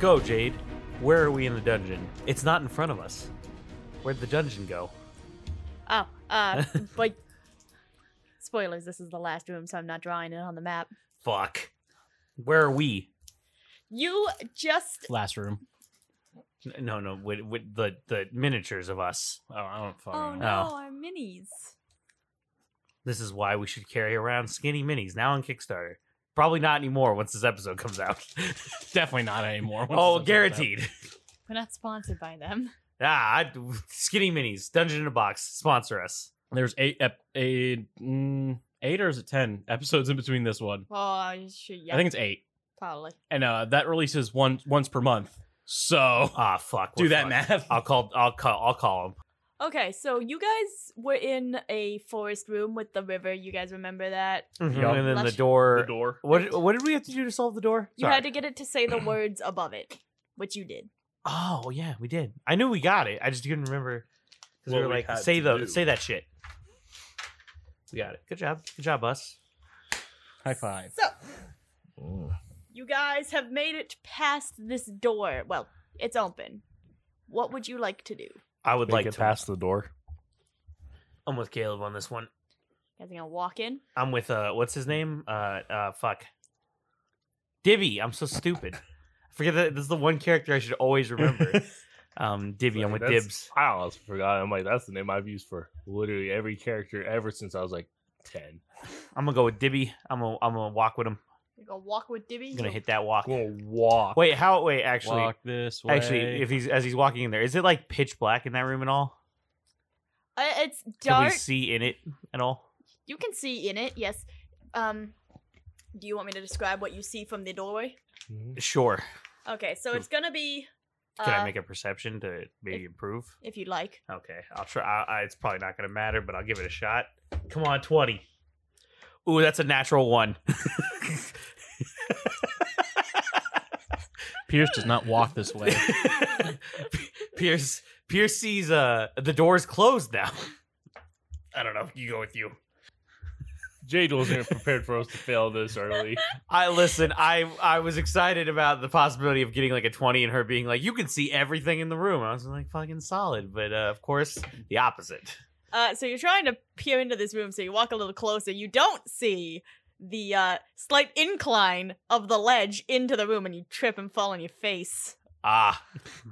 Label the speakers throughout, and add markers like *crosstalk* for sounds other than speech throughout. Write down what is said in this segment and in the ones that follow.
Speaker 1: go, Jade. Where are we in the dungeon? It's not in front of us. Where'd the dungeon go?
Speaker 2: Oh,
Speaker 1: *laughs*
Speaker 2: uh, but spoilers, this is the last room, so I'm not drawing it on the map.
Speaker 1: Fuck. Where are we?
Speaker 2: You just
Speaker 3: Last room.
Speaker 1: N- No, no, with, with the the miniatures of us.
Speaker 3: Oh, I don't fucking
Speaker 4: Oh no,
Speaker 3: know.
Speaker 1: Oh.
Speaker 4: our minis.
Speaker 1: This is why we should carry around skinny minis now on Kickstarter. Probably not anymore once this episode comes out. *laughs*
Speaker 3: Definitely not anymore. Once
Speaker 1: oh,
Speaker 3: this episode's out.
Speaker 1: guaranteed.
Speaker 2: we're not sponsored by them.
Speaker 1: Ah, I, skinny minis, dungeon in a box, sponsor us.
Speaker 3: There's eight, ep- eight, mm, eight or is it ten episodes in between this one?
Speaker 2: *laughs* Oh shit, yeah.
Speaker 3: I think it's eight,
Speaker 2: probably.
Speaker 3: and uh, that releases one once per month. So
Speaker 1: *laughs* Ah, fuck.
Speaker 3: do
Speaker 1: we're
Speaker 3: that
Speaker 1: fucked.
Speaker 3: math.
Speaker 1: I'll call. I'll call. I'll call him.
Speaker 2: Okay, so you guys were in a forest room with the river. You guys remember that?
Speaker 3: Yup.
Speaker 1: And then the
Speaker 2: Lush-
Speaker 1: door.
Speaker 3: the door.
Speaker 1: What? What did we have to do to solve the door?
Speaker 2: You
Speaker 1: Sorry.
Speaker 2: had to get it to
Speaker 1: *clears throat*
Speaker 2: say the words above it, which you did.
Speaker 1: Oh yeah, we did. I knew we got it. I just couldn't remember because we
Speaker 3: What
Speaker 1: were
Speaker 3: we
Speaker 1: like,
Speaker 3: had
Speaker 1: say
Speaker 3: to
Speaker 1: the
Speaker 3: do.
Speaker 1: say that shit. We got it. Good job. Good job, us.
Speaker 3: High five.
Speaker 2: So you guys have made it past this door. Well, it's open. What would you like to do? You
Speaker 1: I would
Speaker 5: Make
Speaker 1: like
Speaker 5: it
Speaker 1: to.
Speaker 5: past the door.
Speaker 1: I'm with Caleb on this one.
Speaker 2: guys are gonna walk in.
Speaker 1: I'm with uh, what's his name? Uh, uh, fuck. Divvy. I'm so stupid. I forget that this is the one character I should always
Speaker 3: *laughs*
Speaker 5: *laughs*
Speaker 1: remember. um, Divvy. I'm
Speaker 5: Like,
Speaker 1: with
Speaker 5: that's-
Speaker 1: Dibs.
Speaker 5: I almost forgot. I'm like, that's the name I've used for literally every character ever since I was like ten.
Speaker 1: I'm gonna go with Dibby. I'm gonna I'm gonna walk with him.
Speaker 2: You're gonna walk with Dibby.
Speaker 1: I'm gonna hit that walk.
Speaker 5: I'm gonna walk.
Speaker 1: Wait, how? Wait, actually,
Speaker 3: Walk this way.
Speaker 1: actually, if he's as he's walking in there, is it like pitch black in that room at all?
Speaker 2: Uh, it's
Speaker 1: Can we
Speaker 2: dark.
Speaker 1: see in it at all?
Speaker 2: You can see in it. Yes. Um, do you want me to describe what you see from the doorway?
Speaker 5: Mhm.
Speaker 1: Sure.
Speaker 2: Okay, so it's gonna be. Uh,
Speaker 1: Hmm. Can I make a perception to maybe improve?
Speaker 2: if you'd like.
Speaker 1: Okay, I'll try. I, I, it's probably not going to matter, but I'll give it a shot. Come on, twenty. Ooh, that's a natural one.
Speaker 3: Pierce does not walk
Speaker 1: *laughs*
Speaker 3: this way.
Speaker 1: Pierce, Pierce sees uh the door's closed now. *laughs* I don't know. You go with you.
Speaker 5: Jade wasn't even prepared for us to fail this
Speaker 4: *laughs*
Speaker 5: early.
Speaker 1: I listen. I I was excited about the possibility of getting like a twenty and her being like, "You can see everything in the room." I was like, "Fucking solid," but uh, of course, the opposite.
Speaker 2: Uh, so you're trying to peer into this room, so you walk a little closer. You don't see the uh, slight incline of the ledge into the room, and you trip and fall on your face.
Speaker 1: Ah,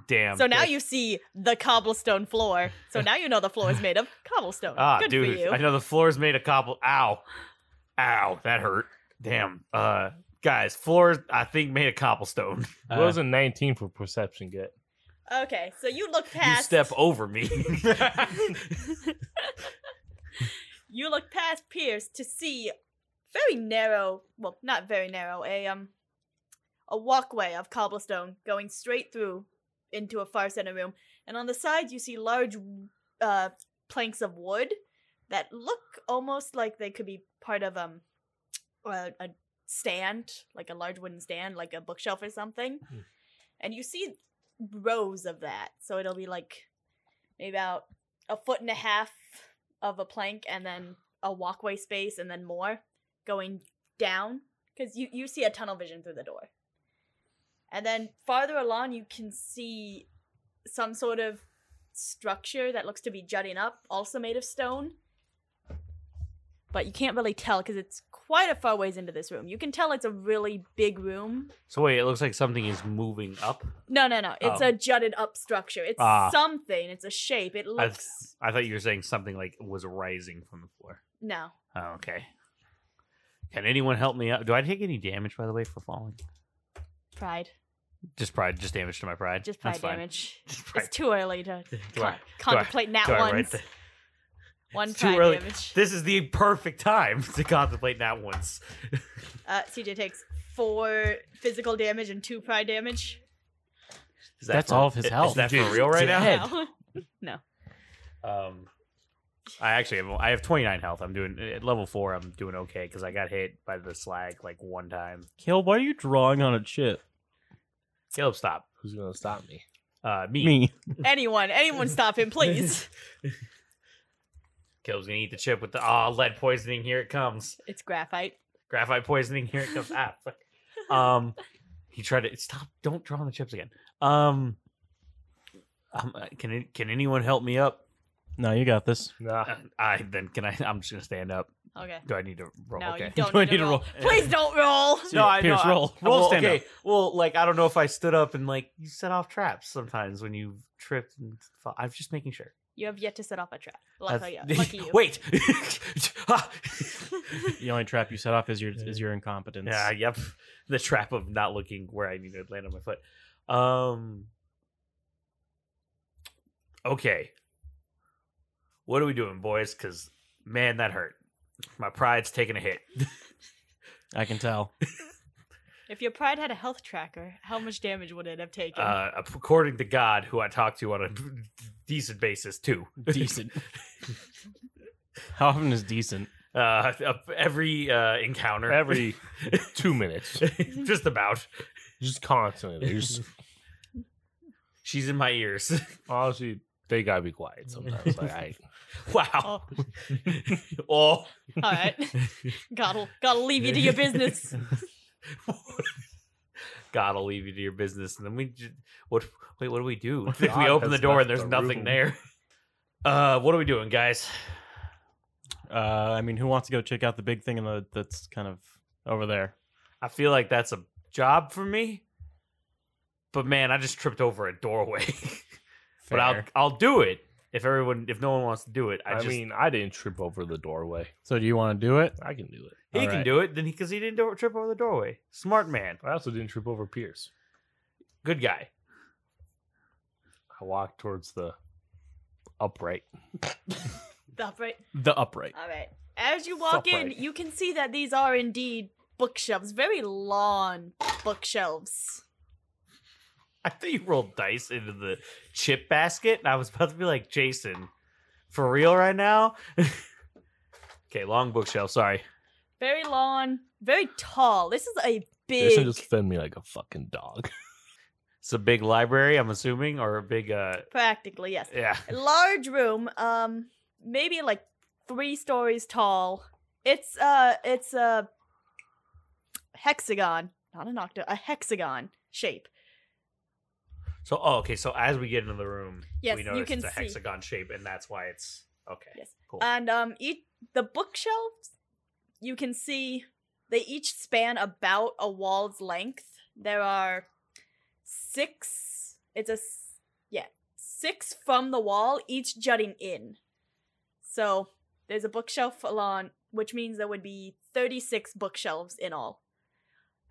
Speaker 1: damn.
Speaker 2: so now
Speaker 1: That's-
Speaker 2: you see the cobblestone floor.
Speaker 1: *laughs*
Speaker 2: So now you know the floor is made of cobblestone.
Speaker 1: Ah,
Speaker 2: Good
Speaker 1: dude,
Speaker 2: for you.
Speaker 1: I know the floor's made of cobble. Ow, ow, that hurt. Damn. Uh, guys, floors I think made of cobblestone. *laughs*
Speaker 5: What
Speaker 3: Uh,
Speaker 5: was a 19 for perception get?
Speaker 2: Okay, so you look
Speaker 1: You
Speaker 2: past.
Speaker 1: step over me. *laughs*
Speaker 2: you look past Pierce to see very narrow, well, not very narrow, a um a walkway of cobblestone going straight through into a far center room, and on the sides you see large uh planks of wood that look almost like they could be part of um a, a stand, like a large wooden stand, like a bookshelf or something.
Speaker 5: Hmm.
Speaker 2: And you see rows of that, so it'll be like maybe about a foot and a half of a plank and then a walkway space and then more going down because you, you see a tunnel vision through the door and then farther along you can see some sort of structure that looks to be jutting up also made of stone but you can't really tell because it's quite a far ways into this room you can tell it's a really big room
Speaker 1: so wait, it looks like something is moving up.
Speaker 2: no no no it's
Speaker 1: Oh.
Speaker 2: a jutted up structure it's
Speaker 1: Ah.
Speaker 2: something it's a shape it
Speaker 1: I,
Speaker 2: looks
Speaker 1: I thought you were saying something like was rising from the floor.
Speaker 2: no
Speaker 1: Oh, okay. Can anyone help me up? Do I take any damage by the way for falling?
Speaker 2: pride
Speaker 1: Just pride, just damage to my pride.
Speaker 2: just
Speaker 1: That's
Speaker 2: pride
Speaker 1: fine.
Speaker 2: damage
Speaker 1: Just pride.
Speaker 2: It's too early to
Speaker 1: *laughs* Do I-
Speaker 2: con- contemplate
Speaker 1: do I
Speaker 2: nat
Speaker 1: write
Speaker 2: ones.
Speaker 1: the-
Speaker 2: *laughs* One
Speaker 1: It's too
Speaker 2: pride
Speaker 1: early.
Speaker 2: damage.
Speaker 1: This is the perfect time *laughs* to contemplate nat ones.
Speaker 2: Uh, CJ takes four physical damage and two pride damage.
Speaker 1: Is that
Speaker 3: That's
Speaker 1: for-
Speaker 3: all of his
Speaker 1: is- Is
Speaker 3: health.
Speaker 1: that for
Speaker 5: Dude,
Speaker 1: real right now?
Speaker 3: dead.
Speaker 2: No.
Speaker 1: Um, I actually have I have 29 health. I'm doing at level four. I'm doing okay because I got hit by the slag like one time.
Speaker 3: Caleb, why are you drawing on a chip?
Speaker 1: Caleb, stop.
Speaker 5: Who's gonna stop me?
Speaker 1: Uh, me.
Speaker 3: Me.
Speaker 2: *laughs* anyone, anyone stop
Speaker 1: *laughs*
Speaker 2: him, please. *laughs*
Speaker 1: Caleb's gonna eat the chip with the ah lead poisoning. Here it comes.
Speaker 2: it's graphite. *laughs*
Speaker 1: Graphite poisoning. Here it comes. Ah, fuck. Um, He tried to stop. Don't draw on the chips again. Um, um, can it- can anyone help me up?
Speaker 3: No, you got this.
Speaker 5: Nah.
Speaker 1: Uh, I then can I? I'm just gonna stand up.
Speaker 2: Okay.
Speaker 1: Do I need to roll?
Speaker 2: No,
Speaker 1: okay. *laughs*
Speaker 2: you don't
Speaker 3: Do I
Speaker 2: need, to roll. Please don't roll.
Speaker 1: No, I
Speaker 3: Pierce,
Speaker 1: know.
Speaker 3: roll.
Speaker 1: I,
Speaker 3: Roll
Speaker 1: well,
Speaker 3: stand
Speaker 1: okay.
Speaker 3: up.
Speaker 1: Well, like I don't know if I stood up and like you set off traps sometimes when you tripped and fall. I'm just making sure.
Speaker 2: You have yet to set off a trap. Lucky,
Speaker 1: That's- *laughs*
Speaker 2: lucky you.
Speaker 1: Wait.
Speaker 2: *laughs*
Speaker 1: Ah.
Speaker 3: The only trap you set off is your is your incompetence.
Speaker 1: yeah. Yep. *laughs* The trap of not looking where I need to land on my foot. Um. Okay. What are we doing, boys? Because man, that hurt. My pride's taking a hit.
Speaker 3: I can *laughs* tell.
Speaker 2: If your pride had a health tracker, how much damage would it have taken?
Speaker 1: Uh, according to God, who I talk to on a *laughs* decent basis too.
Speaker 3: Decent. How often is decent?
Speaker 1: *laughs* uh, up- every uh, encounter,
Speaker 5: Every two minutes.
Speaker 1: *laughs* just about.
Speaker 5: Just constantly. You're *laughs* just-
Speaker 1: She's in my ears. *laughs*
Speaker 5: honestly, they gotta be quiet sometimes. Like, *laughs* I,
Speaker 1: wow. *laughs* Oh.
Speaker 2: All right. *laughs* God'll, God'll leave you to
Speaker 1: *laughs*
Speaker 2: your business.
Speaker 1: God, I'll leave you to your business, and then we just, what? Wait, what do we do?
Speaker 5: Well,
Speaker 1: If *laughs* we
Speaker 5: God
Speaker 1: open the
Speaker 5: has
Speaker 1: door and
Speaker 5: left
Speaker 1: there's
Speaker 5: the
Speaker 1: nothing
Speaker 5: room.
Speaker 1: there. *laughs* Uh, what are we doing, guys?
Speaker 3: Uh, I mean, who wants to go check out the big thing in the that's kind of over there?
Speaker 1: I feel like that's a job for me, but man, I just tripped over a doorway. *laughs* but I'll
Speaker 3: Fair.
Speaker 1: I'll do it if everyone if no one wants to do it. I,
Speaker 5: I
Speaker 1: just,
Speaker 5: mean, I didn't trip over the doorway.
Speaker 3: So do you want to do it?
Speaker 5: I can do it.
Speaker 1: He
Speaker 3: All
Speaker 1: can
Speaker 3: right.
Speaker 1: do it, then because he, didn't do- trip over the doorway. Smart man,
Speaker 5: I also didn't trip over Pierce.
Speaker 1: good guy.
Speaker 5: I walked towards the upright.
Speaker 2: The upright.
Speaker 3: The upright.
Speaker 2: All right. As you walk in,
Speaker 5: Upright.
Speaker 2: you can see that these are indeed bookshelves, very long bookshelves.
Speaker 1: *laughs* I thought you rolled dice into the chip basket, and I was about to be like, Jason, for real right now? *laughs* okay, long bookshelf. Sorry.
Speaker 2: Very long, very tall. This is a
Speaker 5: Jason
Speaker 2: big.
Speaker 5: just fed me like a fucking dog. *laughs*
Speaker 1: It's a big library, I'm assuming, or a big. uh
Speaker 2: Practically, yes.
Speaker 1: Yeah.
Speaker 2: large room um maybe like three stories tall it's uh it's a hexagon not an octa a hexagon shape
Speaker 1: So, oh, okay. So as we get into the room,
Speaker 2: Yes,
Speaker 1: we
Speaker 2: you
Speaker 1: notice
Speaker 2: can
Speaker 1: it's a
Speaker 2: see.
Speaker 1: hexagon shape, and that's why it's okay.
Speaker 2: Yes.
Speaker 1: Cool.
Speaker 2: and um each the bookshelves you can see they each span about a wall's length there are six it's a s- yeah six from the wall each jutting in so there's a bookshelf along which means there would be 36 bookshelves in all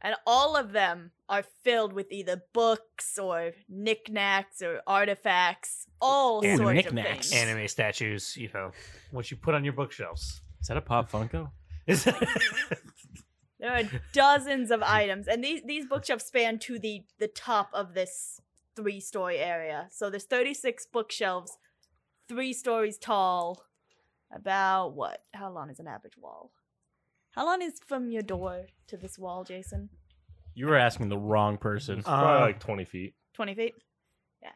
Speaker 2: and all of them are filled with either books or knickknacks or artifacts all
Speaker 1: Anime
Speaker 2: sorts
Speaker 3: knickknacks.
Speaker 2: of things
Speaker 1: Anime statues, you know, what you put on your bookshelves. *laughs*
Speaker 3: Is that a pop Funko?
Speaker 2: There are dozens of items, and these these bookshelves span to the the top of this three story area. So there's 36 bookshelves, three stories tall. About what? How long is an average wall? How long is from your door to this wall, Jason?
Speaker 3: You were asking the wrong person.
Speaker 5: It's probably
Speaker 1: Uh,
Speaker 5: like 20 feet.
Speaker 2: 20 feet. Yeah,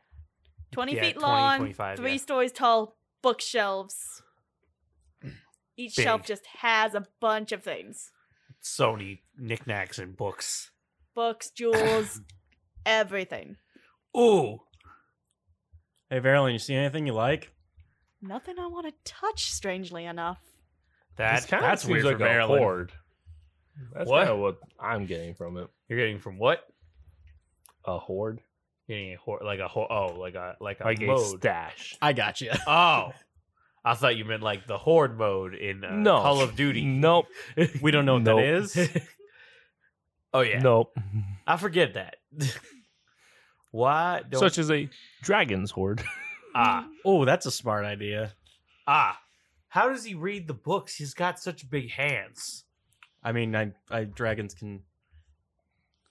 Speaker 2: 20
Speaker 1: Yeah,
Speaker 2: feet
Speaker 1: 20,
Speaker 2: long,
Speaker 1: 25,
Speaker 2: three
Speaker 1: yeah.
Speaker 2: stories tall bookshelves. Each shelf
Speaker 1: Big.
Speaker 2: just has a bunch of things.
Speaker 1: Sony knickknacks and books.
Speaker 2: Books,
Speaker 1: *coughs*
Speaker 2: jewels, everything.
Speaker 1: Ooh,
Speaker 3: Hey, Verilyn, you see anything you like?
Speaker 2: Nothing I want to touch, strangely enough.
Speaker 1: that,
Speaker 5: This kinda
Speaker 1: that's
Speaker 5: seems
Speaker 1: weird for Maryland.
Speaker 5: hoard. That's
Speaker 1: What?
Speaker 5: kind of what I'm getting from it.
Speaker 1: You're getting from what?
Speaker 5: A hoard,
Speaker 1: Getting a hor- like a ho- oh like a like a
Speaker 5: like a
Speaker 1: mode.
Speaker 5: stash.
Speaker 3: I got you.
Speaker 1: oh, I thought you meant like the horde mode in uh,
Speaker 5: No.
Speaker 1: Call of Duty.
Speaker 5: Nope.
Speaker 3: *laughs* We don't know what
Speaker 5: Nope.
Speaker 3: that is.
Speaker 1: *laughs*
Speaker 3: *laughs*
Speaker 1: oh yeah,
Speaker 5: Nope.
Speaker 1: I forget that. *laughs* Why don't
Speaker 5: Such as a dragon's hoard.
Speaker 2: Hmm.
Speaker 1: ah
Speaker 3: Oh, that's a smart idea.
Speaker 1: ah? How does he read the books? He's got such big hands.
Speaker 3: I mean, I, I dragons can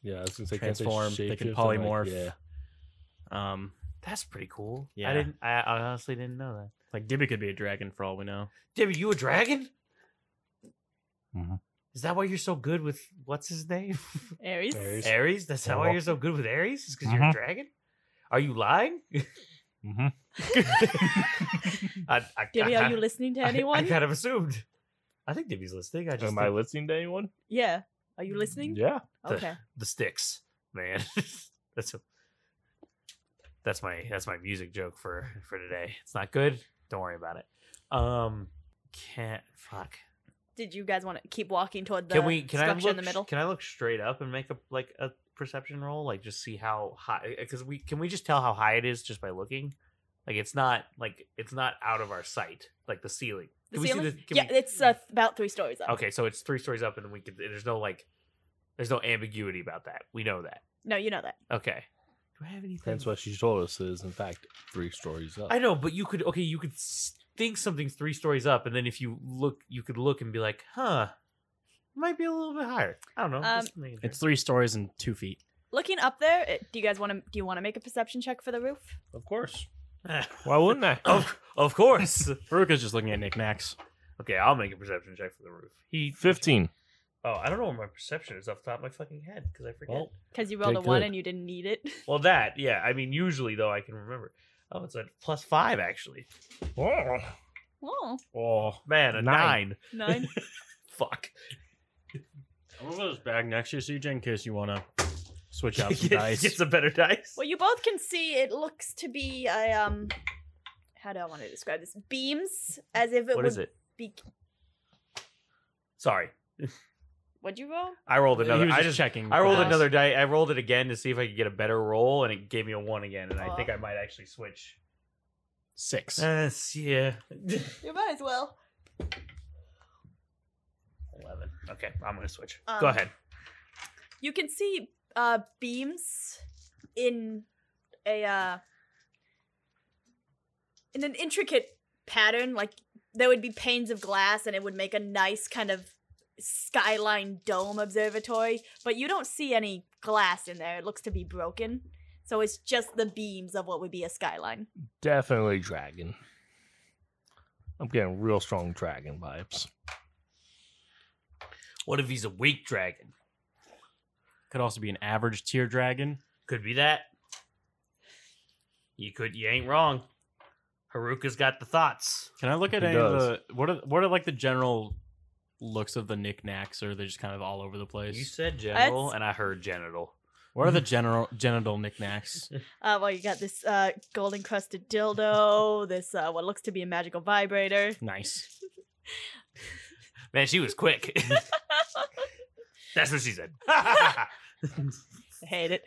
Speaker 5: Yeah, I was gonna say can't
Speaker 3: transform. They
Speaker 5: shape
Speaker 3: can
Speaker 5: shift? I'm like,
Speaker 3: polymorph.
Speaker 5: yeah.
Speaker 3: Um,
Speaker 1: That's pretty cool. I
Speaker 3: Yeah.
Speaker 1: didn't. I, I honestly didn't know that.
Speaker 3: like Dibby could be a dragon for all we know.
Speaker 1: Debbie, you a dragon?
Speaker 5: Mhm.
Speaker 1: Is that why you're so good with what's his name? *laughs*
Speaker 2: Aries. *laughs*
Speaker 5: Aries.
Speaker 1: Aries. That's that why
Speaker 5: Yeah.
Speaker 1: you're so good with Aries? Is because you're a
Speaker 5: Mhm.
Speaker 1: dragon? Are you lying? *laughs*
Speaker 5: Mhm.
Speaker 1: I, I,
Speaker 2: Dibby,
Speaker 1: I,
Speaker 2: are you listening
Speaker 1: *laughs*
Speaker 2: to
Speaker 1: I- I,
Speaker 2: anyone?
Speaker 1: kind of assumed. I think Dibby's listening. I just
Speaker 5: Am I
Speaker 1: think
Speaker 5: listening to anyone?
Speaker 2: yeah. Are you listening?
Speaker 5: Yeah.
Speaker 1: the-
Speaker 2: Okay.
Speaker 1: the sticks. man. *laughs* that's a, that's my that's my music joke for for today. It's not good. Don't worry about it. Um, can't fuck.
Speaker 2: Did you guys want to keep walking toward the
Speaker 1: Can we? Can I
Speaker 2: structure
Speaker 1: look?
Speaker 2: in the middle?
Speaker 1: Can I look straight up and make a like a perception roll? Like just see how high? Because we can we just tell how high it is just by looking. Like it's not like it's not out of our sight. Like the ceiling.
Speaker 2: The
Speaker 1: Can we see
Speaker 2: ceiling?
Speaker 1: the- can
Speaker 2: yeah,
Speaker 1: we-
Speaker 2: it's uh, about three stories up.
Speaker 1: Okay, so it's three stories up, and we can. There's no like, there's no ambiguity about that. We know that.
Speaker 2: No, you know that.
Speaker 1: Okay. Do I have anything?
Speaker 5: That's what she told us is, in fact, three stories up.
Speaker 1: I know, but you could okay, you could s- think something's three stories up, and then if you look, you could look and be like, huh, it might be a little bit higher. I don't know.
Speaker 2: Um,
Speaker 1: just something
Speaker 3: It's three stories and two feet.
Speaker 2: Looking up there, it, do you guys want to? Do you want to make a perception check for the roof?
Speaker 1: *laughs*
Speaker 5: Of course.
Speaker 1: interesting.
Speaker 3: Why wouldn't I?
Speaker 5: Oh. *coughs*
Speaker 1: of of course.
Speaker 3: Veruca's just looking at knickknacks.
Speaker 1: okay, I'll make a perception check for the roof. He
Speaker 5: 15.
Speaker 1: Oh, I don't know where my perception is off the top of my fucking head because I forget. Well,
Speaker 5: Well-
Speaker 2: Because you rolled
Speaker 5: They
Speaker 2: a one
Speaker 5: could.
Speaker 2: and you didn't need it.
Speaker 1: that yeah. I mean, usually though, I can remember. Oh, it's a plus five actually.
Speaker 5: Oh,
Speaker 2: Oh,
Speaker 5: oh.
Speaker 1: Man, a
Speaker 5: Nine.
Speaker 1: nine. *laughs*
Speaker 2: nine.
Speaker 1: Fuck.
Speaker 3: I'm gonna put this bag next to you, CJ, in case you wanna
Speaker 1: *laughs*
Speaker 3: switch *laughs* out some
Speaker 1: Get-
Speaker 3: dice.
Speaker 1: Get some better dice.
Speaker 2: well, you both can see it looks to be a um. How do I want to describe this? Beams, as if it
Speaker 1: what
Speaker 2: would
Speaker 1: is it?
Speaker 2: be.
Speaker 1: Sorry,
Speaker 2: What'd you roll?
Speaker 1: I rolled another.
Speaker 3: he was
Speaker 1: I
Speaker 3: just
Speaker 1: just
Speaker 3: checking.
Speaker 1: I rolled
Speaker 2: Gosh.
Speaker 1: another die. I rolled it again to see if I could get a better roll, and it gave me a one again. And I think
Speaker 2: Aw.
Speaker 1: I might actually switch.
Speaker 3: six.
Speaker 1: Uh, *laughs* yeah,
Speaker 2: You might as well.
Speaker 1: eleven. Okay, I'm gonna switch. Go
Speaker 2: Um,
Speaker 1: ahead.
Speaker 2: You can see uh beams in a uh in an intricate pattern like there would be panes of glass and it would make a nice kind of skyline dome observatory but you don't see any glass in there it looks to be broken so it's just the beams of what would be a skyline
Speaker 5: Definitely dragon. I'm getting real strong dragon vibes.
Speaker 1: What if he's a weak dragon?
Speaker 3: Could also be an average tier dragon.
Speaker 1: Could be that. You could. You ain't wrong. Haruka's got the thoughts.
Speaker 3: Can I look at
Speaker 5: He
Speaker 3: any of the what are what are like the general looks of the knickknacks, or are they just kind of all over the place?
Speaker 1: You said genital, and I heard genital.
Speaker 3: what are *laughs* the general genital knickknacks? *laughs*
Speaker 2: uh well you got this uh gold encrusted dildo this uh what looks to be a magical vibrator
Speaker 3: nice.
Speaker 1: Man, she was quick. *laughs* That's what she said. *laughs*
Speaker 2: I hate it.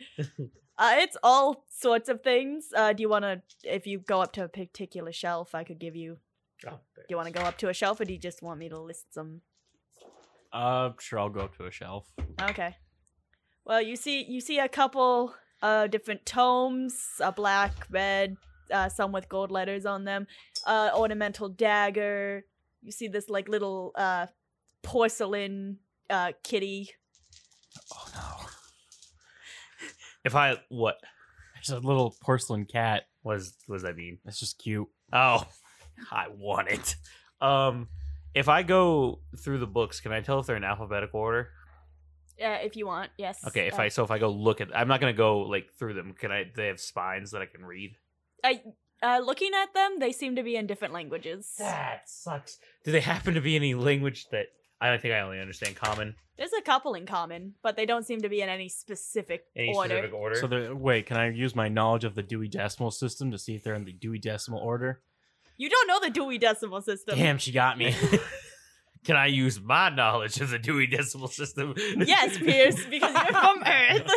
Speaker 2: Uh, it's all sorts of things. Uh, do you want to, if you go up to a particular shelf, I could give you. Do you want to go up to a shelf, or do you just want me to list some?
Speaker 3: Uh, sure, I'll go up to a shelf.
Speaker 2: Okay. Well, you see, you see a couple uh, different tomes: a black, red, uh, some with gold letters on them, uh, ornamental dagger. You see this like little uh, porcelain uh, kitty.
Speaker 3: Oh no!
Speaker 1: If I what
Speaker 3: There's a little porcelain cat.
Speaker 1: was was I mean?
Speaker 3: That's just cute.
Speaker 1: Oh, I want it. Um, if I go through the books, can I tell if they're in alphabetical order?
Speaker 2: Uh, if you want, yes.
Speaker 1: Okay, if
Speaker 2: Uh,
Speaker 1: I so if I go look at, I'm not gonna go like through them. Can I? They have spines that I can read.
Speaker 2: I uh, looking at them, they seem to be in different languages.
Speaker 1: That sucks. Do they happen to be any language that I don't think I only understand common?
Speaker 2: There's a couple in common, but they don't seem to be in any specific
Speaker 1: Any
Speaker 2: order.
Speaker 1: specific order?
Speaker 3: So there, wait, can I use my knowledge of the Dewey Decimal System to see if they're in the Dewey Decimal order?
Speaker 2: You don't know the Dewey Decimal System.
Speaker 3: Damn, she got *laughs* me.
Speaker 1: can I use my knowledge of the Dewey Decimal System?
Speaker 2: Yes, Pierce,
Speaker 1: *laughs*
Speaker 2: because you're from Earth.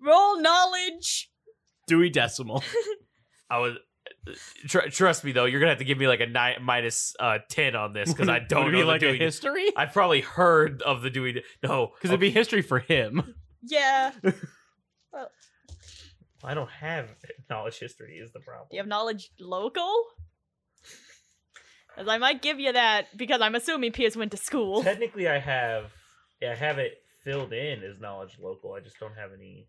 Speaker 2: Roll knowledge.
Speaker 3: Dewey Decimal.
Speaker 1: I was. Tr- trust me though, you're gonna have to give me like a nine minus uh, ten on this *laughs* because I don't
Speaker 3: *laughs* Would it
Speaker 1: know
Speaker 3: be
Speaker 1: the
Speaker 3: like
Speaker 1: Dewey
Speaker 3: a *laughs* history.
Speaker 1: I've probably heard of the Dewey. De- no,
Speaker 3: Because it'd be history for *laughs* him.
Speaker 2: Yeah. Do
Speaker 1: I don't have knowledge history. Is the problem?
Speaker 2: you have knowledge local? As I might give you that because I'm assuming Pierce went to school.
Speaker 1: Technically, I have. Yeah, I have it filled in as knowledge local. I just don't have any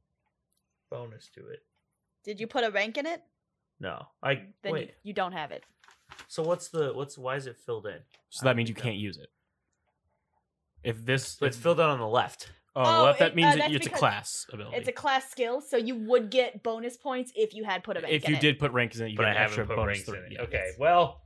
Speaker 1: bonus to it.
Speaker 2: Did you put a rank in it?
Speaker 1: No, I
Speaker 2: Mm, Then you,
Speaker 1: wait.
Speaker 2: you don't have it.
Speaker 1: So what's the what's why is it filled in?
Speaker 3: So that means you can't use it. If this,
Speaker 1: It's filled in on the left.
Speaker 3: oh,
Speaker 2: Oh,
Speaker 3: well, if that
Speaker 2: it-
Speaker 3: means
Speaker 2: uh,
Speaker 3: it-
Speaker 2: that's
Speaker 3: it's a
Speaker 2: because
Speaker 3: class ability.
Speaker 2: It's a class skill, so you would get bonus points if you had put a rank
Speaker 3: if
Speaker 2: in
Speaker 3: you
Speaker 2: it.
Speaker 3: did put ranks in it, you
Speaker 1: but
Speaker 3: get
Speaker 1: I
Speaker 3: an extra
Speaker 1: haven't put
Speaker 3: bonus
Speaker 1: ranks
Speaker 3: three.
Speaker 1: in it.
Speaker 3: Yeah.
Speaker 1: Okay, well,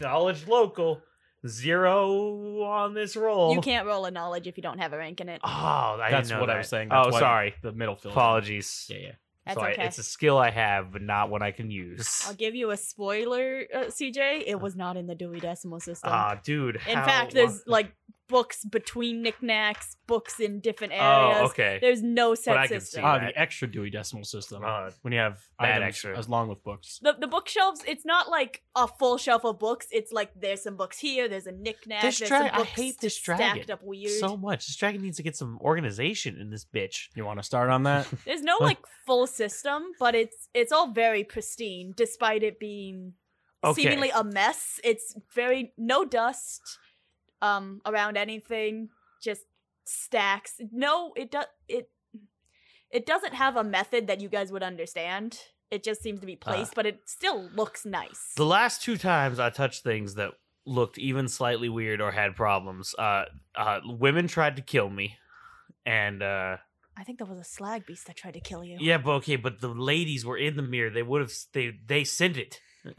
Speaker 1: knowledge local. zero on this roll.
Speaker 2: You can't roll a knowledge if you don't have a rank in it.
Speaker 1: Oh, I
Speaker 3: That's
Speaker 1: didn't know
Speaker 3: what I
Speaker 1: that.
Speaker 3: was saying.
Speaker 1: Oh,
Speaker 3: That's why
Speaker 1: sorry.
Speaker 3: The middle field.
Speaker 1: Apologies.
Speaker 3: Yeah, yeah.
Speaker 2: That's
Speaker 1: so I-
Speaker 2: okay.
Speaker 1: it's a skill I have, but not one I can
Speaker 2: I'll
Speaker 1: use.
Speaker 2: give you a spoiler, uh, CJ. It was not in the Dewey Decimal System.
Speaker 1: Ah, dude.
Speaker 2: in
Speaker 1: how
Speaker 2: fact,
Speaker 1: long-
Speaker 2: there's like books between knickknacks, books in different areas.
Speaker 1: Oh, okay.
Speaker 2: There's no
Speaker 1: I
Speaker 2: set
Speaker 1: can
Speaker 2: system.
Speaker 1: see
Speaker 3: Ah,
Speaker 1: that.
Speaker 3: the extra Dewey Decimal System.
Speaker 1: Ah,
Speaker 3: when you have
Speaker 1: That
Speaker 3: items
Speaker 1: extra.
Speaker 3: as long with *laughs* books.
Speaker 2: the, the bookshelves, it's not like a full shelf of books. It's like there's some books here, there's a knickknack.
Speaker 1: This
Speaker 2: there's
Speaker 1: dra-
Speaker 2: some
Speaker 1: I
Speaker 2: books
Speaker 1: hate this
Speaker 2: stacked
Speaker 1: dragon
Speaker 2: up weird.
Speaker 1: so much. This dragon needs to get some organization in this bitch.
Speaker 3: You want to start on that?
Speaker 2: There's no like full system, but it's it's all very pristine, despite it being
Speaker 1: Okay.
Speaker 2: seemingly a mess. It's very no dust um around anything, just stacks. No, it does it it doesn't have a method that you guys would understand. It just seems to be placed, but it still looks nice.
Speaker 1: Uh. The last two times I touched things that looked even slightly weird or had problems, uh, uh, women tried to kill me, and uh,
Speaker 2: I think there was a slag beast that tried to kill you.
Speaker 1: yeah, but okay, but the ladies were in the mirror. They would have they they sent it, *laughs*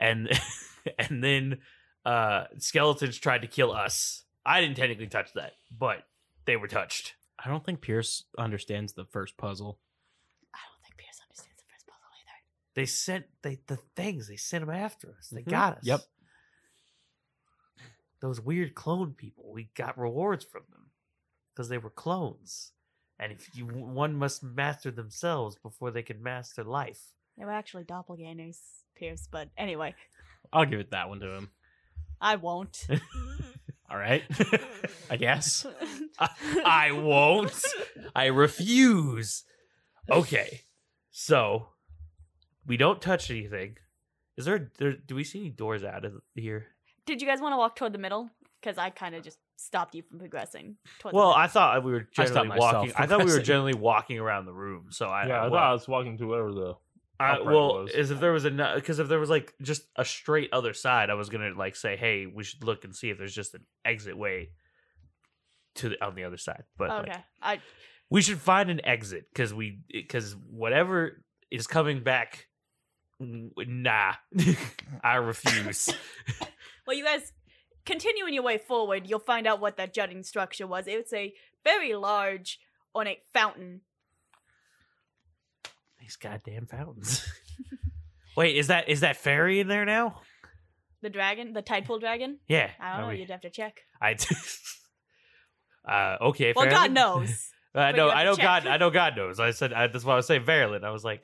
Speaker 1: and *laughs* and then uh, skeletons tried to kill us. I didn't technically touch that, but they were touched.
Speaker 3: *laughs* I don't think Pierce understands the first puzzle.
Speaker 2: I don't think Pierce understands the first puzzle either.
Speaker 1: They sent they the things. They sent them after us. They
Speaker 3: Mhm.
Speaker 1: got us.
Speaker 3: Yep.
Speaker 1: Those weird clone people. We got rewards from them because they were clones, and if you one must master themselves before they can master life.
Speaker 2: They were actually doppelgangers, Pierce, but anyway,
Speaker 3: I'll give it that one to him.
Speaker 2: I won't.
Speaker 3: All *laughs* right. I guess.
Speaker 1: *laughs* I won't. I refuse. Okay, so we don't touch anything. Is there, there? Do we see any doors out of here?
Speaker 2: Did you guys want to walk toward the middle? Because I kind of just stopped you from progressing. Toward
Speaker 1: Well,
Speaker 2: the
Speaker 1: I thought we were
Speaker 3: I stopped
Speaker 1: generally
Speaker 3: myself
Speaker 1: walking.
Speaker 3: from
Speaker 1: I thought we were
Speaker 3: pressing.
Speaker 1: generally walking around the room. So I,
Speaker 5: yeah, I
Speaker 1: well,
Speaker 5: thought I was walking to whatever the.
Speaker 1: I-
Speaker 5: upright
Speaker 1: well,
Speaker 5: was.
Speaker 1: is if there was a because if there was like just a straight other side, I was gonna like say, hey, we should look and see if there's just an exit way to the, on the other side. But
Speaker 2: middle.
Speaker 1: like,
Speaker 2: okay. I
Speaker 1: we should find an exit because we because whatever is coming back, n- nah, *laughs* I refuse.
Speaker 2: *laughs* well, you guys continuing your way forward, you'll find out what that jutting structure was. It's a very large ornate fountain.
Speaker 1: These goddamn fountains. *laughs* Wait, is that is that fairy in there now?
Speaker 2: The dragon, the tide pool dragon.
Speaker 1: Yeah,
Speaker 2: I don't
Speaker 1: are
Speaker 2: know.
Speaker 1: we-
Speaker 2: You'd have to check.
Speaker 1: I. *laughs* uh, okay.
Speaker 2: Well,
Speaker 1: *laughs*
Speaker 2: God
Speaker 1: Farrelly?
Speaker 2: knows.
Speaker 1: I
Speaker 2: but
Speaker 1: know.
Speaker 2: you have
Speaker 1: I
Speaker 2: to
Speaker 1: know.
Speaker 2: check.
Speaker 1: God. I know. God knows. I said. I, that's why I was saying Maryland. I was like,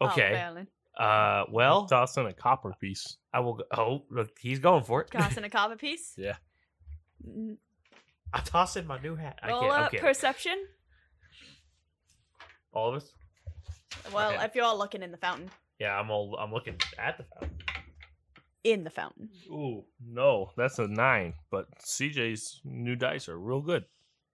Speaker 2: Oh,
Speaker 1: okay.
Speaker 2: Marilyn.
Speaker 1: uh. Well,
Speaker 5: Dawson a copper piece.
Speaker 1: I will. Go, oh, look, he's going for it. *laughs*
Speaker 2: Toss in a copper piece.
Speaker 5: Yeah.
Speaker 2: Mm,
Speaker 1: I toss in my new hat. I
Speaker 2: Roll
Speaker 1: can't.
Speaker 2: up
Speaker 1: Okay.
Speaker 2: perception.
Speaker 1: all of us.
Speaker 2: Well,
Speaker 1: Okay.
Speaker 2: if you're all looking in the fountain,
Speaker 1: Yeah. I'm all. I'm looking at the fountain.
Speaker 2: in the fountain.
Speaker 5: Ooh, no, that's a nine. But CJ's new dice are real good.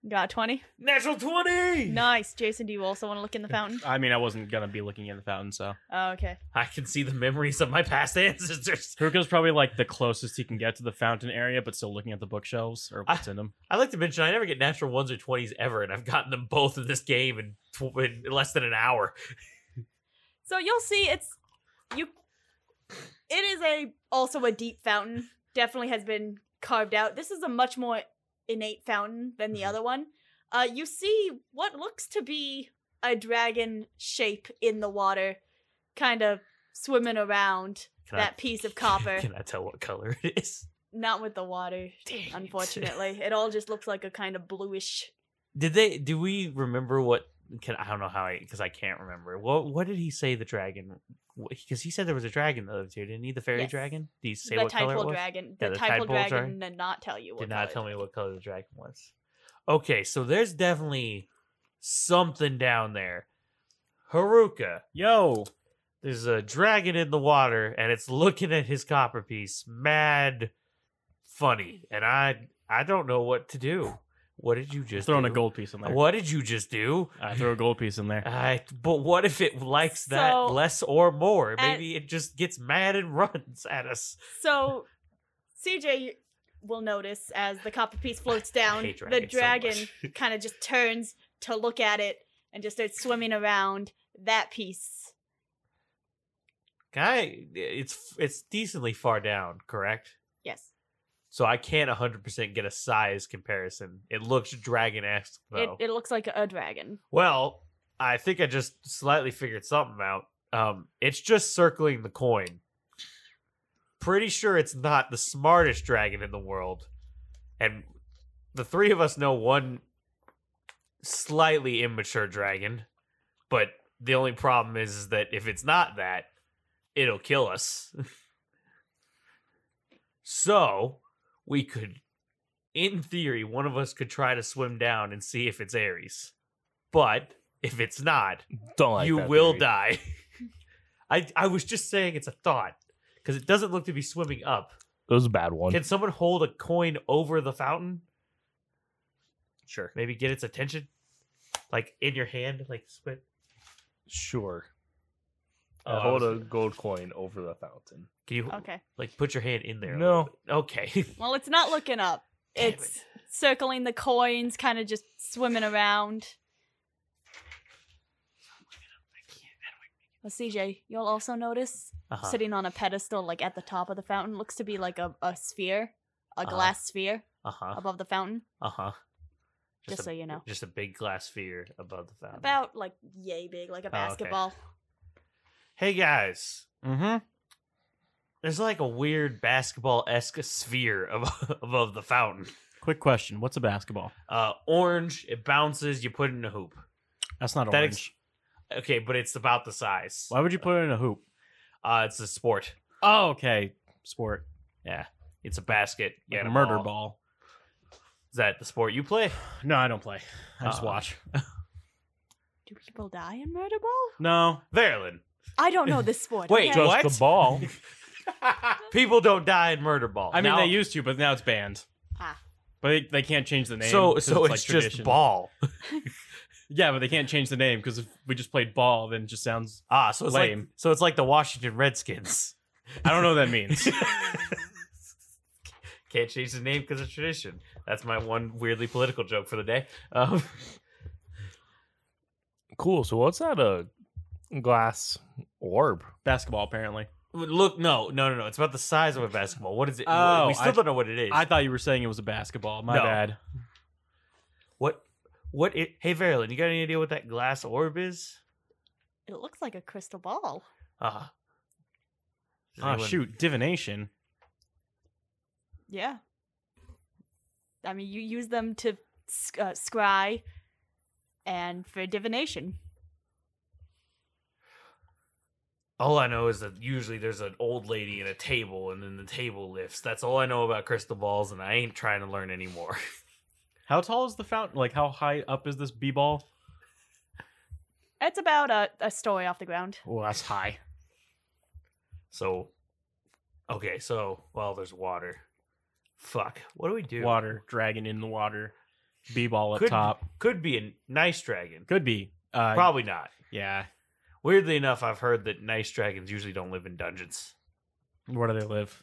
Speaker 2: Got twenty.
Speaker 1: *clears throat* Natural twenty.
Speaker 2: Nice, Jason. Do you also want
Speaker 1: *laughs*
Speaker 2: to look in the fountain?
Speaker 3: I mean, I wasn't gonna be looking at the fountain, so
Speaker 2: Oh, okay.
Speaker 1: I can see the memories of my past *laughs* ancestors.
Speaker 3: Haruka's probably like the closest he can get to the fountain area, but still looking at the bookshelves or what's in them.
Speaker 1: I like to mention I never get natural ones or twenties ever, and I've gotten them both in this game in, tw- in less than an hour.
Speaker 2: So you'll see it's you it is a also a deep fountain. Definitely has been carved out. This is a much more innate fountain than the
Speaker 1: Mhm.
Speaker 2: other one. Uh you see what looks to be a dragon shape in the water kind of swimming around
Speaker 1: Can I-
Speaker 2: that piece
Speaker 1: *laughs*
Speaker 2: of copper.
Speaker 1: Can I tell what color it is?
Speaker 2: Not with the
Speaker 1: *laughs*
Speaker 2: water,
Speaker 1: Dang it.
Speaker 2: unfortunately. It all just looks like a kind of bluish
Speaker 1: Did they? Do we remember what? Can I don't know how I because I can't remember. What What did he say the dragon? Because he said there was a dragon the other two, didn't he? The fairy
Speaker 2: Yes.
Speaker 1: dragon. Did he say
Speaker 2: the
Speaker 1: what color it
Speaker 2: tadpole
Speaker 1: was?
Speaker 2: dragon.
Speaker 1: Yeah,
Speaker 2: the
Speaker 1: the
Speaker 2: tadpole
Speaker 1: tadpole
Speaker 2: dragon did not tell you what
Speaker 1: Did not
Speaker 2: color
Speaker 1: tell me
Speaker 2: it
Speaker 1: what color the dragon was. Okay, so there's definitely something down there. Haruka,
Speaker 3: Yo,
Speaker 1: there's a dragon in the water, and it's looking at his copper piece, mad funny, and I I don't know what to do. What did you just
Speaker 3: throwing a
Speaker 1: do?
Speaker 3: gold piece in there.
Speaker 1: What did you just do?
Speaker 3: I threw a gold piece in there.
Speaker 1: I, but what if it likes that
Speaker 2: So-
Speaker 1: less or more?
Speaker 2: At-
Speaker 1: Maybe it just gets mad and *laughs* runs at us.
Speaker 2: So, CJ will notice as the copper piece
Speaker 1: *sighs*
Speaker 2: floats down,
Speaker 1: hate
Speaker 2: the
Speaker 1: dragons so
Speaker 2: dragon
Speaker 1: *laughs* much.
Speaker 2: kind of just turns to look at it and just starts swimming around that piece.
Speaker 1: Guy, it's it's decently far down, correct?
Speaker 2: Yes.
Speaker 1: so I can't 100% get a size comparison. It looks dragon-esque though.
Speaker 2: It, it looks like a dragon.
Speaker 1: well, I think I just slightly figured something out. Um, it's just circling the coin. Pretty sure it's not the smartest dragon in the world, and the three of us know one slightly immature dragon, but the only problem is, is that if it's not that, it'll kill us. *laughs* so we could, in theory, one of us could try to swim down and see if it's Aries, but if it's not,
Speaker 5: Don't like
Speaker 1: you
Speaker 5: that
Speaker 1: will
Speaker 5: theory.
Speaker 1: die. *laughs* I I was just saying it's a thought because it doesn't look to be swimming up.
Speaker 5: It was a bad one.
Speaker 1: Can someone hold a coin over the fountain?
Speaker 5: sure.
Speaker 1: Maybe get its attention, like in your hand, like spit.
Speaker 5: Sure. Uh,
Speaker 1: Oh, I
Speaker 5: hold
Speaker 1: was-
Speaker 5: a gold coin over the fountain.
Speaker 1: Can you
Speaker 2: Okay.
Speaker 1: like put your hand in there? a
Speaker 5: No.
Speaker 1: little bit? Okay. *laughs*
Speaker 2: Well, it's not looking up.
Speaker 1: Damn it.
Speaker 2: It's circling the coins, kind of just swimming around. Well, CJ, you'll also notice
Speaker 1: Uh-huh.
Speaker 2: sitting on a pedestal, like at the top of the fountain, looks to be like a, a sphere, a
Speaker 1: Uh-huh.
Speaker 2: glass sphere
Speaker 1: Uh huh.
Speaker 2: above the fountain.
Speaker 1: Uh huh.
Speaker 2: Just so you know.
Speaker 1: Just a big glass sphere above the fountain. Oh,
Speaker 2: About like yay big, like a
Speaker 1: okay.
Speaker 2: basketball.
Speaker 1: hey guys,
Speaker 3: Mm-hmm.
Speaker 1: there's like a weird basketball esque *laughs* sphere above, above the fountain.
Speaker 3: Quick question: What's a basketball?
Speaker 1: Uh, orange. It bounces. You put it in a hoop.
Speaker 3: That's not
Speaker 1: That
Speaker 3: orange.
Speaker 1: ex- Okay, but it's about the size.
Speaker 3: Why would you put it in a hoop?
Speaker 1: Uh, it's a sport.
Speaker 3: Oh, okay. Sport.
Speaker 1: It's a basket.
Speaker 3: Yeah,
Speaker 1: Yeah,
Speaker 3: a murder ball.
Speaker 1: Is that the sport you
Speaker 3: *laughs*
Speaker 1: play?
Speaker 3: No, I don't play. I just
Speaker 1: Uh-uh.
Speaker 3: watch.
Speaker 2: Do people die in murder ball?
Speaker 3: No.
Speaker 1: Verlin.
Speaker 2: I don't know this sport.
Speaker 1: *laughs* Wait,
Speaker 2: okay?
Speaker 5: Just
Speaker 1: What?
Speaker 5: the ball.
Speaker 1: People don't die in murder ball.
Speaker 3: I mean,
Speaker 1: Now-
Speaker 3: they used to, but now it's banned.
Speaker 2: Ah.
Speaker 3: But they, they can't change the name.
Speaker 1: so
Speaker 3: 'cause
Speaker 1: so it's,
Speaker 3: like,
Speaker 1: just
Speaker 3: tradition. *laughs*
Speaker 1: ball.
Speaker 3: Yeah, but they can't change the name because if we just played ball, then it just sounds.
Speaker 1: Ah, so it's like
Speaker 3: Lame.
Speaker 1: so it's like the Washington Redskins. *laughs*
Speaker 3: I don't know what that means.
Speaker 1: Can't change the name because of tradition. That's my one weirdly political joke for the day. Um, *laughs*
Speaker 5: cool. So what's that? A glass orb.
Speaker 3: basketball, apparently.
Speaker 1: look, no, no, no, no. It's about the size of a basketball. What is it?
Speaker 3: Oh,
Speaker 1: we still
Speaker 3: I-
Speaker 1: don't know what it is.
Speaker 3: I thought you were saying it was a basketball. My
Speaker 1: No.
Speaker 3: bad.
Speaker 1: what? What? It, hey, Verlin, you got any idea what that glass orb is?
Speaker 2: It looks like a crystal ball.
Speaker 1: Ah. Does
Speaker 3: Oh,
Speaker 1: anyone-
Speaker 3: shoot. Divination.
Speaker 2: Yeah. I mean, you use them to sc- uh, scry and for divination.
Speaker 1: All I know is that usually there's an old lady and a table, and then the table lifts. That's all I know about crystal balls, and I ain't trying to learn anymore. *laughs*
Speaker 3: How tall is the fountain? Like, how high up is this B ball?
Speaker 2: It's about a, a story off the ground.
Speaker 3: Oh, that's high.
Speaker 1: So, okay, so well, there's water. Fuck. What do we do?
Speaker 3: Water. Dragon in the water. B ball up
Speaker 1: Could-
Speaker 3: top.
Speaker 1: could be a nice dragon.
Speaker 3: Could be. Uh,
Speaker 1: Probably not.
Speaker 3: Yeah.
Speaker 1: Weirdly enough, I've heard that nice dragons usually don't live in dungeons.
Speaker 3: Where do they live?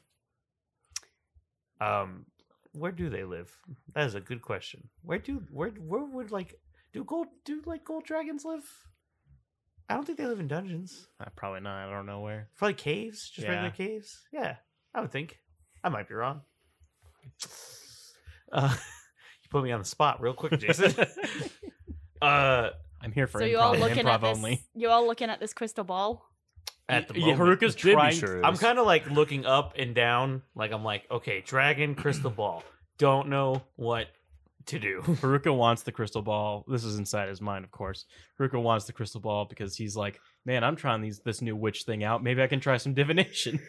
Speaker 1: Um, where do they live? That is a good question. Where do where where would like do gold do like gold dragons live? I don't think they live in dungeons.
Speaker 3: Uh, probably not. I don't know where.
Speaker 1: Probably caves, just regular
Speaker 3: Yeah.
Speaker 1: caves. Yeah, I would think. I might be wrong. Uh, *laughs* you put me on the spot real
Speaker 3: *laughs*
Speaker 1: quick, Jason. uh,
Speaker 3: I'm here for
Speaker 2: so
Speaker 3: improv,
Speaker 2: you're all looking
Speaker 3: improv
Speaker 2: at this.
Speaker 3: only.
Speaker 2: You're all looking at this crystal ball.
Speaker 1: at the
Speaker 3: Yeah,
Speaker 1: moment,
Speaker 3: Haruka's
Speaker 5: Did be
Speaker 3: trying.
Speaker 5: sure it
Speaker 1: I'm
Speaker 5: is.
Speaker 1: kind of like looking up and down. Like I'm like, okay, dragon, crystal ball. Don't know what to
Speaker 3: *clears throat*
Speaker 1: do.
Speaker 3: Haruka wants the crystal ball. This is inside his mind, of course. Haruka wants the crystal ball because he's like, man, I'm trying these this new witch thing out. Maybe I can try some *laughs* divination.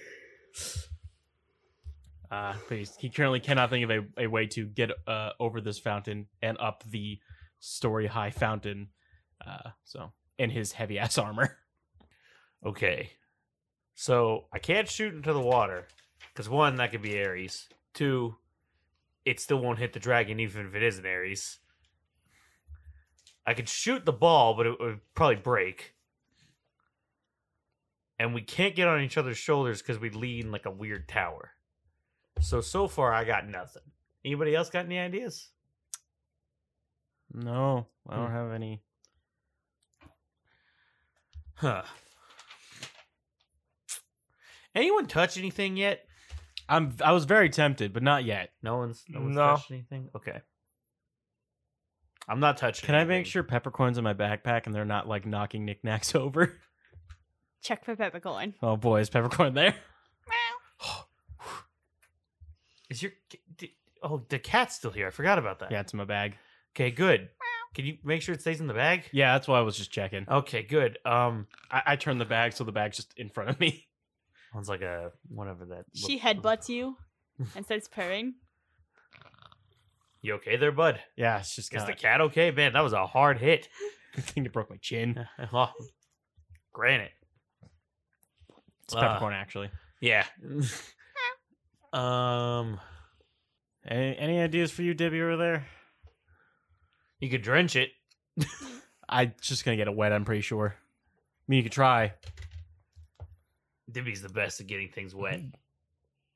Speaker 3: Uh, but he's, he currently cannot think of a, a way to get uh, over this fountain and up the story high fountain. Uh, so in his heavy ass armor.
Speaker 1: Okay, so I can't shoot into the water because one, that could be Aries. Two, it still won't hit the dragon even if it is an Aries. I could shoot the ball, but it would probably break. And we can't get on each other's shoulders because we lean like a weird tower. So so far, I got nothing. Anybody else got any ideas?
Speaker 3: No, I
Speaker 1: don't
Speaker 3: don't have any.
Speaker 1: Huh. Anyone touch anything yet?
Speaker 3: I'm I was very tempted, but not yet.
Speaker 1: No one's no one's
Speaker 5: No.
Speaker 1: touched anything. Okay. I'm not touching.
Speaker 3: Can I make
Speaker 1: anything.
Speaker 3: sure peppercorns in my backpack and they're not like knocking knickknacks *laughs* over?
Speaker 2: Check for peppercorn.
Speaker 3: Oh boy, is peppercorn there?
Speaker 1: Is your d- oh the cat's still here? I forgot about that.
Speaker 3: *laughs* Yeah, it's in my bag.
Speaker 1: Okay, good. Can you make sure it stays in the bag?
Speaker 3: Yeah, that's why I was just checking.
Speaker 1: Okay, good. Um,
Speaker 3: I, I turned the bag so the bag's just in front of me.
Speaker 1: sounds like a whatever that.
Speaker 2: She
Speaker 1: look- *laughs*
Speaker 2: headbutts you and starts purring.
Speaker 1: You okay there, bud?
Speaker 3: *laughs* Yeah, it's just
Speaker 1: Is
Speaker 3: kind
Speaker 1: the
Speaker 3: *laughs* of.
Speaker 1: cat okay? Man, that was a hard hit. *laughs*
Speaker 3: Good thing it broke my chin.
Speaker 1: Well, Granted.
Speaker 3: It's
Speaker 1: Uh.
Speaker 3: peppercorn actually.
Speaker 1: Yeah. *laughs* um,
Speaker 3: Any, any ideas for you, Dibby, over there?
Speaker 1: you could drench it.
Speaker 3: I just gonna get it wet. I'm pretty sure. I mean, you could try.
Speaker 1: Dibby's the best at getting things wet.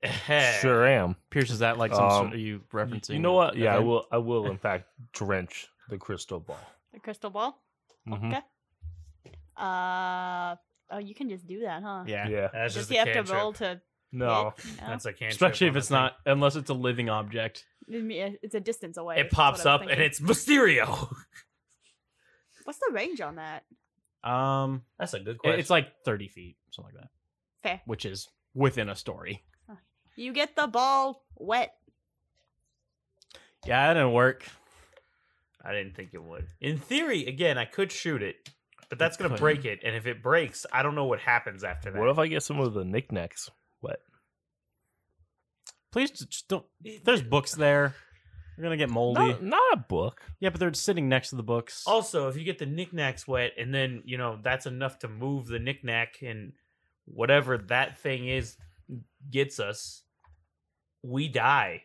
Speaker 5: *laughs* Sure am.
Speaker 3: Pierce, is that like some
Speaker 5: Um,
Speaker 3: sort? Are you
Speaker 5: Y-
Speaker 3: referencing?
Speaker 5: You know what? Yeah, I
Speaker 3: event?
Speaker 5: will. I will in fact drench the crystal ball.
Speaker 2: The crystal ball.
Speaker 1: Mm-hmm.
Speaker 5: Mhm.
Speaker 2: Okay. Uh oh, you can just do that, huh?
Speaker 3: Yeah.
Speaker 5: Yeah.
Speaker 1: *laughs* That's
Speaker 2: Does
Speaker 1: just
Speaker 2: he
Speaker 1: a
Speaker 2: have to
Speaker 1: cantrip.
Speaker 2: roll to?
Speaker 5: No.
Speaker 1: *laughs*
Speaker 2: hit? No?
Speaker 1: That's a cantrip.
Speaker 3: Especially if
Speaker 1: on
Speaker 3: it's
Speaker 1: the thing.
Speaker 3: not, unless it's a living object.
Speaker 2: I mean, It's a distance away.
Speaker 1: It
Speaker 2: is what
Speaker 1: pops
Speaker 2: I
Speaker 1: up
Speaker 2: was
Speaker 1: and
Speaker 2: thinking.
Speaker 1: it's Mysterio.
Speaker 2: What's the range on that?
Speaker 3: Um,
Speaker 1: *laughs* That's a good
Speaker 3: it- it's like thirty feet, something like that,
Speaker 2: Fair.
Speaker 3: which is within a story.
Speaker 2: You get the ball wet.
Speaker 3: Yeah, it didn't work.
Speaker 1: I didn't think it would. In theory, again, I could shoot it, but that's going to
Speaker 3: could.
Speaker 1: break it. And if it breaks, I don't know what happens after that.
Speaker 5: What if I get some of the knickknacks? What?
Speaker 3: Please just just don't. There's books there. You're gonna get moldy.
Speaker 5: Not, not a book.
Speaker 3: Yeah, but they're sitting next to the books.
Speaker 1: also, if you get the knickknacks wet, and then you know that's enough to move the knickknack, and whatever that thing is gets us, we die.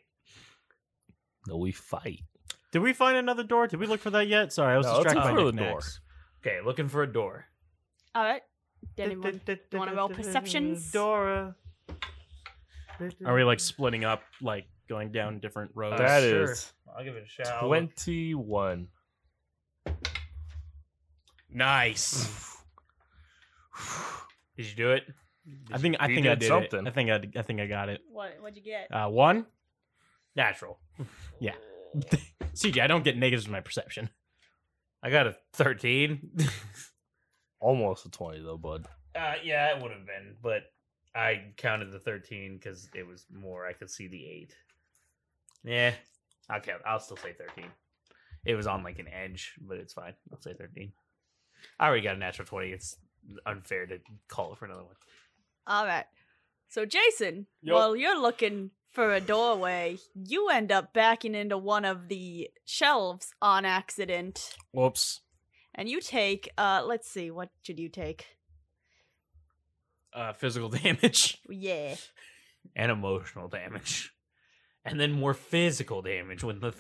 Speaker 5: No, we fight.
Speaker 3: Did we find another door? Did we look for that yet? Sorry, I was
Speaker 5: No, let's
Speaker 3: distracted by
Speaker 5: look for the door.
Speaker 3: knickknacks.
Speaker 1: Okay, looking for a door.
Speaker 2: All right. Did anyone wanna
Speaker 1: *laughs*
Speaker 2: roll perceptions?
Speaker 1: Dora.
Speaker 3: Are we like splitting up, like going down different roads?
Speaker 5: That
Speaker 1: sure.
Speaker 5: is
Speaker 1: I'll give it a shot.
Speaker 5: twenty-one. *sighs*
Speaker 3: nice.
Speaker 1: Did you do it?
Speaker 3: I think I
Speaker 5: You
Speaker 3: think I
Speaker 5: did
Speaker 3: did
Speaker 5: something.
Speaker 3: It. I think I I think I got it.
Speaker 2: What? What'd you get?
Speaker 3: Uh, one.
Speaker 1: Natural.
Speaker 3: Yeah. CJ, I don't get negatives in my perception.
Speaker 1: I got a thirteen. *laughs*
Speaker 5: Almost a twenty though, bud.
Speaker 1: Uh, yeah, it would have been, but I counted the thirteen because it was more. I could see the eight. Yeah, I'll count. I'll still say thirteen. It was on like an edge, but it's fine. I'll say thirteen. I already got a natural twenty. It's unfair to call it for another one.
Speaker 2: All right. So Jason,
Speaker 3: Yup.
Speaker 2: while you're looking for a doorway, you end up backing into one of the shelves on accident,
Speaker 3: Whoops.
Speaker 2: and you take. Uh, let's see. What should you take?
Speaker 3: Uh, physical damage.
Speaker 2: Yeah.
Speaker 1: And emotional damage, *laughs* and then more physical damage when the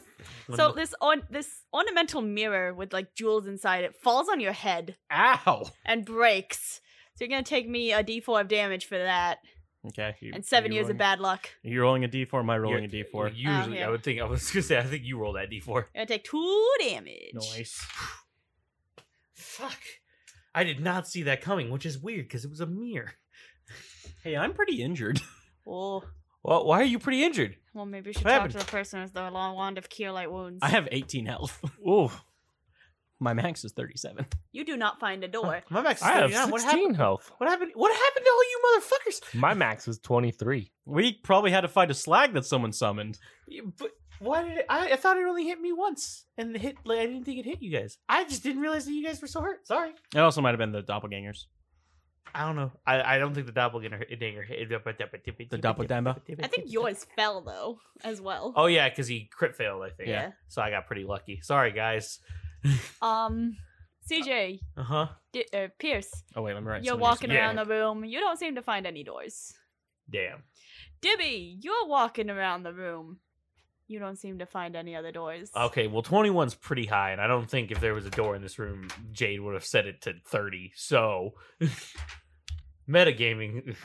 Speaker 1: when
Speaker 2: So
Speaker 1: the-
Speaker 2: this on this ornamental mirror with like jewels inside it falls on your head
Speaker 3: Ow.
Speaker 2: and breaks. So you're gonna take me a D4 of damage for that,
Speaker 3: Okay. you-
Speaker 2: and seven
Speaker 3: you
Speaker 2: years of
Speaker 3: rolling-
Speaker 2: bad luck.
Speaker 3: Are you rolling a d4? Am I rolling
Speaker 1: you're-
Speaker 3: a d4?
Speaker 1: Usually,
Speaker 2: Oh, yeah.
Speaker 1: I would think I was gonna say I think you rolled that d four.
Speaker 2: You're gonna take two damage.
Speaker 3: Nice.
Speaker 1: Fuck, I did not see that coming, which is weird because it was a mirror.
Speaker 3: Hey, I'm pretty injured. *laughs*
Speaker 2: Oh,
Speaker 1: Well, why are you pretty injured?
Speaker 2: well, maybe we should
Speaker 1: What
Speaker 2: talk
Speaker 1: happened?
Speaker 2: to the person with the long wand of cure light wounds.
Speaker 3: I have 18 health. *laughs* Ooh. My max is 37.
Speaker 2: you do not find
Speaker 1: *laughs*
Speaker 2: a door.
Speaker 1: My max is
Speaker 5: I have
Speaker 1: 39.
Speaker 5: sixteen
Speaker 1: What happened?
Speaker 5: health.
Speaker 1: What happened? What happened to all you motherfuckers?
Speaker 5: My max is twenty-three.
Speaker 3: We probably had to fight a slag that someone summoned.
Speaker 1: You- But why did it, I? I thought it only hit me once, and it hit. Like, I didn't think it hit you guys. I just didn't realize that you guys were so hurt. Sorry.
Speaker 3: It also might have been the doppelgangers.
Speaker 1: I don't know. I, I don't think the doppelganger hit dinger hit the
Speaker 3: doppeldanger?
Speaker 2: I
Speaker 1: *laughs*
Speaker 2: think yours fell though, as well.
Speaker 1: Oh yeah, because he crit failed. I think.
Speaker 3: yeah.
Speaker 1: So I got pretty lucky. Sorry guys.
Speaker 2: Um, CJ,
Speaker 1: Uh huh.
Speaker 2: di- uh, Pierce,
Speaker 3: Oh, wait, let me write
Speaker 2: you're
Speaker 3: somebody's-
Speaker 2: walking
Speaker 1: Yeah.
Speaker 2: around the room. You don't seem to find any doors.
Speaker 1: Damn.
Speaker 2: Dibby, you're walking around the room. You don't seem to find any other doors.
Speaker 1: Okay. Well, twenty one's pretty high, and I don't think if there was a door in this room, Jade would have set it to thirty. So, *laughs* metagaming.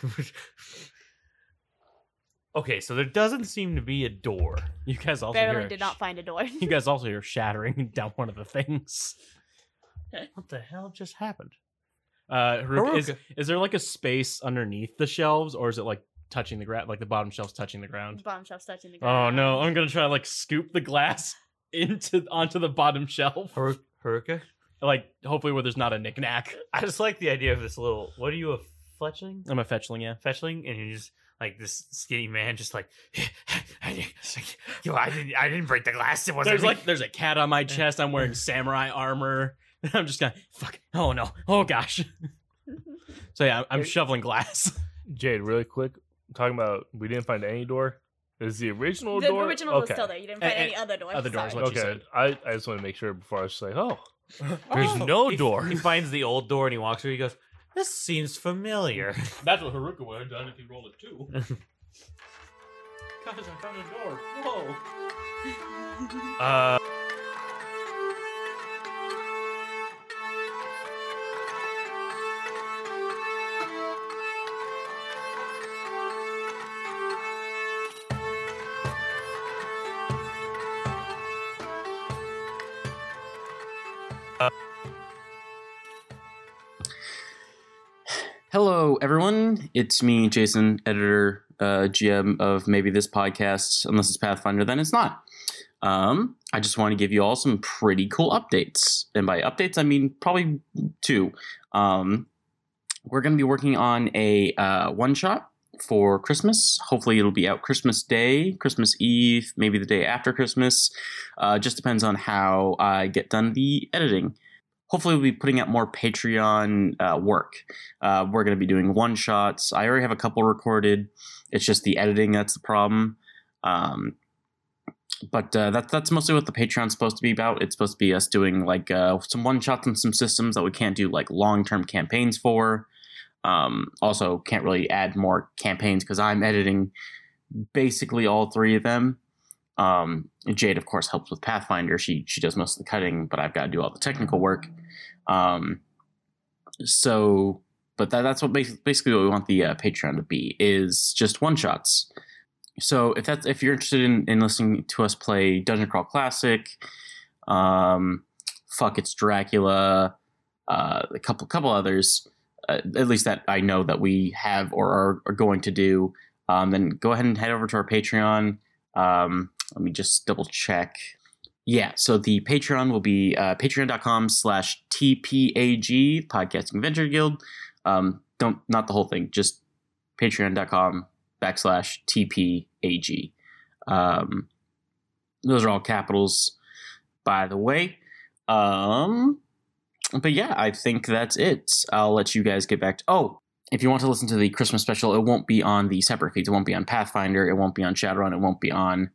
Speaker 1: *laughs* okay, so there doesn't seem to be a door.
Speaker 3: You guys also
Speaker 2: Barely
Speaker 3: hear
Speaker 2: did
Speaker 3: sh-
Speaker 2: not find a door.
Speaker 3: *laughs*
Speaker 2: *laughs*
Speaker 3: You guys also hear shattering *laughs* down one of the things.
Speaker 1: What the hell just happened?
Speaker 3: Uh, Haruk, is,
Speaker 1: Haruk.
Speaker 3: is there like a space underneath the shelves, or is it like touching the ground, like the bottom shelf's touching the ground.
Speaker 2: Bottom shelf's touching the
Speaker 3: Oh
Speaker 2: ground.
Speaker 3: no, I'm gonna try to like scoop the glass *laughs* into onto the bottom shelf,
Speaker 1: Hur- Hurricane?
Speaker 3: like hopefully where there's not a knickknack.
Speaker 1: I just like the idea of this little. What are you a fletchling?
Speaker 3: I'm a fetchling, yeah.
Speaker 1: Fetchling, and you're just like this skinny man, just like, *laughs* I, didn't- yo, I didn't, I didn't break the glass. It wasn't
Speaker 3: There's
Speaker 1: me."
Speaker 3: like there's a cat on my chest. I'm wearing samurai armor. *laughs* I'm just gonna fuck. Oh no. Oh *laughs* gosh. So yeah, I'm shoveling glass.
Speaker 5: Jade, really quick, talking about we didn't find any door. Is the original
Speaker 2: The
Speaker 5: door
Speaker 2: original was
Speaker 5: okay.
Speaker 2: still there. You didn't
Speaker 3: Eh,
Speaker 2: find
Speaker 3: eh,
Speaker 2: any other door.
Speaker 3: other doors,
Speaker 2: Sorry.
Speaker 3: what she
Speaker 5: Okay,
Speaker 3: said.
Speaker 5: I, I just want to make sure before I was just like, oh,
Speaker 1: *laughs* There's
Speaker 5: Oh.
Speaker 1: no
Speaker 5: He-
Speaker 1: door. He finds the old door and he walks through. He goes, "This seems familiar." *laughs*
Speaker 3: That's what Haruka would have done if he rolled a two. Guys, I found a door. Whoa.
Speaker 1: Uh,
Speaker 4: Hello, everyone. It's me, Jason, editor, uh, GM of maybe this podcast. Unless it's Pathfinder, then it's not. Um, I just want to give you all some pretty cool updates. And by updates, I mean probably two. Um, we're going to be working on a uh, one shot for Christmas. Hopefully, it'll be out Christmas Day, Christmas Eve, maybe the day after Christmas. Uh, just depends on how I get done the editing. Hopefully, we'll be putting out more Patreon uh, work. Uh, we're going to be doing one shots. I already have a couple recorded. It's just the editing that's the problem. Um, but uh, that, that's mostly what the Patreon's supposed to be about. It's supposed to be us doing like uh, some one shots and some systems that we can't do like long term campaigns for. Um, also, can't really add more campaigns because I'm editing basically all three of them. Um, Jade, of course, helps with Pathfinder. She she does most of the cutting, but I've got to do all the technical work. Um, so but that, that's what bas- basically what we want the uh, patreon to be is just one shots so if that's if you're interested in, in listening to us play dungeon crawl classic um, fuck it's dracula uh, a couple couple others uh, at least that i know that we have or are, are going to do um, then go ahead and head over to our patreon um, let me just double check yeah, so the Patreon will be uh, patreon.com slash TPAG, Podcasting Venture Guild. Um, don't, not the whole thing, just patreon.com backslash TPAG. Um, those are all capitals, by the way. Um, but yeah, I think that's it. I'll let you guys get back to. Oh, if you want to listen to the Christmas special, it won't be on the separate feeds. It won't be on Pathfinder. It won't be on Shadowrun. It won't be on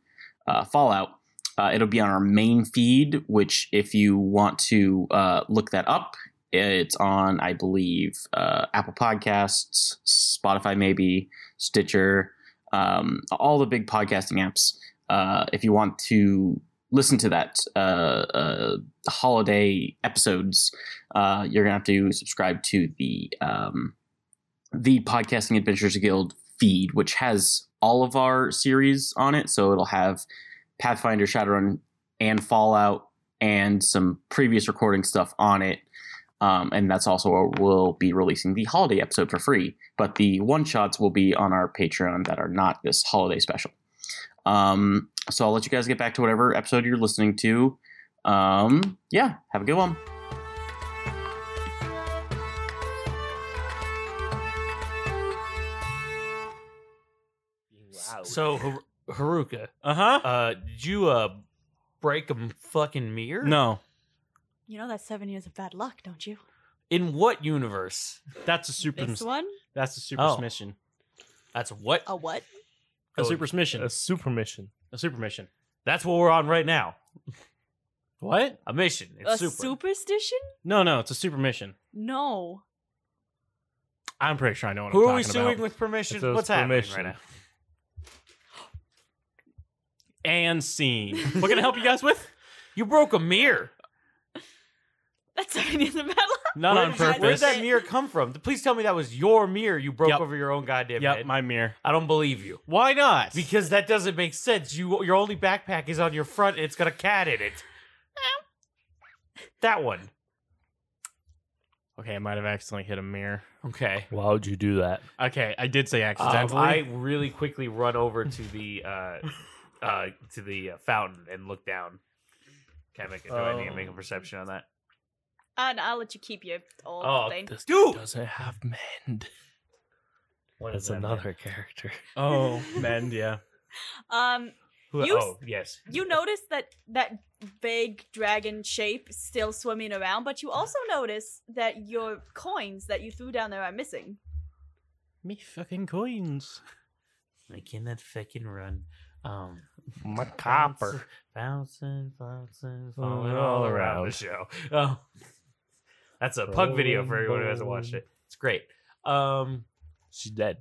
Speaker 4: uh, Fallout. Uh, it'll be on our main feed, which if you want to uh, look that up, it's on, I believe, uh, Apple Podcasts, Spotify, maybe Stitcher, um, all the big podcasting apps. Uh, if you want to listen to that uh, uh, holiday episodes, uh, you're gonna have to subscribe to the um, the Podcasting Adventures Guild feed, which has all of our series on it. So it'll have Pathfinder, Shadowrun, and Fallout, and some previous recording stuff on it. Um, and that's also where we'll be releasing the holiday episode for free. But the one shots will be on our Patreon that are not this holiday special. Um, so I'll let you guys get back to whatever episode you're listening to. Um, yeah, have a good one.
Speaker 5: wow.
Speaker 1: so Har- Haruka,
Speaker 3: Uh huh.
Speaker 1: uh, did you uh break a fucking mirror?
Speaker 3: No,
Speaker 2: You know that's seven years of bad luck, don't you?
Speaker 1: In what universe?
Speaker 3: that's a super.
Speaker 2: This one?
Speaker 3: That's a super
Speaker 1: Oh.
Speaker 3: mission.
Speaker 1: That's what.
Speaker 2: A what?
Speaker 3: A
Speaker 1: Oh,
Speaker 3: super mission.
Speaker 5: a super mission.
Speaker 3: A super mission.
Speaker 1: That's what we're on right now.
Speaker 3: What?
Speaker 1: A mission. It's super.
Speaker 2: a superstition?
Speaker 3: No, no, it's a super mission.
Speaker 2: No.
Speaker 3: I'm pretty sure I know what
Speaker 1: Who
Speaker 3: I'm
Speaker 1: are we
Speaker 3: talking
Speaker 1: suing
Speaker 3: about.
Speaker 1: with permission?
Speaker 5: It says
Speaker 1: What's
Speaker 5: permission.
Speaker 1: happening right now? *laughs*
Speaker 3: And *laughs* scene. What can I help you guys with?
Speaker 1: You broke a mirror.
Speaker 2: That's *laughs* seven years of bad luck.
Speaker 3: Not
Speaker 1: Where
Speaker 3: on
Speaker 1: did you- Where did
Speaker 3: purpose.
Speaker 1: that mirror come from? Please tell me that was your mirror you broke
Speaker 3: Yep.
Speaker 1: over your own goddamn
Speaker 3: Yep,
Speaker 1: head.
Speaker 3: my mirror.
Speaker 1: I don't believe you.
Speaker 3: Why not?
Speaker 1: Because that doesn't make sense. You your only backpack is on your front and it's got a cat in it. that one.
Speaker 3: Okay, I might have accidentally hit a mirror.
Speaker 1: Okay.
Speaker 5: Why would you do that?
Speaker 3: Okay, I did say
Speaker 1: Um,
Speaker 3: accidentally. *laughs*
Speaker 1: I really quickly run over to the uh, uh, to the uh, fountain and look down. Can I make a, do I need to make a
Speaker 5: Oh.
Speaker 1: perception on that?
Speaker 2: And Ah, I'll let you keep your old
Speaker 1: Oh,
Speaker 2: thing.
Speaker 5: This
Speaker 1: Dude!
Speaker 5: doesn't have mend.
Speaker 1: What
Speaker 5: That's
Speaker 1: is that, man?
Speaker 5: another character.
Speaker 3: oh, mend, yeah.
Speaker 2: Um,
Speaker 1: Who,
Speaker 2: You s-
Speaker 1: oh yes.
Speaker 2: you notice that that vague dragon shape still swimming around, but you also notice that your coins that you threw down there are missing.
Speaker 3: Me fucking coins.
Speaker 1: Making that fucking run. Um,
Speaker 5: My
Speaker 1: bouncing, bouncing,
Speaker 5: Falling
Speaker 1: falling Oh, all
Speaker 5: all
Speaker 1: around the
Speaker 5: around.
Speaker 1: show. *laughs* Oh, that's a pug video for
Speaker 5: Rolling,
Speaker 1: everyone who hasn't watched
Speaker 5: rolling.
Speaker 1: it. It's great. Um, *laughs*
Speaker 5: She's dead.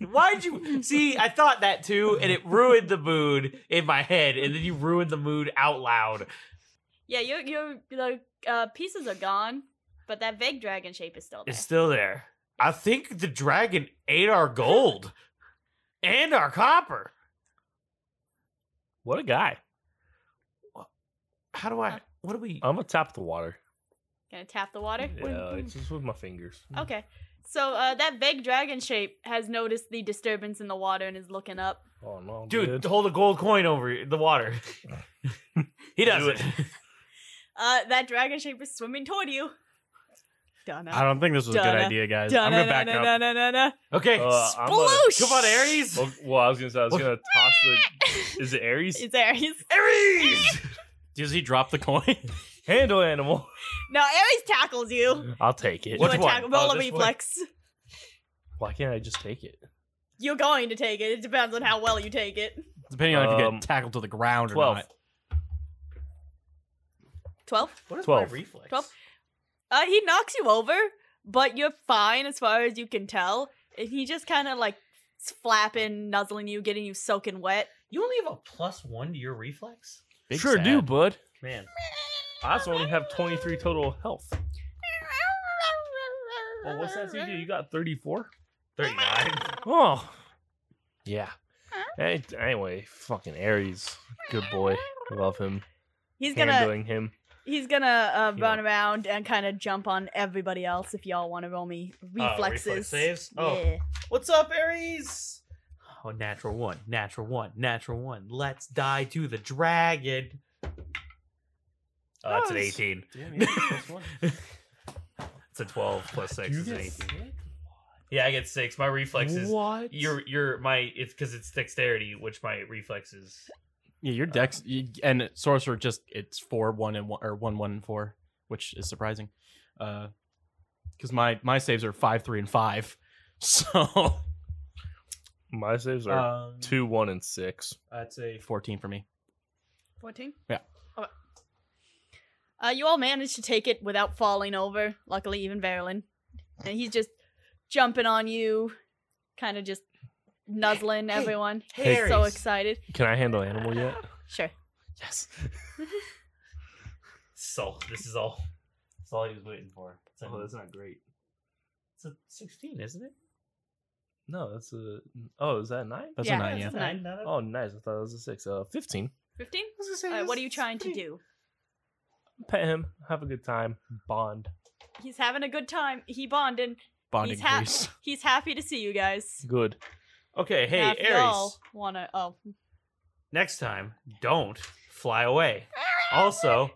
Speaker 1: Why'd you see? I thought that too, and it ruined the mood in my head, and then you ruined the mood out loud.
Speaker 2: Yeah, your your the uh, pieces are gone, but that vague dragon shape is still there.
Speaker 1: It's still there. I think the dragon ate our gold and our copper.
Speaker 5: What a guy.
Speaker 1: How do I? What do we?
Speaker 5: I'm gonna tap the water.
Speaker 2: Gonna tap the water. Oh.
Speaker 5: Yeah, it's just with my fingers.
Speaker 2: Okay. So uh, that vague dragon shape has noticed the disturbance in the water and is looking up.
Speaker 5: Oh no,
Speaker 1: Dude, hold a gold coin over the water. *laughs* he
Speaker 5: Do
Speaker 1: does it.
Speaker 2: Uh, that dragon shape is swimming toward you. Donna.
Speaker 3: I don't think this was a good
Speaker 2: Donna.
Speaker 3: idea, guys. I'm gonna back up.
Speaker 1: *laughs*
Speaker 2: *laughs*
Speaker 1: Okay.
Speaker 5: Uh, I'm gonna-
Speaker 2: Sploosh!
Speaker 1: Come on, Aries.
Speaker 5: Well, well, I was gonna say I was gonna toss
Speaker 2: *laughs*
Speaker 5: the. Is it Aries?
Speaker 2: It's Aries.
Speaker 1: Aries.
Speaker 3: Does he drop the coin? *laughs*
Speaker 5: Handle animal.
Speaker 2: No, Aries tackles you.
Speaker 5: I'll take it.
Speaker 1: Which
Speaker 2: you
Speaker 1: one?
Speaker 2: attack, roll
Speaker 1: Oh,
Speaker 2: a
Speaker 1: this one?
Speaker 2: reflex.
Speaker 5: Why can't I just take it?
Speaker 2: You're going to take it. It depends on how well you take it.
Speaker 3: Depending on if you
Speaker 5: Um,
Speaker 3: get tackled to the ground or
Speaker 5: Twelve.
Speaker 3: not.
Speaker 2: 12?
Speaker 1: What is
Speaker 5: Twelve.
Speaker 1: my reflex?
Speaker 2: Twelve. Uh, he knocks you over, but you're fine as far as you can tell. And he just kind of like s- flapping, nuzzling you, getting you soaking wet.
Speaker 1: You only have a plus one to your reflex?
Speaker 3: Big
Speaker 5: sure
Speaker 3: sad.
Speaker 5: do, bud.
Speaker 1: Man.
Speaker 5: I also only have 23 total health. Well, what's that CG? You got 34?
Speaker 1: 39.
Speaker 2: *laughs*
Speaker 5: Oh, yeah. Hey, anyway, fucking Aries, good boy. Love him.
Speaker 2: He's gonna
Speaker 5: Handling him.
Speaker 2: he's gonna uh,
Speaker 5: Yeah.
Speaker 2: run around and kind of jump on everybody else if y'all want to roll me
Speaker 5: Oh,
Speaker 1: Uh,
Speaker 2: reflexes.
Speaker 1: reflex saves? Oh.
Speaker 2: Yeah.
Speaker 1: What's up, Aries? Oh, natural one, natural one, natural one. Let's die to the dragon. Oh, that's an
Speaker 5: Nice.
Speaker 1: 18.
Speaker 5: *laughs*
Speaker 1: It's a 12 plus 6 is an 18. Yeah, I get 6. My reflex is
Speaker 5: What?
Speaker 1: your your my it's cuz it's dexterity, which my reflex is.
Speaker 3: Yeah, your dex you, and sorcerer just it's four one and one or one one and four, which is surprising, because my my saves are five three and five, *laughs* so
Speaker 5: My saves
Speaker 2: Uh.
Speaker 5: are
Speaker 3: um,
Speaker 5: 2, 1, and 6.
Speaker 3: That's a fourteen for me.
Speaker 2: 14?
Speaker 3: Yeah.
Speaker 2: Okay. Uh, you all managed to take it without falling over, luckily, even Verilyn. And he's just jumping on you, kind of just nuzzling
Speaker 1: Hey,
Speaker 2: everyone.
Speaker 1: hey,
Speaker 2: He's so
Speaker 1: Ares.
Speaker 2: excited.
Speaker 5: Can I handle animal yet?
Speaker 2: *laughs* Sure.
Speaker 5: Yes.
Speaker 1: So, this is all *laughs* that's all he was waiting for. It's
Speaker 3: Oh,
Speaker 1: a,
Speaker 5: not great.
Speaker 1: it's a 16, isn't it?
Speaker 5: No, that's a. Oh, is that a 9?
Speaker 3: That's
Speaker 2: Yeah,
Speaker 3: a nine.
Speaker 2: that's
Speaker 3: Yeah.
Speaker 2: It's a nine.
Speaker 1: Not a-
Speaker 5: Oh, nice. I thought it was a 6. Uh, 15.
Speaker 2: 15? Uh, what are you trying to do?
Speaker 5: Pet him. Have a good time. Bond.
Speaker 2: He's having a good time. He bonding.
Speaker 3: Bonding
Speaker 2: he's, ha-
Speaker 3: grease.
Speaker 2: he's happy to see you guys.
Speaker 5: Good.
Speaker 1: Okay, hey,
Speaker 2: Now, if
Speaker 1: Aries.
Speaker 2: y'all wanna, oh.
Speaker 1: Next time, don't fly away. Also,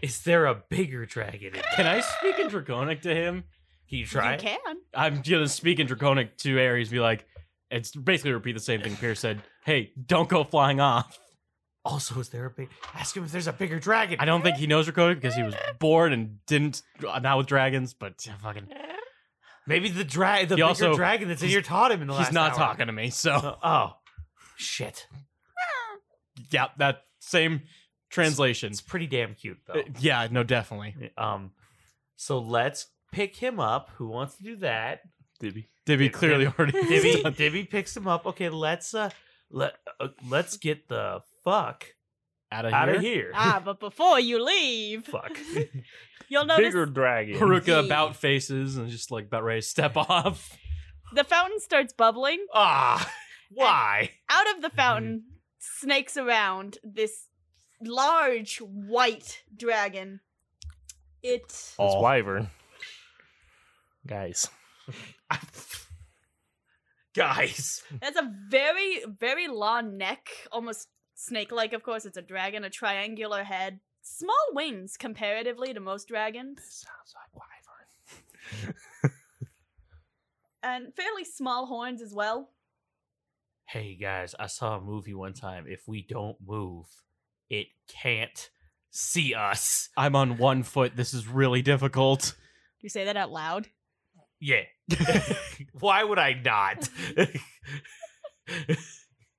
Speaker 1: is there a bigger dragon? In
Speaker 3: *laughs* Can I speak in draconic to him?
Speaker 1: Can you *laughs* try?
Speaker 2: You can.
Speaker 3: I'm gonna speak in draconic to Ares. Be like, it's basically repeat the same thing Pierce said. Hey, don't go flying off.
Speaker 1: Also, is there a big? Ask him if there's a bigger dragon.
Speaker 3: I don't think he knows draconic because he was bored and didn't uh, not with dragons, but fucking
Speaker 1: Maybe the drag, the
Speaker 3: He
Speaker 1: bigger
Speaker 3: also-
Speaker 1: dragon that's in
Speaker 3: he's-
Speaker 1: here taught him in the last.
Speaker 3: he's not
Speaker 1: hour.
Speaker 3: talking to me. So. *laughs*
Speaker 1: Uh, oh, shit!
Speaker 3: yeah, that same translation.
Speaker 1: It's pretty damn cute
Speaker 3: Uh,
Speaker 1: though.
Speaker 3: Yeah, no, definitely.
Speaker 1: Um, so let's pick him up. Who wants to do that?
Speaker 5: Dibby.
Speaker 3: Dibby
Speaker 1: Dib-
Speaker 3: clearly already.
Speaker 1: Dibby, Dibby picks him up. Okay, let's uh, let uh, let's get the fuck
Speaker 3: out of
Speaker 1: out of
Speaker 3: here.
Speaker 1: here.
Speaker 2: ah, but before you leave,
Speaker 1: Fuck.
Speaker 2: *laughs* you'll notice
Speaker 5: Bigger dragon.
Speaker 3: Haruka about faces and just like about ready to step *laughs* off.
Speaker 2: the fountain starts bubbling.
Speaker 1: *laughs* ah, why?
Speaker 2: out of the fountain snakes around this large white dragon It.
Speaker 5: It's
Speaker 3: All.
Speaker 5: Wyvern. Guys.
Speaker 1: Guys,
Speaker 2: That's a very, very long neck, almost snake like, of course. It's a dragon, a triangular head, small wings comparatively to most dragons,
Speaker 5: sounds like Wyvern.
Speaker 2: *laughs* and fairly small horns as well.
Speaker 1: hey guys, I saw a movie one time. If we don't move, it can't see us.
Speaker 3: I'm on one foot. This is really difficult.
Speaker 2: Do you say that out loud?
Speaker 1: Yeah. *laughs* Why would I not?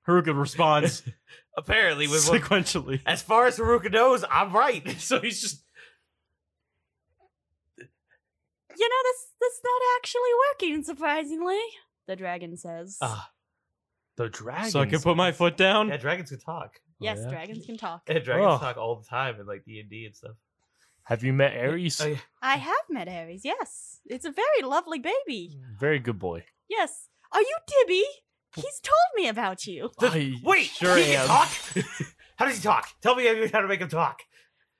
Speaker 3: Haruka *laughs* responds
Speaker 1: *laughs* Apparently, with what-
Speaker 3: sequentially.
Speaker 1: as far as Haruka knows, I'm right. *laughs* So he's just
Speaker 2: You know, that's, that's not actually working, surprisingly, the dragon says.
Speaker 1: ah,
Speaker 5: The dragon.
Speaker 3: So I can put my foot down.
Speaker 1: yeah. Dragons can talk.
Speaker 2: yes, dragons can talk.
Speaker 1: Yeah, dragons
Speaker 5: Oh.
Speaker 1: talk all the time in like D and D and stuff.
Speaker 5: Have you met Ares?
Speaker 1: Oh, yeah.
Speaker 2: I have met Ares, yes. It's a very lovely
Speaker 1: Mm.
Speaker 2: baby.
Speaker 5: Very good boy.
Speaker 2: Yes. Are you Tibby? He's told me about you.
Speaker 1: The-
Speaker 5: I
Speaker 1: Wait,
Speaker 5: sure
Speaker 1: he can
Speaker 5: am. *laughs*
Speaker 1: talk. how does he talk? Tell me how to make him talk.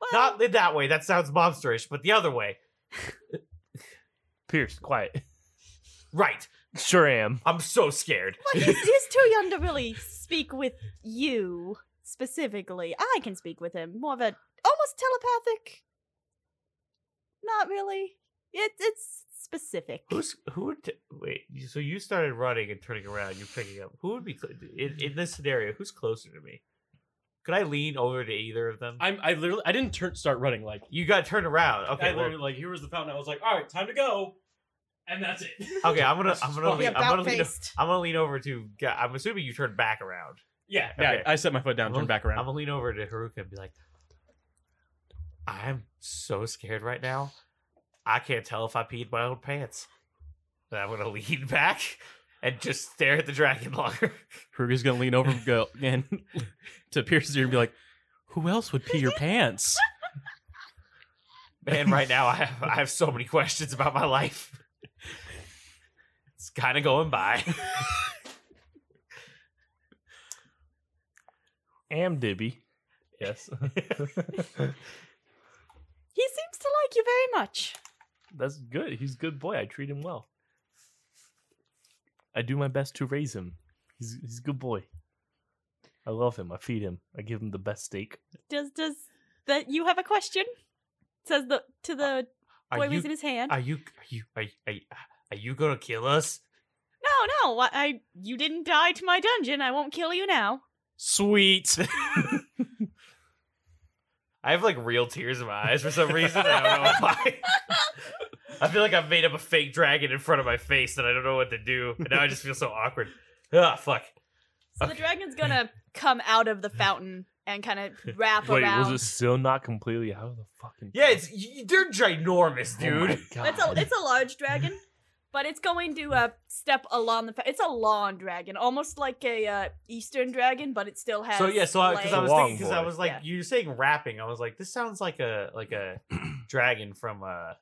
Speaker 2: Well,
Speaker 1: Not in that way. That sounds mobsterish, but the other way.
Speaker 5: Pierce, quiet.
Speaker 1: Right.
Speaker 5: Sure am.
Speaker 1: I'm so scared. *laughs*
Speaker 2: well, *laughs* he's, he's too young to really speak with you specifically. I can speak with him. More of a almost telepathic. Not really. It, it's specific.
Speaker 1: Who's who? Would t- wait. you- So you started running and turning around. You're picking up. Who would be cl- in, in this scenario? Who's closer to me? Could I lean over to either of them?
Speaker 3: I'm, I literally, I didn't turn, start running. Like,
Speaker 1: you got turned around.
Speaker 3: I
Speaker 1: Okay. well-
Speaker 3: literally, like, here was the fountain. I was like, all right, time to go. And that's it. *laughs*
Speaker 1: okay. I'm gonna. I'm gonna.
Speaker 3: Be
Speaker 1: Lean, I'm gonna lean. o-
Speaker 2: faced.
Speaker 1: I'm gonna lean over to. Ga- I'm assuming you turned back around.
Speaker 3: Yeah,
Speaker 1: Okay.
Speaker 3: yeah. I set my foot down,
Speaker 1: I'm gonna-
Speaker 3: turned back
Speaker 1: I'm
Speaker 3: around.
Speaker 1: gonna lean over to Haruka and be like, "I'm so scared right now. I can't tell if I peed my own pants." And I'm gonna *laughs* lean back and just stare at the dragon longer.
Speaker 3: *laughs* Haruka's gonna lean over and go and *laughs* to Pierce's ear and be like, "Who else would pee *laughs* your pants?"
Speaker 1: *laughs* Man, right now I have I have so many questions about my life. It's kind of going by. *laughs*
Speaker 5: Am Dibby. Yes. *laughs*
Speaker 2: He seems to like you very much.
Speaker 5: That's good. He's a good boy. I treat him well. I do my best to raise him. He's he's a good boy. I love him. I feed him. I give him the best steak.
Speaker 2: Does does that you have a question? Says the to the boy
Speaker 1: Uh, Are you,
Speaker 2: raising his hand.
Speaker 1: are you are you are you, are you, are you gonna kill us?
Speaker 2: no, no, I, I you didn't die to my dungeon. I won't kill you now.
Speaker 3: *laughs* Sweet.
Speaker 1: I have like real tears in my eyes for some reason. I don't know why. I feel like I've made up a fake dragon in front of my face and I don't know what to do. And now I just feel so awkward. Ah, fuck.
Speaker 2: So the dragon's gonna come out
Speaker 1: *laughs*
Speaker 2: of the fountain and kind of wrap
Speaker 5: Wait,
Speaker 2: around.
Speaker 5: was it still not completely out of the fucking?
Speaker 1: Yeah, it's y- y- they're ginormous,
Speaker 5: Oh my
Speaker 1: dude.
Speaker 5: God.
Speaker 2: It's a it's a large dragon, but it's going to uh, step along the. Fa- it's a long dragon, almost like a uh, eastern dragon, but it still has.
Speaker 1: so yeah, so I, cause I
Speaker 5: Like-
Speaker 1: was
Speaker 5: Long
Speaker 1: thinking, cause I
Speaker 5: boy.
Speaker 1: was like,
Speaker 2: Yeah.
Speaker 1: you were saying rapping. I was like, this sounds like a like a dragon from uh,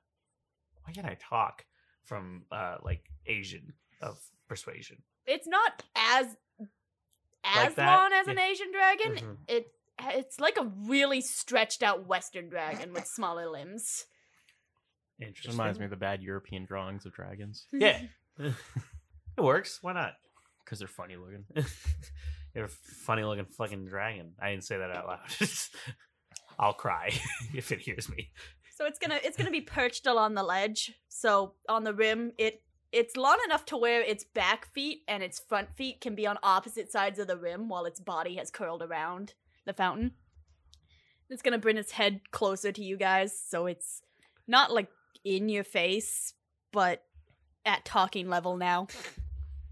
Speaker 1: why can't I talk from uh like Asian of persuasion.
Speaker 2: it's not as as
Speaker 1: Like that?
Speaker 2: long as
Speaker 1: Yeah.
Speaker 2: an Asian dragon.
Speaker 1: Mhm.
Speaker 2: It it's like a really stretched out Western dragon with smaller limbs.
Speaker 1: Interesting.
Speaker 3: Reminds me of the bad European drawings of dragons
Speaker 1: *laughs* Yeah, it works. Why not?
Speaker 3: because they're
Speaker 1: *laughs*
Speaker 3: funny looking.
Speaker 1: You're a funny looking fucking dragon. I didn't say that out loud. *laughs* I'll cry *laughs* if it hears me.
Speaker 2: So it's gonna it's gonna be perched along the ledge. So on the rim, it it's long enough to where its back feet and its front feet can be on opposite sides of the rim while its body has curled around the fountain. It's gonna bring its head closer to you guys, so it's not like in your face, but at talking level now.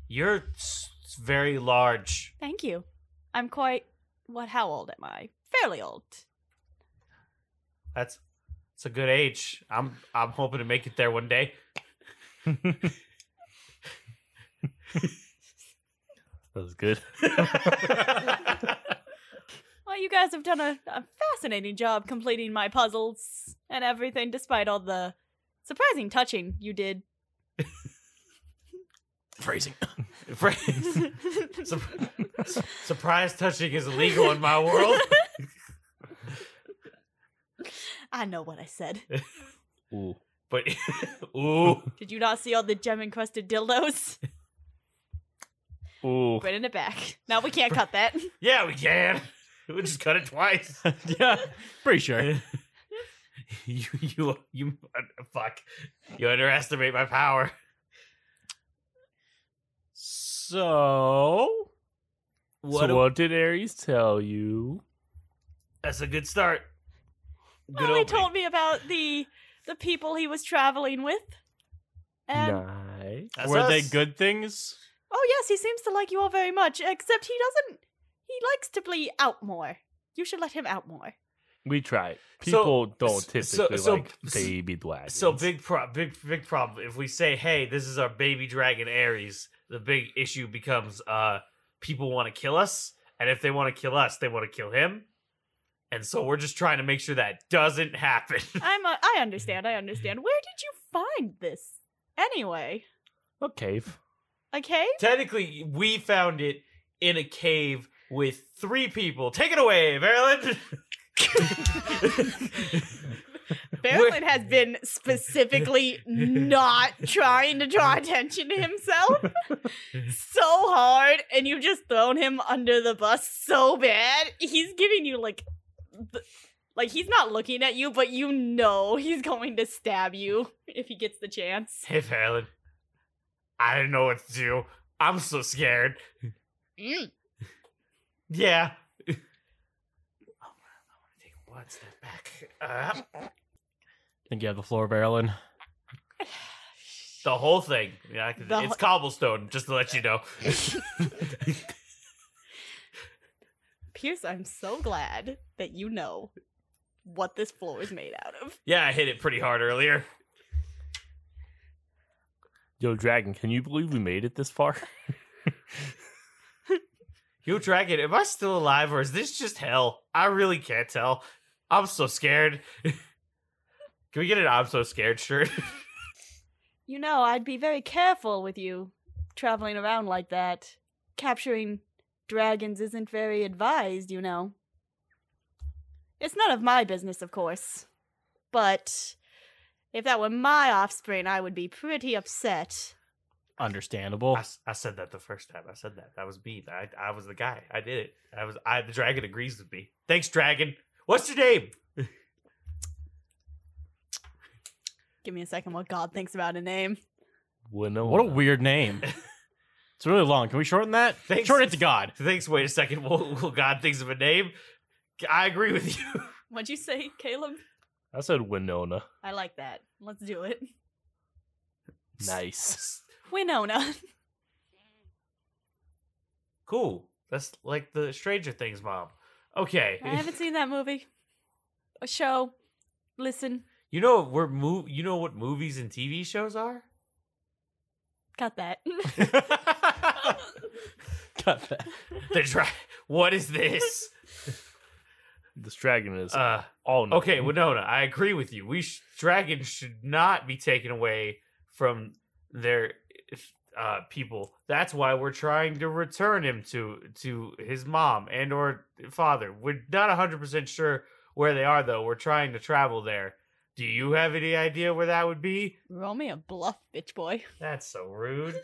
Speaker 1: You're s- very large.
Speaker 2: Thank you. I'm quite what how old am I? Fairly old.
Speaker 1: That's it's a good age. I'm I'm hoping to make it there one day. *laughs*
Speaker 5: that was good.
Speaker 2: Well, Oh, you guys have done a, a fascinating job completing my puzzles and everything, despite all the surprising touching you did.
Speaker 3: *laughs*
Speaker 2: *laughs*
Speaker 3: *laughs* Phrasing.
Speaker 1: *laughs* Surprise surprise touching is illegal in my world.
Speaker 2: I know what I said.
Speaker 5: Ooh.
Speaker 1: But *laughs* ooh,
Speaker 2: Did you not see all the gem encrusted dildos?
Speaker 5: Ooh.
Speaker 2: Bringing it back. No, we can't cut that.
Speaker 1: yeah, we can. *laughs* We just cut it twice.
Speaker 3: yeah, pretty *laughs* sure.
Speaker 1: you, *laughs* you, you, fuck. You underestimate my power.
Speaker 3: So
Speaker 5: so
Speaker 1: a-
Speaker 5: what did Aries tell you?
Speaker 1: That's a good start. Good
Speaker 2: well, he
Speaker 1: opening.
Speaker 2: told me about the the people he was traveling with. And
Speaker 5: nice.
Speaker 1: That's
Speaker 3: were they
Speaker 1: us.
Speaker 3: good things?
Speaker 2: oh yes, he seems to like you all very much, except he doesn't he likes to be out more. You should let him out more.
Speaker 5: We tried.
Speaker 1: So-
Speaker 5: People don't
Speaker 1: so- so-
Speaker 5: typically
Speaker 1: so-
Speaker 5: like baby dragons.
Speaker 1: So big pro big big problem. If we say, "Hey, this is our baby dragon Aries," the big issue becomes uh people want to kill us, and if they want to kill us, they want to kill him. And so we're just trying to make sure that doesn't happen.
Speaker 2: I'm a, I understand, I understand. Where did you find this? Anyway,
Speaker 5: a cave.
Speaker 2: a cave?
Speaker 1: *laughs* Technically, we found it in a cave with three people. Take it away,
Speaker 2: *laughs*
Speaker 1: Marilyn. *laughs*
Speaker 2: Berlin has been specifically not trying to draw attention to himself so hard, and you've just thrown him under the bus so bad. He's giving you like, th- like he's not looking at you, but you know he's going to stab you if he gets the chance.
Speaker 1: hey, Marilyn. I don't know what to do. I'm so scared.
Speaker 2: Mm.
Speaker 1: Yeah. I want to take one step back. Uh,
Speaker 3: I think you have the floor, Marilyn.
Speaker 1: the whole thing. Yeah, I can-
Speaker 2: The
Speaker 1: it's
Speaker 2: whole-
Speaker 1: cobblestone, just to let you
Speaker 2: *laughs*
Speaker 1: know.
Speaker 2: Pierce, I'm so glad that you know what this floor is made out of.
Speaker 1: yeah, I hit it pretty hard earlier.
Speaker 5: Yo, dragon, can you believe we made it this far? *laughs*
Speaker 1: You dragon, am I still alive or is this just hell? I really can't tell. I'm so scared. *laughs* can we get an I'm so scared shirt?
Speaker 2: You know, I'd be very careful with you traveling around like that. Capturing dragons isn't very advised, you know. It's none of my business, of course. But if that were my offspring, I would be pretty upset.
Speaker 3: Understandable.
Speaker 1: I, s- I said that the first time. I said that. That was me. I, I was the guy. I did it. I was I the dragon agrees with me. Thanks, dragon. What's your name?
Speaker 2: Give me a second what God thinks about a name.
Speaker 5: Winona.
Speaker 3: What a weird *laughs* name. It's really long. Can we shorten that?
Speaker 1: Thanks.
Speaker 3: Shorten it to God.
Speaker 1: Thanks. Wait a second. *laughs* Will, will God thinks of a name? I agree with you.
Speaker 2: What'd you say, Caleb?
Speaker 5: I said Winona.
Speaker 2: I like that. Let's do it.
Speaker 5: Nice.
Speaker 2: Winona.
Speaker 1: *laughs* Cool. That's like the Stranger Things mom. Okay.
Speaker 2: *laughs* I haven't seen that movie. A show. Listen.
Speaker 1: *laughs* You know we're mo- You know what movies and TV shows are? *laughs*
Speaker 2: Cut that. *laughs*
Speaker 3: Cut that.
Speaker 1: The dra- What is this?
Speaker 5: This dragon is
Speaker 1: Uh,
Speaker 5: all knowing.
Speaker 1: okay, Winona. I agree with you. We sh- dragons should not be taken away from their uh, people. That's why we're trying to return him to to his mom and or father. We're not hundred percent sure where they are though. We're trying to travel there. Do you have any idea where that would be?
Speaker 2: Roll me a bluff, bitch boy.
Speaker 1: That's so rude.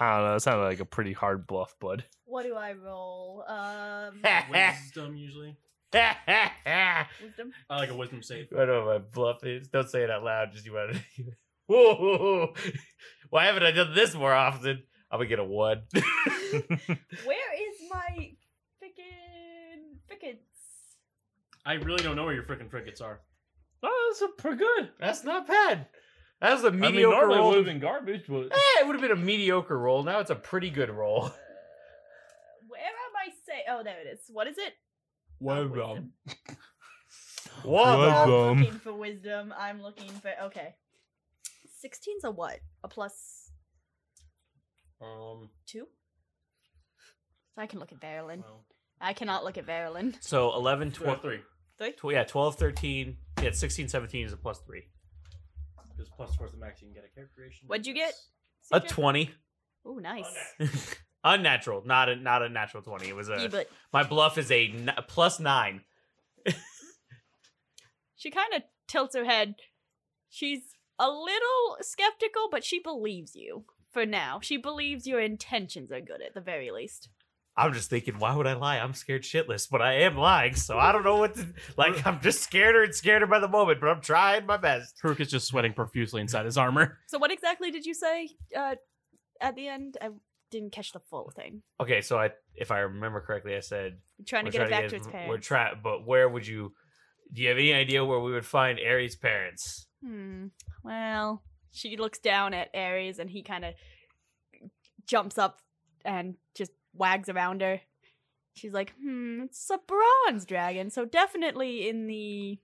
Speaker 5: I don't know.
Speaker 1: *laughs*
Speaker 5: That sounded like a pretty hard bluff, bud.
Speaker 2: What do I roll?
Speaker 1: *laughs*
Speaker 2: Um,
Speaker 3: *laughs* Wisdom usually.
Speaker 2: wisdom.
Speaker 3: I like a wisdom save.
Speaker 1: I don't know what my bluff is. Don't say it out loud. Just you want to. Whoa, whoa, *laughs* whoa. Why haven't I done this more often? I'm gonna get a one. *laughs*
Speaker 2: Where is my frickin' frickets?
Speaker 3: I really don't know where your freaking frigates are.
Speaker 5: Oh, that's a pretty good.
Speaker 1: That's not bad. That was a mediocre roll.
Speaker 5: been garbage, but
Speaker 1: Eh, it would have been a mediocre roll. Now it's a pretty good roll. *laughs*
Speaker 2: Where am I say? Oh, there it is. What is it?
Speaker 3: Well,
Speaker 2: wisdom.
Speaker 1: What
Speaker 5: Well
Speaker 1: the?
Speaker 5: done.
Speaker 2: I'm looking for wisdom. I'm looking for okay. Sixteen's a what? A plus
Speaker 3: um,
Speaker 2: two. I can look at Verilyn. I cannot look at Verilyn.
Speaker 1: *laughs* So 11,
Speaker 3: well, three.
Speaker 2: Three.
Speaker 1: tw- yeah, 12, 13. Yeah, 16, 17 is a plus three.
Speaker 3: Because plus towards the max, you can get a character creation.
Speaker 2: What'd you get?
Speaker 1: A 20.
Speaker 2: Oh, nice.
Speaker 1: *laughs* Unnatural. Not a not a natural 20. It was a.
Speaker 2: Yeah, but
Speaker 1: My bluff is a n- plus nine.
Speaker 2: she kind of tilts her head. She's a little skeptical, but she believes you for now. She believes your intentions are good at the very least.
Speaker 1: I'm just thinking, why would I lie? I'm scared shitless, but I am lying, so I don't know what
Speaker 2: *laughs*
Speaker 1: to like. I'm just scareder and scareder by the moment, but I'm trying my best.
Speaker 3: Haruk is just sweating profusely inside his armor. *laughs*
Speaker 2: So, what exactly did you say uh, at the end? I didn't catch the full thing.
Speaker 1: Okay, so I, if I remember correctly, I said
Speaker 2: I'm trying to
Speaker 1: we're
Speaker 2: get it
Speaker 1: trying
Speaker 2: back to its
Speaker 1: his-
Speaker 2: parents.
Speaker 1: We're trying, but where would you? Do you have any idea where we would find Aries' parents?
Speaker 2: Hmm. Well, she looks down at Ares and he kind of jumps up and just wags around her. She's like, hmm, it's a bronze dragon, so definitely in the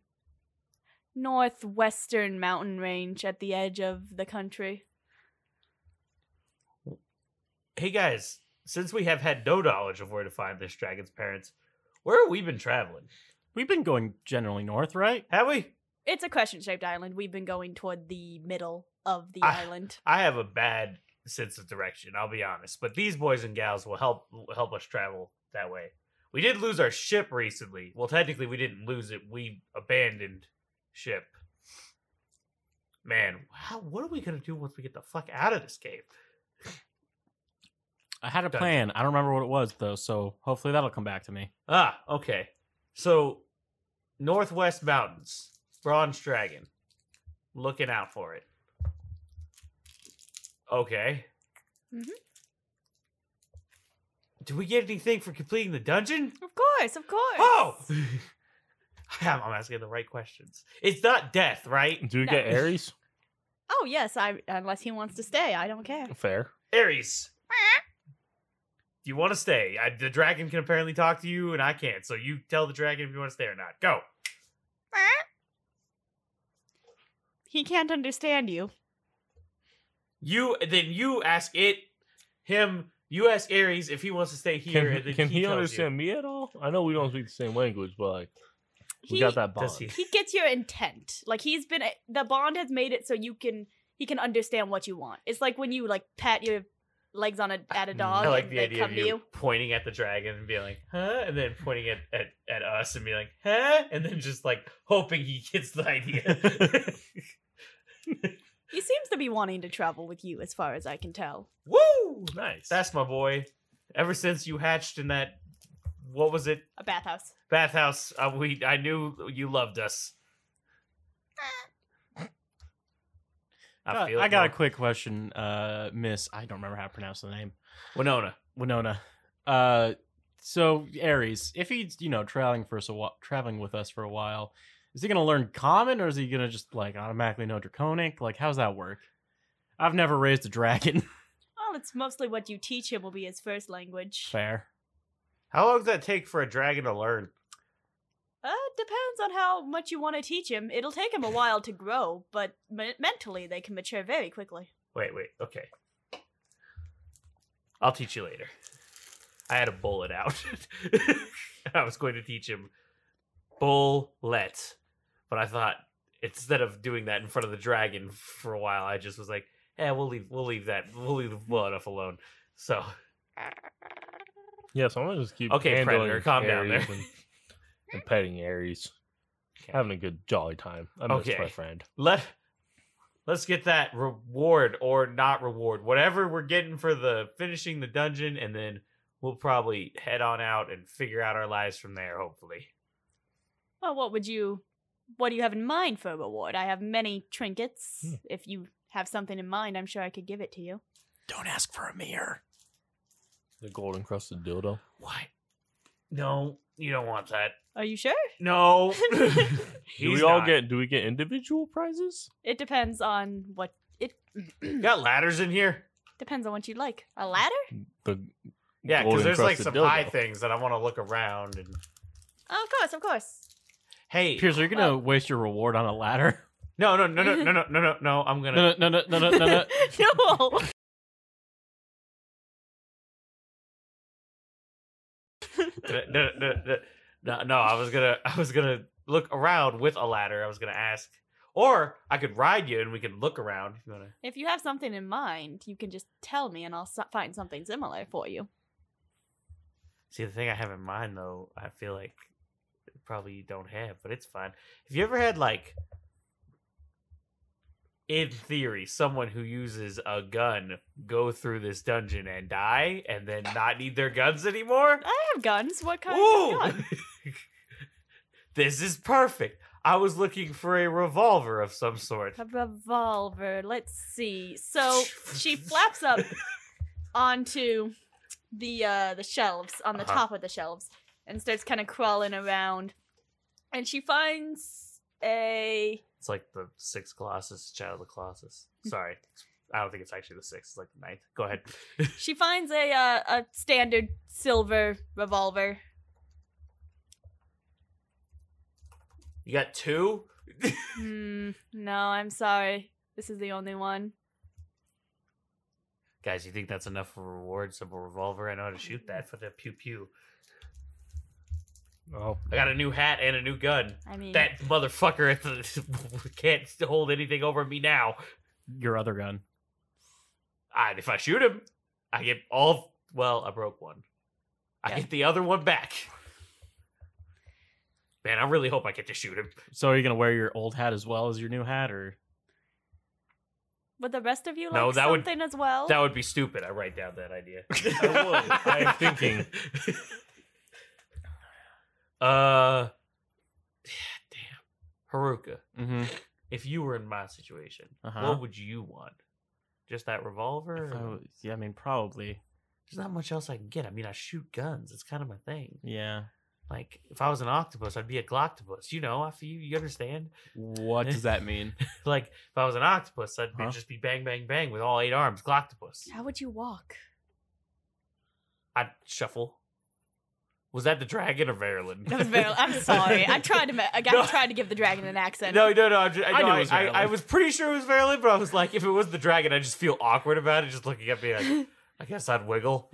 Speaker 2: northwestern mountain range at the edge of the country.
Speaker 1: Hey guys, since we have had no knowledge of where to find this dragon's parents, where have we been traveling?
Speaker 3: We've been going generally north, right?
Speaker 1: Have we?
Speaker 2: It's a crescent shaped island. We've been going toward the middle of the
Speaker 1: Ah.
Speaker 2: island.
Speaker 1: I have a bad sense of direction. I'll be honest, but these boys and gals will help will help us travel that way. We did lose our ship recently. Well, technically, we didn't lose it. We abandoned ship. Man, how, what are we gonna do once we get the fuck out of this cave?
Speaker 3: I had a
Speaker 1: Done.
Speaker 3: plan. I don't remember what it was though, so hopefully that'll come back to me.
Speaker 1: Ah, okay. So, Northwest Mountains, Bronze Dragon. Looking out for it. Okay.
Speaker 2: Mhm.
Speaker 1: Do we get anything for completing the dungeon?
Speaker 2: Of course, of course.
Speaker 1: Oh! *laughs* I'm I'm asking the right questions. It's not death,
Speaker 5: *laughs*
Speaker 1: right?
Speaker 5: *laughs* Do we
Speaker 2: No.
Speaker 5: get Aries?
Speaker 2: Oh, yes, I, unless he wants to stay, I don't care.
Speaker 5: Fair.
Speaker 1: Aries. Do you want to stay? I, the dragon can apparently talk to you, and I can't. So you tell the dragon if you want to stay or not. Go.
Speaker 2: He can't understand you.
Speaker 1: You then you ask it, him. You ask Aries if he wants to stay here, and
Speaker 5: Can,
Speaker 1: then
Speaker 5: can
Speaker 1: he,
Speaker 5: he
Speaker 1: tells you.
Speaker 5: understand me at all? I know we don't speak the same language, but like we
Speaker 2: He-
Speaker 5: got that bond.
Speaker 1: Does he?
Speaker 2: he gets your intent. Like he's been eh, the bond has made it so you can he can understand what you want. It's like when you like pat your legs on a at a
Speaker 1: *laughs*
Speaker 2: dog
Speaker 1: I like
Speaker 2: and
Speaker 1: the
Speaker 2: they
Speaker 1: idea
Speaker 2: come
Speaker 1: of
Speaker 2: to
Speaker 1: you pointing at the dragon and being like, huh? And then pointing at, at, at us and being like, huh? And then just like hoping he gets the idea.
Speaker 2: He seems to be wanting to travel with you as far as I can tell.
Speaker 1: Woo!
Speaker 5: Nice.
Speaker 1: That's my boy. Ever since you hatched in that, what was it?
Speaker 2: A bathhouse.
Speaker 1: Bathhouse. Uh, we I knew you loved
Speaker 2: *laughs*
Speaker 1: us. I
Speaker 3: Uh,
Speaker 1: feel it,
Speaker 3: got a
Speaker 1: Mo.
Speaker 3: quick question, uh, Miss. I don't remember how to pronounce the name.
Speaker 1: Winona.
Speaker 3: Winona. Uh, so Aries, if he's you know traveling for us a while, traveling with us for a while, is he gonna learn Common or is he gonna just like automatically know Draconic? Like, how's that work? I've never raised a dragon. *laughs*
Speaker 2: Well, it's mostly what you teach him will be his first language.
Speaker 3: Fair.
Speaker 1: How long does that take for a dragon to learn?
Speaker 2: Uh, depends on how much you want to teach him. It'll take him a while to grow, but me- mentally they can mature very quickly.
Speaker 1: Wait, wait, okay. I'll teach you later. I had a bullet out. *laughs* I was going to teach him bullet, but I thought instead of doing that in front of the dragon for a while, I just was like, "Yeah, we'll leave, we'll leave that, we'll leave the bullet off alone." So
Speaker 5: yeah, so I'm gonna just keep
Speaker 1: Okay,
Speaker 5: handling
Speaker 1: Predator, calm down
Speaker 5: Aries
Speaker 1: *laughs* there.
Speaker 5: and, and petting Aries,
Speaker 1: Okay.
Speaker 5: having a good jolly time. I miss
Speaker 1: Okay.
Speaker 5: my friend.
Speaker 1: let let's get that reward or not reward, whatever we're getting for the finishing the dungeon, and then we'll probably head on out and figure out our lives from there. Hopefully.
Speaker 2: Well, what would you what do you have in mind for a reward? I have many trinkets.
Speaker 5: Hmm.
Speaker 2: If you have something in mind, I'm sure I could give it to you.
Speaker 3: Don't ask for a mirror.
Speaker 5: The golden crusted dildo.
Speaker 1: What? No, you don't want that.
Speaker 2: Are you sure?
Speaker 1: *laughs* No.
Speaker 5: Do
Speaker 1: He's
Speaker 5: we all
Speaker 1: not.
Speaker 5: get? Do we get individual prizes?
Speaker 2: It depends on what
Speaker 1: *clears throat*
Speaker 2: it *clears throat*
Speaker 1: got ladders in here?
Speaker 2: depends on what you like. A ladder?
Speaker 5: The
Speaker 1: Yeah, because
Speaker 5: golden
Speaker 1: there's like
Speaker 5: crusted
Speaker 1: some high
Speaker 5: dildo.
Speaker 1: things that I want to look around and.
Speaker 2: Oh, of course, of course.
Speaker 1: Hey,
Speaker 3: Pierce, are you gonna waste your reward on a ladder?
Speaker 1: no, no, no, no, no, no, no, no, no! I'm gonna.
Speaker 3: *laughs* No, no, no, no, no, no.
Speaker 2: *laughs*
Speaker 3: no.
Speaker 2: no.
Speaker 1: No, no, no, no, no, no, I was gonna, *laughs* I was gonna look around with a ladder. I was gonna ask, or I could ride you and we could look around. If you wanna,
Speaker 2: If you have something in mind, you can just tell me and I'll so- find something similar for you.
Speaker 1: see the thing I have in mind though, I feel like probably you don't have, but it's fine. Have you ever had like in theory, someone who uses a gun go through this dungeon and die, and then not need their guns anymore?
Speaker 2: I have guns. What kind
Speaker 1: Ooh!
Speaker 2: of gun?
Speaker 1: *laughs* this is perfect. I was looking for a revolver of some sort.
Speaker 2: A revolver. Let's see. So
Speaker 1: *laughs*
Speaker 2: she flaps up onto the uh, the shelves on the
Speaker 1: Uh-huh.
Speaker 2: top of the shelves and starts kind of crawling around, and she finds a
Speaker 1: It's like the sixth Colossus, Shadow of the Colossus. Sorry. I don't think it's actually the sixth, it's like the ninth. Go ahead.
Speaker 2: she finds a uh, a standard silver revolver.
Speaker 1: You got two?
Speaker 2: Hmm. No, I'm sorry. This is the only one.
Speaker 1: Guys, you think that's enough of a reward? Some revolver? I know how to shoot that for the pew pew.
Speaker 5: Oh,
Speaker 1: I got a new hat and a new gun.
Speaker 2: I mean,
Speaker 1: That motherfucker at the- *laughs* can't hold anything over me now.
Speaker 3: Your other gun.
Speaker 1: I, if I shoot him, I get all. Well, I broke one. I
Speaker 3: Yeah.
Speaker 1: get the other one back. Man, I really hope I get to shoot him.
Speaker 3: So are you gonna wear your old hat as well as your new hat, or
Speaker 2: would the rest of you like
Speaker 1: No, that would-
Speaker 2: something as well?
Speaker 1: That would be stupid. I write down that idea.
Speaker 5: *laughs* I would. I'm thinking.
Speaker 1: *laughs* Uh, damn, Haruka,
Speaker 3: mm-hmm.
Speaker 1: if you were in my situation,
Speaker 3: Uh-huh.
Speaker 1: what would you want? Just that revolver? or-
Speaker 3: yeah, I mean probably.
Speaker 1: There's not much else I can get. I mean, I shoot guns. It's kind of my thing.
Speaker 3: Yeah.
Speaker 1: Like, if I was an octopus, I'd be a gloctopus. You know, I f- you, you understand?
Speaker 3: What does that *laughs* mean?
Speaker 1: Like, if I was an octopus, I'd be-
Speaker 3: Huh?
Speaker 1: just be bang, bang, bang with all eight arms, gloctopus.
Speaker 2: How would you walk?
Speaker 1: I'd shuffle. Was that the dragon or Verlin?
Speaker 2: *laughs* That was very, I'm
Speaker 1: *laughs*
Speaker 2: sorry. I tried to. Ma- I
Speaker 1: No.
Speaker 2: got tried to give the dragon an accent. *laughs*
Speaker 1: No, no, no. I'm just,
Speaker 3: I
Speaker 1: no,
Speaker 3: knew
Speaker 1: I,
Speaker 3: it was
Speaker 1: I, I
Speaker 3: Verlin.
Speaker 1: was pretty sure it was Verlin, but I was like, if it was the dragon, I just feel awkward about it, just looking at me like, I guess I'd
Speaker 2: *laughs*
Speaker 1: wiggle.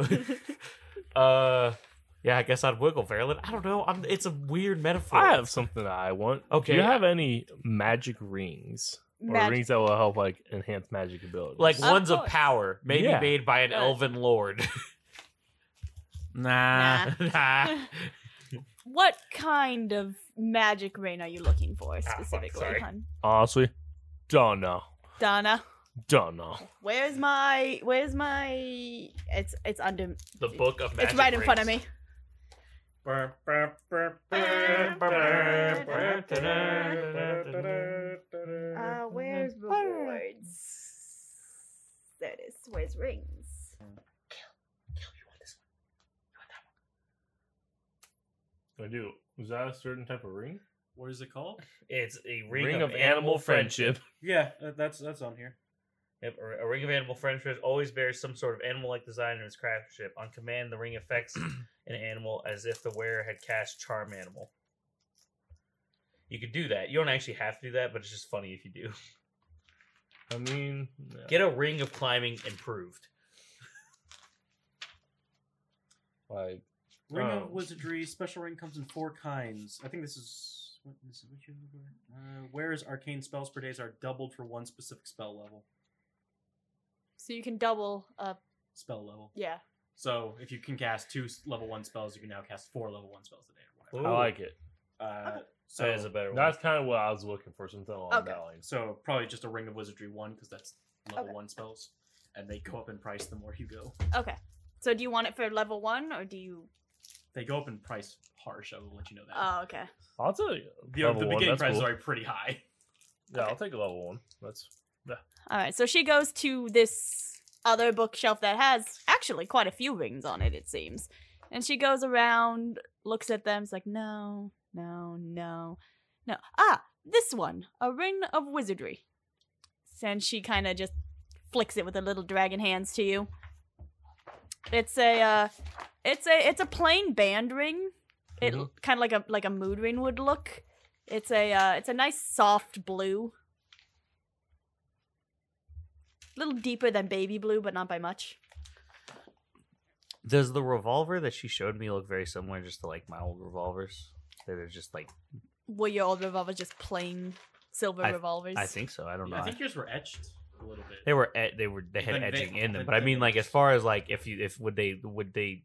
Speaker 1: *laughs* uh, yeah, I guess I'd wiggle, Verlin. I don't know. I'm, it's a weird metaphor.
Speaker 5: I have something that I want.
Speaker 1: Okay.
Speaker 5: Do you have any magic rings or
Speaker 2: Mag-
Speaker 5: rings that will help like enhance magic abilities?
Speaker 1: like
Speaker 2: Of
Speaker 1: ones of
Speaker 2: course.
Speaker 1: power, maybe
Speaker 5: Yeah.
Speaker 1: made by an
Speaker 2: Good.
Speaker 1: elven lord.
Speaker 3: Nah.
Speaker 1: *laughs* Nah.
Speaker 2: what kind of magic rain are you looking for
Speaker 1: Ah, fuck,
Speaker 2: specifically,
Speaker 1: sorry.
Speaker 2: hun?
Speaker 5: honestly, don't know,
Speaker 2: Donna,
Speaker 5: don't know.
Speaker 2: where's my? Where's my? It's it's under.
Speaker 1: the book of magic.
Speaker 2: it's right in front of me. Uh, where's rewards? There it is. Where's rings?
Speaker 5: I do. Is that a certain type of ring?
Speaker 3: What is it called?
Speaker 1: It's a
Speaker 5: Ring, of, animal friendship.
Speaker 3: Yeah, that's that's on here.
Speaker 1: Yep, A a ring of animal friendship always bears some sort of animal-like design in its craftsmanship. On command, the ring *clears throat* affects an animal as if the wearer had cast charm animal. You could do that. You don't actually have to do that, but it's just funny if you do. *laughs*
Speaker 5: I mean, yeah.
Speaker 1: Get a ring of climbing improved.
Speaker 5: like
Speaker 3: Ring
Speaker 5: Oh.
Speaker 3: of Wizardry special ring comes in four kinds. I think this is what this is. What you uh, where is arcane spells per days are doubled for one specific spell level.
Speaker 2: So you can double up.
Speaker 3: Spell level.
Speaker 2: Yeah.
Speaker 3: So if you can cast two s- level one spells, you can now cast four level one spells a day or whatever.
Speaker 1: Ooh.
Speaker 5: I like it.
Speaker 3: Uh, so
Speaker 1: That is a better one.
Speaker 5: That's kind of what I was looking for. Something along
Speaker 2: Okay.
Speaker 5: that line.
Speaker 3: so probably just a ring of wizardry one because that's level
Speaker 2: Okay.
Speaker 3: one spells, and they go up in price the more you go.
Speaker 2: Okay. So do you want it for level one or do you?
Speaker 3: They go up in price harsh. I will let you know that.
Speaker 2: Oh, okay.
Speaker 5: I'll tell you.
Speaker 3: the,
Speaker 5: level
Speaker 3: the
Speaker 5: one,
Speaker 3: beginning
Speaker 5: that's
Speaker 3: price is
Speaker 5: cool.
Speaker 3: already pretty high.
Speaker 5: Yeah,
Speaker 2: Okay.
Speaker 5: I'll take a level one. That's
Speaker 2: All right, so she goes to this other bookshelf that has actually quite a few rings on it, it seems. And she goes around, looks at them, is like, no, no, no, no. Ah, this one, a ring of wizardry. And she kind of just flicks it with her little dragon hands to you. It's a, uh, it's a, it's a plain band ring. It
Speaker 5: Mhm.
Speaker 2: kind of like a like a mood ring would look. It's a, uh, it's a nice soft blue little deeper than baby blue, but not by much.
Speaker 1: Does the revolver that she showed me look very similar just to like my old revolvers? That are just like
Speaker 2: Were your old revolvers just plain silver revolvers?
Speaker 1: I think so. I don't know.
Speaker 3: I think yours were etched a little bit.
Speaker 1: they were et- they were they had
Speaker 3: Then they-
Speaker 1: edging in them,
Speaker 3: then
Speaker 1: but I
Speaker 3: they-
Speaker 1: mean like as far as like if you if would they would they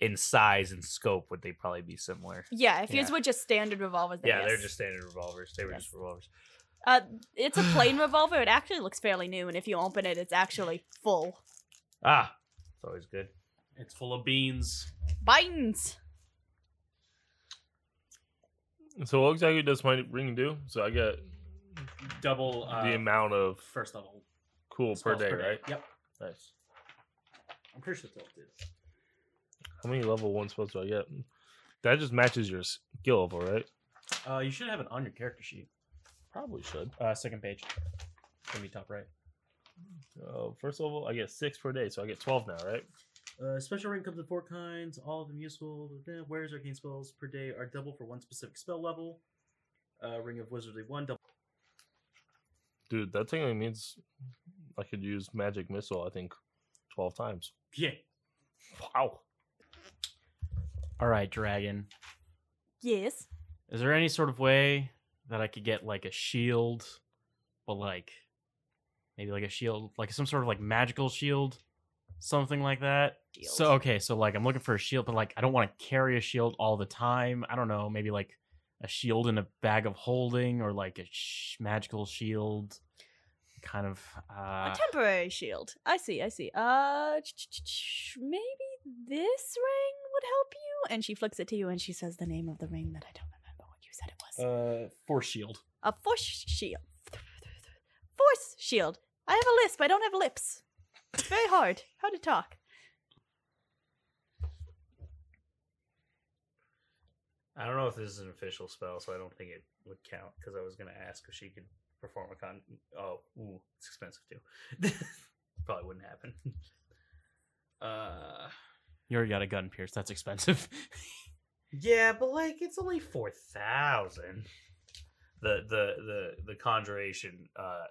Speaker 1: in size and scope would they probably be similar?
Speaker 2: Yeah, if yours
Speaker 1: Yeah.
Speaker 2: were just standard revolvers, then
Speaker 1: Yeah, they're
Speaker 2: yes.
Speaker 1: just standard revolvers. They were
Speaker 2: Yes.
Speaker 1: just revolvers.
Speaker 2: Uh, it's a
Speaker 1: *sighs*
Speaker 2: plain revolver. It actually looks fairly new, and if you open it, it's actually full.
Speaker 1: Ah, it's always good. It's full of beans.
Speaker 2: Biden's.
Speaker 5: So what exactly does my ring do? So I get
Speaker 3: Double uh,
Speaker 5: the amount of
Speaker 3: first level
Speaker 5: cool per
Speaker 3: spells
Speaker 5: day, right?
Speaker 3: Yep.
Speaker 5: Nice.
Speaker 3: I'm pretty sure that's all it did.
Speaker 5: How many level one spells do I get? That just matches your skill level, right?
Speaker 3: Uh, you should have it on your character sheet.
Speaker 5: Probably should.
Speaker 3: Uh, second page. Gonna be top right.
Speaker 5: Uh, first level, I get six per day, so I get twelve now, right?
Speaker 3: Uh, special ring comes in four kinds, all of them useful. Eh, Wares arcane spells per day are double for one specific spell level. Uh, ring of wizardry one double.
Speaker 5: Dude, that technically means I could use magic missile. I think twelve times.
Speaker 3: Yeah.
Speaker 5: Wow.
Speaker 3: All right, dragon.
Speaker 2: Yes.
Speaker 3: Is there any sort of way that I could get like a shield, but like maybe like a shield, like some sort of like magical shield, something like that?
Speaker 2: Shield.
Speaker 3: So okay, so like I'm looking for a shield, but like I don't want to carry a shield all the time. I don't know, maybe like a shield in a bag of holding or like a sh- magical shield, kind of.
Speaker 2: A
Speaker 3: Uh,
Speaker 2: temporary shield. I see, I see. Uh, ch- ch- ch- ch- maybe this ring would help you? And she flicks it to you and she says the name of the ring that I don't remember what you said it was.
Speaker 3: uh, force shield.
Speaker 2: a force shield. Force shield. I have a lisp. I don't have lips. It's very hard. How to talk.
Speaker 1: I don't know if this is an official spell, so I don't think it would count because I was going to ask if she could perform a con. Oh, ooh, it's expensive too. *laughs* Probably wouldn't happen. *laughs* Uh,
Speaker 3: You already got a gun, Pierce. That's expensive. *laughs*
Speaker 1: yeah, but like it's only four thousand. The the the the conjuration uh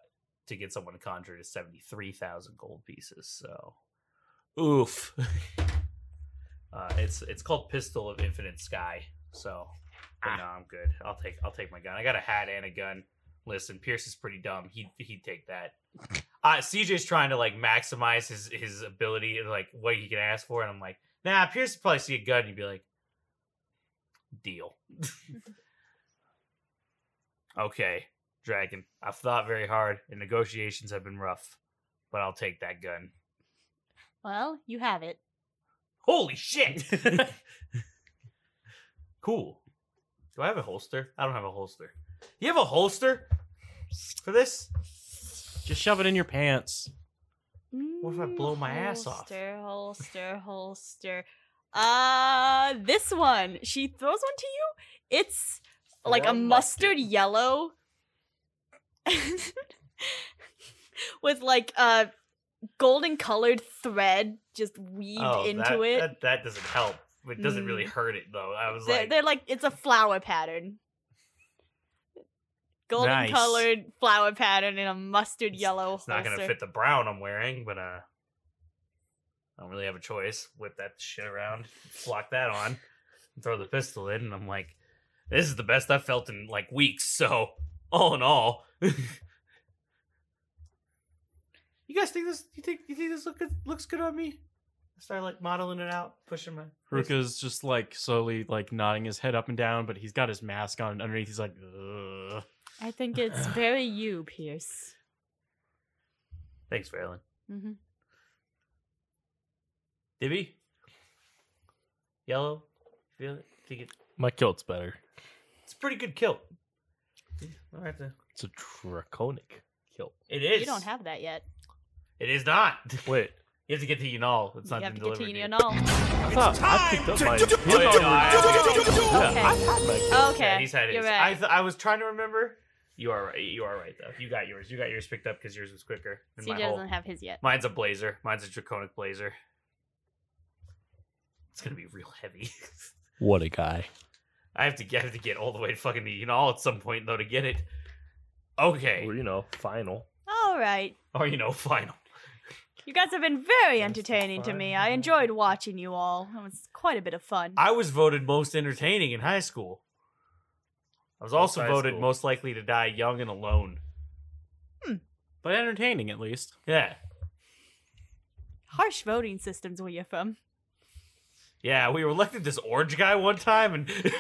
Speaker 1: to get someone to conjure is seventy three thousand gold pieces. So, oof. *laughs* uh, it's it's called Pistol of Infinite Sky. So, but no, I'm good. I'll take I'll take my gun. I got a hat and a gun. Listen, Pierce is pretty dumb. He he'd take that. Uh, CJ's trying to like maximize his his ability and like what he can ask for, and I'm like, nah. Pierce would probably see a gun, and he'd be like, deal. *laughs* okay, Dragon. I've thought very hard, and negotiations have been rough, but I'll take that gun.
Speaker 2: Well, you have it.
Speaker 1: Holy shit! *laughs* cool. Do I have a holster? I don't have a holster. You have a holster for this?
Speaker 3: Just shove it in your pants.
Speaker 1: What if I blow my ass off?
Speaker 2: Holster, holster, holster. Uh, this one. She throws one to you. It's like a
Speaker 1: Or
Speaker 2: mustard yellow. *laughs* With like a golden colored thread just weaved
Speaker 1: Oh,
Speaker 2: into
Speaker 1: that,
Speaker 2: it.
Speaker 1: That, that doesn't help. It doesn't really
Speaker 2: Mm.
Speaker 1: hurt it though. I was
Speaker 2: they're,
Speaker 1: like,
Speaker 2: they're like it's a flower pattern. Golden
Speaker 3: Nice.
Speaker 2: colored flower pattern in a mustard yellow
Speaker 1: it's not gonna
Speaker 2: holster.
Speaker 1: fit the brown I'm wearing, but uh, I don't really have a choice. Whip that shit around, flock that on, and throw the pistol in, and I'm like, this is the best I've felt in like weeks. So all in all, *laughs* you guys think this? You think you think this look good, looks good on me? I start like modeling it out, pushing my. wrist.
Speaker 3: Ruka's just like slowly like nodding his head up and down, but he's got his mask on and underneath he's like, Ugh.
Speaker 2: I think
Speaker 1: *sighs*
Speaker 2: it's very you, Pierce.
Speaker 1: Thanks, Valen.
Speaker 2: Mm-hmm.
Speaker 1: Dibby, yellow, feel it. Think it.
Speaker 5: My kilt's better.
Speaker 1: It's a pretty good kilt. I have to.
Speaker 5: It's a draconic kilt.
Speaker 1: It is.
Speaker 2: You don't have that yet.
Speaker 1: It is not. *laughs*
Speaker 5: Wait,
Speaker 1: You have to get to Yanal. It's
Speaker 2: You
Speaker 1: not
Speaker 2: have to
Speaker 1: been
Speaker 2: get to
Speaker 1: delivered Oh,
Speaker 2: you
Speaker 1: yet. *laughs*
Speaker 2: and all.
Speaker 5: I thought I picked up my kilt
Speaker 1: Wait, no,
Speaker 5: already.
Speaker 1: I-
Speaker 2: *laughs* Okay.
Speaker 5: Yeah, I've had my kilt.
Speaker 2: Okay,
Speaker 1: Yeah, he's had his.
Speaker 2: you're
Speaker 1: I,
Speaker 2: right.
Speaker 1: th- I was trying to remember. You are right. You are right though. You got yours. You got yours picked up because yours was quicker. than
Speaker 2: CJ
Speaker 1: my whole-
Speaker 2: doesn't have his yet.
Speaker 1: Mine's a blazer. Mine's a draconic blazer. It's gonna be real heavy. *laughs*
Speaker 5: What a guy.
Speaker 1: I have to get I have to get all the way to fucking the Yanal at some point though to get it. Okay.
Speaker 5: Or you know, final.
Speaker 2: All right.
Speaker 1: Or you know, final.
Speaker 2: You guys have been very
Speaker 5: Yes,
Speaker 2: entertaining to me. I
Speaker 5: fine.
Speaker 2: enjoyed watching you all. It was quite a bit of fun.
Speaker 1: I was voted most entertaining in high school. I was also
Speaker 5: high
Speaker 1: voted
Speaker 5: school.
Speaker 1: most likely to die young and alone.
Speaker 3: But entertaining at least.
Speaker 1: Yeah.
Speaker 2: Harsh voting systems where you're from.
Speaker 1: Yeah, we elected this orange guy one time, and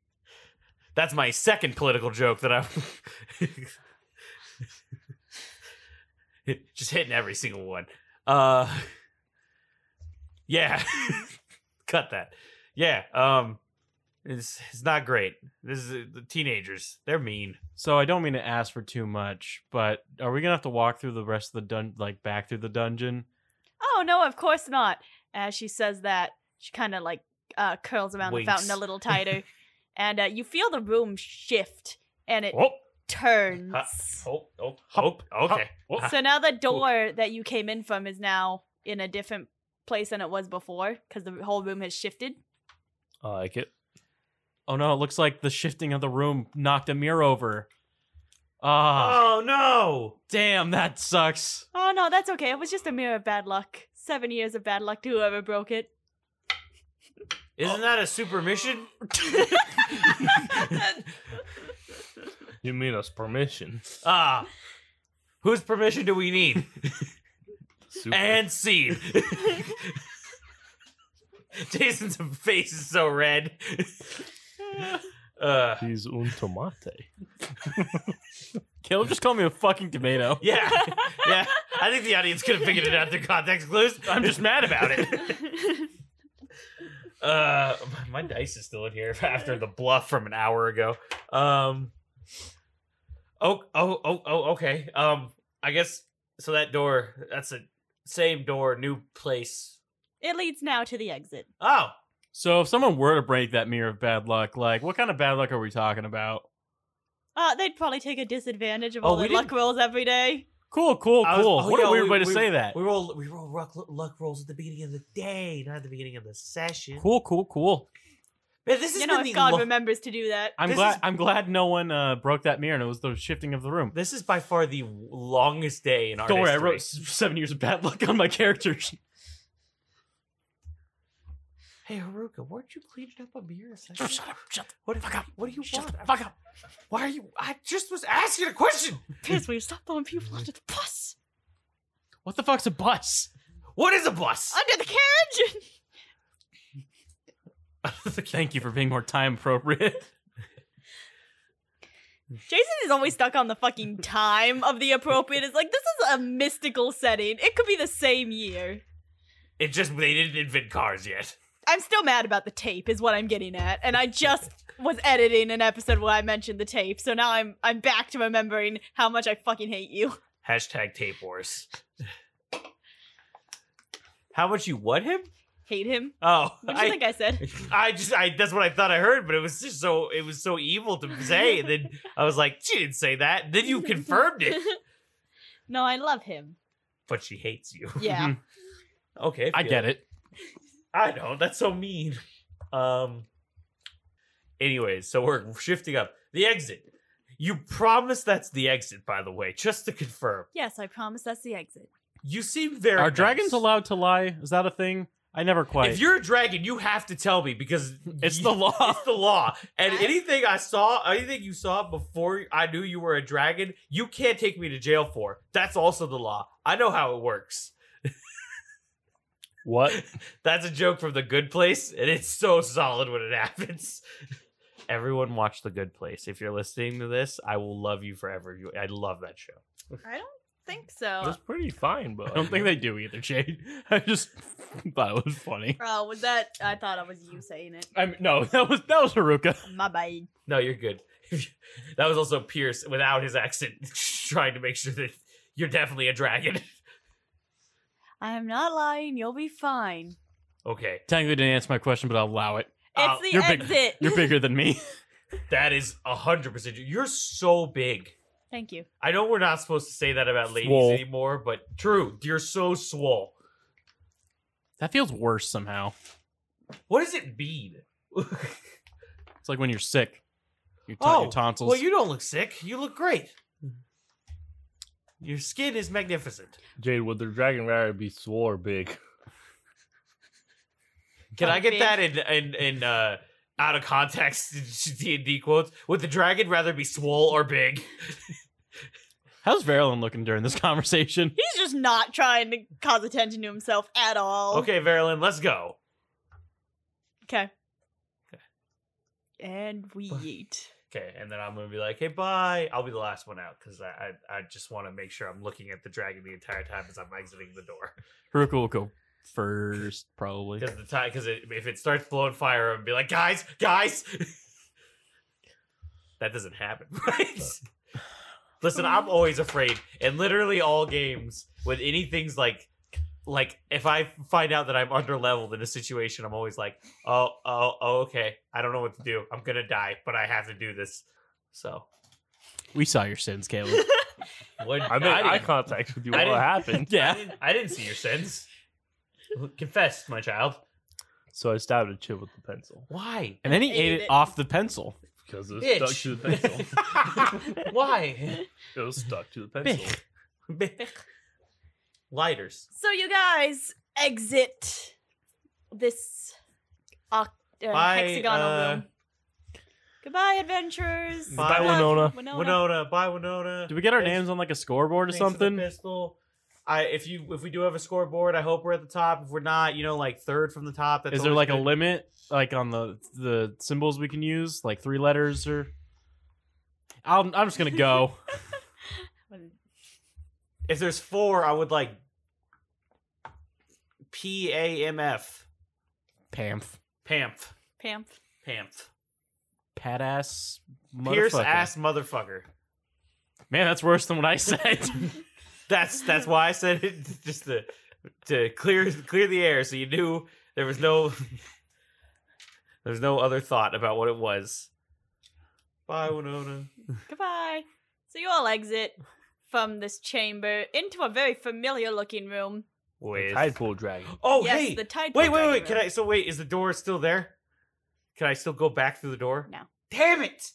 Speaker 1: *laughs* That's my second political joke that I'm *laughs* just hitting every single one. Uh, yeah, *laughs* cut that. Yeah, um, it's it's not great. This is the teenagers. They're mean.
Speaker 3: So I don't mean to ask for too much, but are we gonna have to walk through the rest of the dun like back through the dungeon?
Speaker 2: Oh no, of course not. As she says that, she kind of like uh, curls around
Speaker 1: Winks.
Speaker 2: the fountain a little
Speaker 1: *laughs*
Speaker 2: tighter, and uh, you feel the room shift and it
Speaker 1: Oh,
Speaker 2: turns.
Speaker 1: oh, oh, *laughs* oh, okay.
Speaker 5: Hop.
Speaker 2: So now the door that you came in from is now in a different place than it was before because the whole room has shifted.
Speaker 5: I like it.
Speaker 3: Oh no, it looks like the shifting of the room knocked a mirror over. Ah,
Speaker 1: Oh no!
Speaker 3: damn, that sucks.
Speaker 2: Oh no, that's okay. It was just a mirror of bad luck. Seven years of bad luck to whoever
Speaker 1: *laughs*
Speaker 2: broke it.
Speaker 1: Isn't that a super *laughs* mission?
Speaker 5: You mean us permission?
Speaker 1: Ah, whose permission do we *laughs* need?
Speaker 5: Super.
Speaker 1: and scene. *laughs* Jason's face is so red. uh,
Speaker 5: He's un tomate.
Speaker 3: Caleb just called me a fucking tomato.
Speaker 1: *laughs* yeah, yeah. I think the audience could have figured it out through context clues. I'm just mad about *laughs* it. Uh, *laughs* my, my dice is still in here *laughs* after the bluff from an hour ago. Um. Oh, oh, oh, oh. Okay. Um. I guess so. That door. That's a same door, new place.
Speaker 2: it leads now to the exit.
Speaker 1: Oh,
Speaker 3: So if someone were to break that mirror of bad luck, like what kind of bad luck are we talking about?
Speaker 2: Uh, they'd probably take a disadvantage of
Speaker 1: Oh,
Speaker 2: all
Speaker 1: we
Speaker 2: their luck rolls every day.
Speaker 3: Cool, cool,
Speaker 1: I was-
Speaker 3: cool.
Speaker 1: oh,
Speaker 3: what
Speaker 1: yeah,
Speaker 3: a weird
Speaker 1: we-
Speaker 3: way to
Speaker 1: we-
Speaker 3: say that.
Speaker 1: We roll we roll luck, luck rolls at the beginning of the day, not at the beginning of the session.
Speaker 3: Cool, cool, cool.
Speaker 1: Man, this has
Speaker 2: You know,
Speaker 1: been
Speaker 2: if
Speaker 1: the
Speaker 2: God
Speaker 1: lo-
Speaker 2: remembers to do that.
Speaker 3: I'm
Speaker 1: This
Speaker 3: glad.
Speaker 1: is-
Speaker 3: I'm glad no one uh, broke that mirror, and it was the shifting of the room.
Speaker 1: this is by far the longest day in our
Speaker 3: Don't worry, I
Speaker 1: history.
Speaker 3: wrote s- seven years of bad luck on my characters.
Speaker 1: Hey Haruka, weren't you cleaning up a mirror? a second
Speaker 3: *laughs* Shut
Speaker 1: ago?
Speaker 3: up! Shut
Speaker 1: What do
Speaker 3: fuck
Speaker 1: you-
Speaker 3: up.
Speaker 1: What do you
Speaker 3: the shut
Speaker 1: want?
Speaker 3: the fuck up!
Speaker 1: Why are you? I just was asking a question.
Speaker 2: Piss, will you stop throwing people under the bus?
Speaker 3: What the fuck's a *laughs* bus?
Speaker 1: What is a bus?
Speaker 2: Under the *laughs* carriage?
Speaker 3: Thank you for being more time appropriate.
Speaker 2: Jason is always stuck on the fucking time of the appropriate. It's like, this is a mystical setting. It could be the same year.
Speaker 1: It just they didn't invent cars yet.
Speaker 2: I'm still mad about the tape, is what I'm getting at. And I just was editing an episode where I mentioned the tape, so now I'm I'm back to remembering how much I fucking hate you. *laughs*
Speaker 1: Hashtag tape wars. How much you what him?
Speaker 2: Hate him.
Speaker 1: Oh,
Speaker 2: What do you think I said?
Speaker 1: I just I that's what I thought I heard, but it was just so it was so evil to say. And then I was like, she didn't say that. And *laughs* then you confirmed it.
Speaker 2: *laughs* no, I
Speaker 1: *laughs*
Speaker 2: love him.
Speaker 1: But she hates you.
Speaker 2: Yeah.
Speaker 1: Okay.
Speaker 3: I get it.
Speaker 1: I know. That's so mean. Um anyways, so we're shifting up. The exit. You promise that's the exit, by the way, just to confirm.
Speaker 2: yes, I promise that's the exit.
Speaker 1: You seem very
Speaker 3: Are
Speaker 1: nice.
Speaker 3: dragons allowed to lie? Is that a thing? I never quite.
Speaker 1: If you're a dragon, you have to tell me because
Speaker 3: It's the law.
Speaker 1: *laughs* It's the law. And
Speaker 2: Okay.
Speaker 1: anything I saw, anything you saw before I knew you were a dragon, you can't take me to jail for. That's also the law. I know how it works.
Speaker 5: What?
Speaker 1: That's a joke from The Good Place, and it's so solid when it *laughs* happens. Everyone watch The Good Place. If you're listening to this, I will love you forever. You, I love that show.
Speaker 2: I don't think so.
Speaker 5: That's pretty fine, but
Speaker 3: I don't think they do either, Jade. *laughs* I just thought it was funny.
Speaker 2: Oh, was that? I thought it was you saying it.
Speaker 3: I mean, no, *laughs* that was that was Haruka.
Speaker 2: My bad.
Speaker 1: No, you're good. *laughs* that was also Pierce without his accent, *laughs* trying to make sure that you're definitely a dragon.
Speaker 2: I am not lying. You'll be fine.
Speaker 1: Okay.
Speaker 3: Technically didn't answer my question, but I'll allow it.
Speaker 1: Oh,
Speaker 2: It's the
Speaker 3: you're big.
Speaker 2: exit.
Speaker 3: *laughs* You're bigger than me.
Speaker 1: That is a hundred percent. true. You're so big.
Speaker 2: *laughs* Thank you.
Speaker 1: I know we're not supposed to say that about ladies
Speaker 5: Swole.
Speaker 1: anymore, but true, you're so swole.
Speaker 3: That feels worse somehow.
Speaker 1: What does it mean?
Speaker 3: It's like when you're sick. Your, t-
Speaker 1: Oh,
Speaker 3: your tonsils.
Speaker 1: Well, you don't look sick. You look great. Your skin is magnificent.
Speaker 5: Jade, would the dragon rider be swore *laughs* big?
Speaker 1: Can I
Speaker 2: Like
Speaker 1: get
Speaker 2: big.
Speaker 1: that in in in uh, out of context *laughs* D and D quotes? Would the dragon rather be swole or big?
Speaker 3: How's Verilyn looking during this *laughs* conversation?
Speaker 2: He's just not trying to cause attention to himself at all.
Speaker 1: Okay, Verilyn, let's go.
Speaker 2: Okay. And we eat.
Speaker 1: Okay, and then I'm gonna be like, "Hey, bye." I'll be the last one out because I, I I just want to make sure I'm looking at the dragon the entire time as I'm exiting the
Speaker 5: *laughs*
Speaker 1: door.
Speaker 3: Haruka will go first, probably.
Speaker 1: Because the time, because if it starts blowing fire, I'm be like, "Guys, guys," *laughs* that doesn't happen, *laughs* right? Listen, I'm always afraid, in literally all games when anything's like. Like if I find out that I'm under leveled in a situation, I'm always like, oh, oh, oh, okay. I don't know what to do. I'm gonna die, but I have to do this. So
Speaker 3: We saw your sins, Caleb. *laughs*
Speaker 1: What
Speaker 5: I made eye contact *laughs* with you
Speaker 1: I
Speaker 5: while it
Speaker 1: didn't-
Speaker 5: happened.
Speaker 1: I didn't, I didn't see your sins. Confess, my child.
Speaker 5: So I stabbed a chip with the pencil.
Speaker 1: Why?
Speaker 3: and then he
Speaker 2: I
Speaker 3: ate
Speaker 2: ate
Speaker 3: it
Speaker 2: it.
Speaker 3: off the pencil.
Speaker 5: Because it was stuck
Speaker 1: Bitch.
Speaker 5: to the
Speaker 1: *laughs*
Speaker 5: pencil.
Speaker 1: Why?
Speaker 5: it was stuck to the pencil.
Speaker 1: Lighters.
Speaker 2: So you guys exit this oc- uh,
Speaker 1: Bye,
Speaker 2: hexagonal
Speaker 1: uh,
Speaker 2: room. Goodbye, adventurers.
Speaker 1: Bye,
Speaker 2: Good luck, Winona.
Speaker 1: Winona, bye Winona.
Speaker 3: Do we get our
Speaker 1: Thanks-
Speaker 3: names on like a scoreboard or
Speaker 1: Thanks for the
Speaker 3: something?
Speaker 1: Pistol. I if you if we do have a scoreboard, I hope we're at the top. If we're not, you know, like third from the top. That's
Speaker 3: Is there
Speaker 1: always
Speaker 3: like a
Speaker 1: good.
Speaker 3: limit, like on the the symbols we can use, like three letters or? I'm I'm just gonna *laughs* go.
Speaker 1: If there's four, I would like P A M F.
Speaker 3: Pamf,
Speaker 1: Pamph. *laughs*
Speaker 2: Pamp. *laughs*
Speaker 1: Pamph.
Speaker 3: pat ass,
Speaker 1: Pierce
Speaker 3: motherfucker.
Speaker 1: ass motherfucker.
Speaker 3: Man, that's worse than what I *laughs* said.
Speaker 1: That's that's why I said it *laughs* just to to clear clear the air so you knew there was no *laughs* there's no other thought about what it was. Bye Winona.
Speaker 2: Goodbye. So you all exit from this chamber into a very familiar looking room.
Speaker 1: With
Speaker 5: Tide pool dragon.
Speaker 1: Oh
Speaker 2: yes,
Speaker 1: hey.
Speaker 2: the tide.
Speaker 1: wait,
Speaker 2: pool
Speaker 1: wait,
Speaker 2: dragon
Speaker 1: wait. Can
Speaker 2: room.
Speaker 1: I so wait, is the door still there? Can I still go back through the door?
Speaker 2: No.
Speaker 1: Damn it.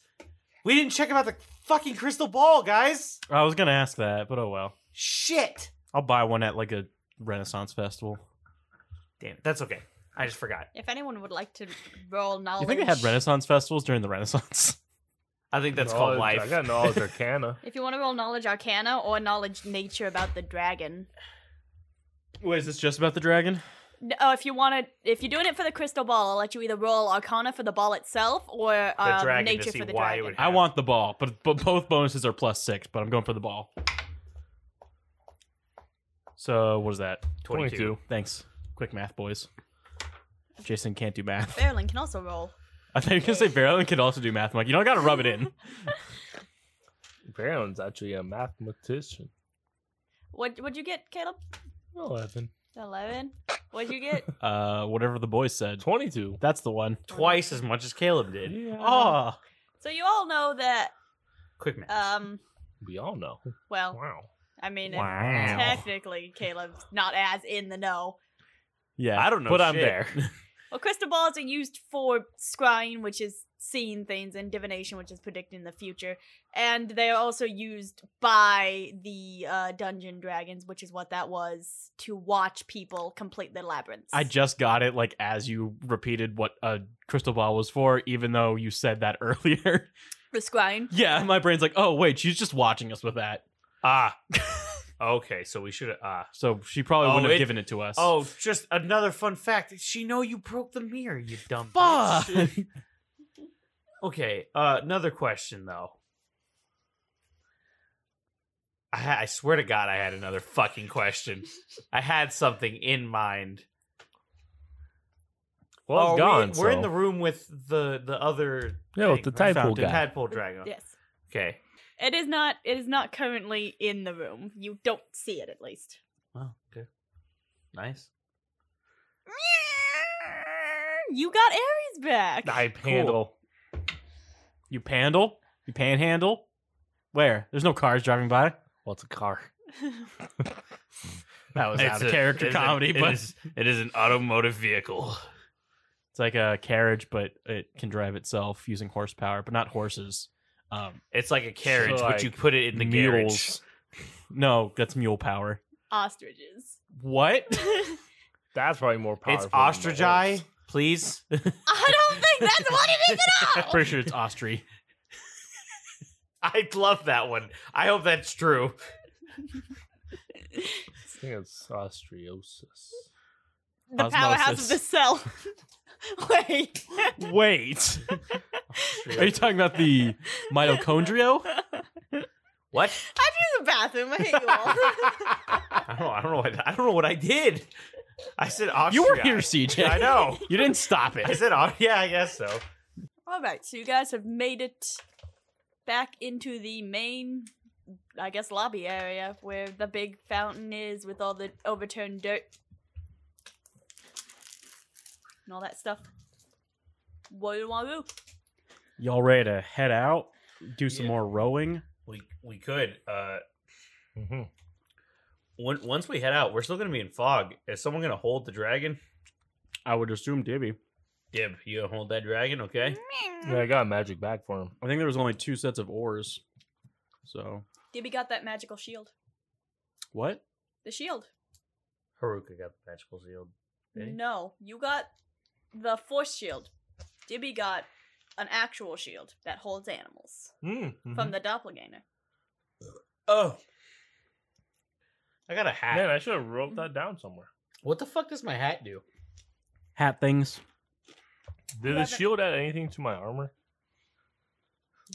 Speaker 1: We didn't check about the fucking crystal ball, guys.
Speaker 3: I was gonna ask that, but oh well.
Speaker 1: Shit.
Speaker 3: I'll buy one at like a Renaissance festival.
Speaker 1: Damn it. That's okay. I just forgot.
Speaker 2: If anyone would like to roll knowledge,
Speaker 3: You think they had Renaissance festivals during the Renaissance?
Speaker 1: I think that's called
Speaker 5: Knowledge- I
Speaker 1: life.
Speaker 5: got *laughs* knowledge arcana.
Speaker 2: If you want to roll knowledge arcana or knowledge nature about the dragon,
Speaker 3: *laughs* Wait, is this just about the dragon?
Speaker 2: N- Oh, if you want to, if you're doing it for the crystal ball, I'll let you either roll Arcana for the ball itself or um,
Speaker 1: dragon to
Speaker 2: nature
Speaker 1: see
Speaker 2: for the
Speaker 1: why it
Speaker 2: dragon.
Speaker 1: would-
Speaker 3: I want the ball, but but both bonuses are plus six. But I'm going for the ball. So what is that?
Speaker 1: 22.
Speaker 3: Thanks. Quick math, boys. Jason can't do math. *laughs*
Speaker 2: Fairlin can also roll.
Speaker 3: I thought you were gonna say Marilyn could also do math. I'm like, you don't gotta rub
Speaker 1: *laughs*
Speaker 3: it in.
Speaker 5: Baron's actually a mathematician.
Speaker 2: What would you get, Caleb?
Speaker 5: Eleven.
Speaker 2: Eleven. What'd you
Speaker 3: *laughs*
Speaker 2: get?
Speaker 3: Uh, whatever the boys said.
Speaker 5: Twenty-two.
Speaker 3: That's the one.
Speaker 1: Twice as much as Caleb did. Ah,
Speaker 3: Oh,
Speaker 2: so you all know that.
Speaker 1: Quick math.
Speaker 2: Um.
Speaker 5: We all know.
Speaker 2: Well,
Speaker 5: Wow.
Speaker 2: I mean, if-
Speaker 1: Wow.
Speaker 2: technically, Caleb's not as in the know.
Speaker 3: yeah.
Speaker 1: I don't know.
Speaker 5: But I'm
Speaker 1: shit.
Speaker 5: there.
Speaker 2: Well, crystal balls are used for scrying, which is seeing things, and divination, which is predicting the future. And they are also used by the uh, dungeon dragons, which is what that was, to watch people complete their labyrinths.
Speaker 3: I just got it. Like as you repeated what a crystal ball was for, even though you said that *laughs* earlier.
Speaker 2: the scrying.
Speaker 3: yeah, my brain's like, oh wait, she's just watching us with that.
Speaker 1: *laughs* Ah. okay, so we should ah.
Speaker 3: So she probably
Speaker 1: Oh,
Speaker 3: wouldn't
Speaker 1: it-
Speaker 3: have given it to us.
Speaker 1: Oh, just another fun fact. She know you broke the mirror, you dumb
Speaker 3: fuck!
Speaker 1: bitch. *laughs* okay, uh, another question though. I, ha- I swear to God, I had another fucking question. I had something in mind.
Speaker 5: Well, it's
Speaker 1: Are we-
Speaker 5: gone.
Speaker 1: We're in
Speaker 5: so-
Speaker 1: the room with the the other
Speaker 5: Yeah, with
Speaker 1: thing,
Speaker 5: the tadpole
Speaker 1: The
Speaker 5: guy.
Speaker 1: tadpole dragon.
Speaker 2: Yes,
Speaker 1: Okay.
Speaker 2: it is not. It is not currently in the room. You don't see it, at least.
Speaker 1: Wow. Okay. Nice.
Speaker 2: You got Ares back.
Speaker 5: I handle.
Speaker 3: you pandle? You panhandle? Where? There's no cars driving by.
Speaker 5: What's a car?
Speaker 3: That was out
Speaker 1: a-
Speaker 3: of character
Speaker 1: it's a-
Speaker 3: comedy,
Speaker 1: it
Speaker 3: but
Speaker 1: is- it is an automotive vehicle.
Speaker 3: It's like a carriage, but it can drive itself using horsepower, but not horses. Um,
Speaker 1: It's like a carriage, but you
Speaker 5: like,
Speaker 1: put it in the garage.
Speaker 5: Mules.
Speaker 3: no, that's mule power.
Speaker 2: *laughs* Ostriches. *laughs*
Speaker 3: What?
Speaker 5: That's probably more
Speaker 1: It's
Speaker 5: powerful.
Speaker 1: ostrich eye,
Speaker 3: *laughs*
Speaker 1: please.
Speaker 2: I don't think that's what it is at all.
Speaker 3: Pretty sure it's ostry.
Speaker 1: *laughs* I love that one. I hope that's true.
Speaker 5: I think it's ostriosis.
Speaker 2: the powerhouse of the
Speaker 3: Osmosis.
Speaker 2: cell. *laughs* Wait.
Speaker 3: *laughs* Wait. Are you talking about the mitochondria?
Speaker 1: What?
Speaker 2: I do the bathroom. I hate you all.
Speaker 1: *laughs*
Speaker 2: *laughs*
Speaker 1: I don't. I don't know. What, I don't know what I did. I said Austria.
Speaker 3: You were here, CJ.
Speaker 1: *laughs* I know.
Speaker 3: You didn't stop
Speaker 1: I
Speaker 3: it.
Speaker 1: said. Au- Yeah, I guess so.
Speaker 2: all right, so you guys have made it back into the main, I guess, lobby area where the big fountain is with all the overturned dirt and all that stuff. What do you want to do?
Speaker 3: Y'all ready to head out? Do some
Speaker 1: Yeah.
Speaker 3: more rowing?
Speaker 1: We we could. Uh,
Speaker 5: hmm
Speaker 1: when, once we head out, we're still gonna be in fog. Is someone gonna hold the dragon?
Speaker 3: I would assume Dibby.
Speaker 1: Dib, you gonna hold that dragon? Okay.
Speaker 5: Yeah, I got a magic bag for him.
Speaker 3: I think there was only two sets of oars. So
Speaker 2: Gibby got that magical shield.
Speaker 3: what?
Speaker 2: The shield.
Speaker 1: Haruka got the magical shield. Did he?
Speaker 2: No, you got the force shield. Gibby got an actual shield that holds animals
Speaker 5: Mm-hmm.
Speaker 3: Mm-hmm.
Speaker 2: from the doppelganger.
Speaker 1: Oh. I got a hat.
Speaker 5: Man, I should have wrote
Speaker 1: Mm.
Speaker 5: that down somewhere.
Speaker 1: What the fuck does my hat do?
Speaker 3: Hat things.
Speaker 5: Did
Speaker 2: Yeah,
Speaker 5: the
Speaker 2: but-
Speaker 5: shield add anything to my armor?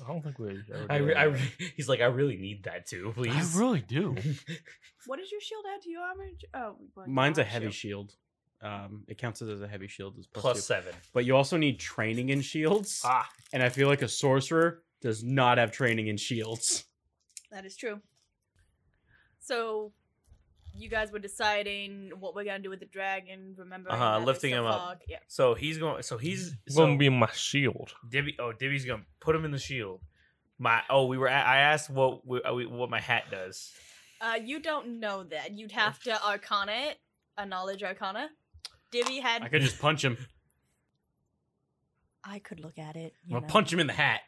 Speaker 5: I don't think we. ever
Speaker 1: I,
Speaker 5: did
Speaker 1: re- I
Speaker 5: that.
Speaker 1: re- *laughs* he's like, I really need that too, please. *laughs*
Speaker 3: really do.
Speaker 2: What does your shield add to your armor? J- Oh, well, you
Speaker 3: Mine's a
Speaker 2: have
Speaker 3: heavy
Speaker 2: shield.
Speaker 3: shield. Um, it counts as a heavy shield. It's plus,
Speaker 1: Plus
Speaker 3: two.
Speaker 1: seven.
Speaker 3: But you also need training in shields.
Speaker 5: ah,
Speaker 3: And I feel like a sorcerer does not have training in shields.
Speaker 2: That is true. So, you guys were deciding what we're gonna do with the dragon. Remember?
Speaker 1: Uh-huh, lifting him up.
Speaker 2: Yeah.
Speaker 1: So he's going. So he's
Speaker 5: it's
Speaker 1: so
Speaker 5: gonna be my shield.
Speaker 1: Dibby. Oh, Dibby's gonna put him in the shield. My oh, we were. At, I asked what we, uh, we- what my hat does.
Speaker 2: Uh, you don't know that. You'd have to arcana it. A knowledge arcana. Divvy had.
Speaker 3: I could just punch him.
Speaker 2: I could look at it.
Speaker 3: I'm gonna punch him in the hat.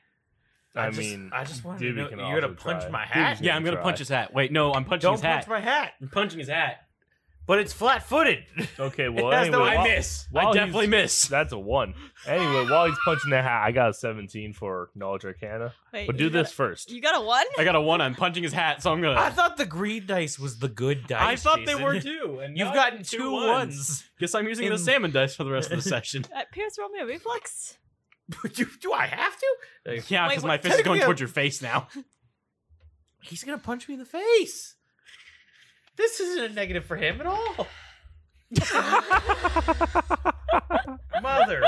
Speaker 5: I,
Speaker 1: just-
Speaker 5: mean,
Speaker 1: I just wanted
Speaker 5: Dibby
Speaker 1: to
Speaker 5: can
Speaker 1: know you're gonna
Speaker 5: also
Speaker 1: punch
Speaker 5: try.
Speaker 1: my hat.
Speaker 5: Dibby's
Speaker 3: Yeah, I'm gonna
Speaker 5: try.
Speaker 3: punch his hat. Wait, no, I'm punching
Speaker 1: Don't
Speaker 3: his
Speaker 1: punch
Speaker 3: hat.
Speaker 1: my hat.
Speaker 3: I'm punching his hat.
Speaker 1: But it's flat-footed.
Speaker 5: *laughs*
Speaker 1: *laughs*
Speaker 5: Okay, well,
Speaker 1: That's
Speaker 5: anyway,
Speaker 1: the way I
Speaker 5: while-
Speaker 1: Well,
Speaker 3: miss.
Speaker 5: well,
Speaker 3: I
Speaker 5: he's-
Speaker 3: definitely miss.
Speaker 5: that's a one. Anyway, while he's punching the hat, I got a 17 for knowledge arcana.
Speaker 2: Wait,
Speaker 5: But
Speaker 2: you
Speaker 5: do
Speaker 2: got
Speaker 5: this first.
Speaker 2: a- you got a one.
Speaker 3: I got a one. I'm punching his hat, so I'm gonna.
Speaker 1: I thought the green dice was the good dice.
Speaker 3: I thought
Speaker 1: Jason. *laughs*
Speaker 3: they were too. And now
Speaker 1: You've
Speaker 3: I
Speaker 1: gotten
Speaker 3: got
Speaker 1: two
Speaker 3: ones.
Speaker 1: ones. *laughs*
Speaker 3: Guess I'm using the
Speaker 1: In-
Speaker 3: salmon dice for the rest of the session.
Speaker 2: Uh, Pierce, roll me a reflex.
Speaker 1: But you, do I have to? Like,
Speaker 3: Yeah,
Speaker 2: Wait,
Speaker 3: because
Speaker 2: what-
Speaker 3: my fist is
Speaker 1: Technically,
Speaker 3: going towards your face now.
Speaker 1: He's gonna punch me in the face. This isn't a negative for him at
Speaker 3: *laughs*
Speaker 1: all. Mother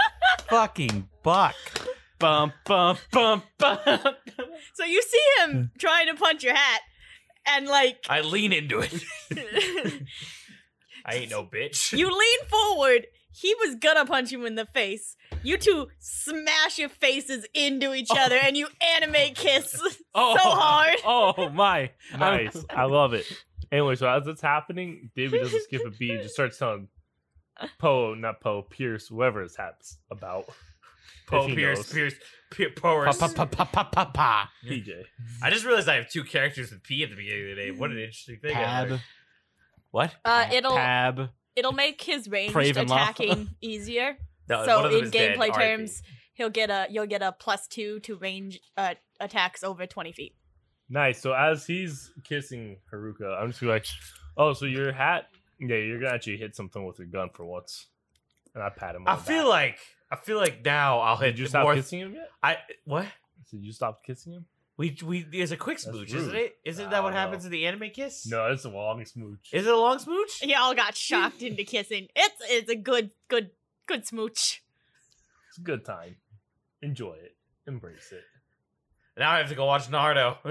Speaker 1: fucking buck.
Speaker 3: Bum bum bum bum.
Speaker 2: So you see him trying to punch your hat, and like
Speaker 1: *laughs* I lean into
Speaker 3: *laughs*
Speaker 1: it.
Speaker 2: *laughs*
Speaker 1: I ain't no bitch. *laughs*
Speaker 2: You lean forward. He was gonna punch you in the face. You two smash your faces into
Speaker 1: Oh.
Speaker 2: each other and you anime kiss *laughs*
Speaker 3: Oh,
Speaker 2: so hard.
Speaker 3: *laughs* Oh my!
Speaker 5: Nice. I love it. Anyway, so as it's happening, David doesn't skip a beat and just
Speaker 1: *laughs*
Speaker 5: starts telling Poe, not Poe, Pierce, whoever his hat's about.
Speaker 1: Poe
Speaker 5: If he
Speaker 1: Pierce,
Speaker 5: knows.
Speaker 1: Pierce, Pierce,
Speaker 3: Pa
Speaker 1: Powers.
Speaker 3: pa pa pa pa pa pa.
Speaker 5: PJ.
Speaker 1: I just realized I have two characters with P at the beginning of the name. What an interesting thing. I
Speaker 3: Pab.
Speaker 1: learned. What?
Speaker 2: Uh, it'll
Speaker 3: Pab.
Speaker 2: it'll make his ranged
Speaker 3: Crave and laugh.
Speaker 1: *laughs*
Speaker 2: attacking easier.
Speaker 1: No, one
Speaker 2: so
Speaker 1: of them
Speaker 2: in
Speaker 1: is dead,
Speaker 2: gameplay
Speaker 1: RIP.
Speaker 2: terms, he'll get a you'll get a plus two to range uh, attacks over twenty feet.
Speaker 5: Nice. So as he's kissing Haruka, I'm just gonna be like, oh, so your hat? Yeah, you're gonna actually hit something with your gun for once. And I pat him.
Speaker 1: I
Speaker 5: On
Speaker 1: feel like I feel like now I'll hit
Speaker 5: Did you stop
Speaker 1: more.
Speaker 5: kissing him yet?
Speaker 1: I what?
Speaker 5: Did you stop kissing him?
Speaker 1: We we there's a quick
Speaker 5: That's
Speaker 1: smooch, isn't
Speaker 5: rude.
Speaker 1: it? Isn't
Speaker 5: I
Speaker 1: that what
Speaker 5: don't
Speaker 1: happens
Speaker 5: know.
Speaker 1: in the anime kiss?
Speaker 5: No, it's a long smooch.
Speaker 1: Is it a long smooch?
Speaker 2: Y'all got shocked into kissing. It's it's a good good good smooch.
Speaker 5: It's a good time. Enjoy it. Embrace it.
Speaker 1: Now I have to go watch Nardo. *laughs*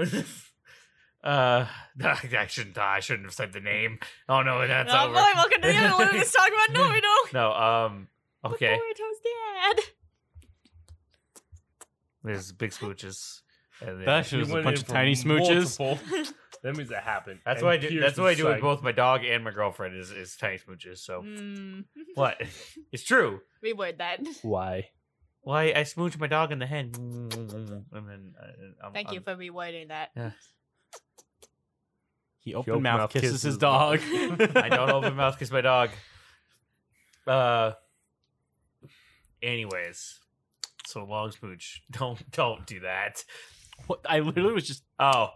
Speaker 1: uh, *laughs* I shouldn't. I shouldn't have said the name. Oh no, that's
Speaker 2: oh
Speaker 1: over.
Speaker 2: boy, welcome to the other Lucas talk
Speaker 1: *laughs*
Speaker 2: about Naruto.
Speaker 1: No. Um. Okay.
Speaker 2: Naruto's dad.
Speaker 1: There's big smooches. And then-
Speaker 3: That shit was
Speaker 5: You
Speaker 3: a
Speaker 5: went
Speaker 3: bunch
Speaker 5: in
Speaker 3: of
Speaker 5: for
Speaker 3: tiny smooches.
Speaker 5: multiple.
Speaker 1: *laughs*
Speaker 5: that means it happened.
Speaker 1: That's
Speaker 5: And
Speaker 1: what I do.
Speaker 5: Pierce
Speaker 1: That's what I
Speaker 5: is
Speaker 1: do with
Speaker 5: like,
Speaker 1: both my dog and my girlfriend. Is is tiny smooches. So
Speaker 2: Mm,
Speaker 1: Oh.
Speaker 2: *laughs*
Speaker 1: what? It's true.
Speaker 2: reword that.
Speaker 5: Why?
Speaker 1: Well, I, I smooch my dog in the head, *laughs* and then uh, I'm,
Speaker 2: Thank you
Speaker 1: I'm-
Speaker 2: for rewording that.
Speaker 3: He
Speaker 5: open
Speaker 3: open mouth
Speaker 5: mouth
Speaker 3: kisses his
Speaker 5: kisses
Speaker 3: dog.
Speaker 1: *laughs* I don't
Speaker 3: *laughs*
Speaker 1: open mouth kiss my dog. Uh. Anyways, so long smooch. *laughs* Don't don't do that.
Speaker 3: What- I literally was just.
Speaker 2: *laughs*
Speaker 1: Oh,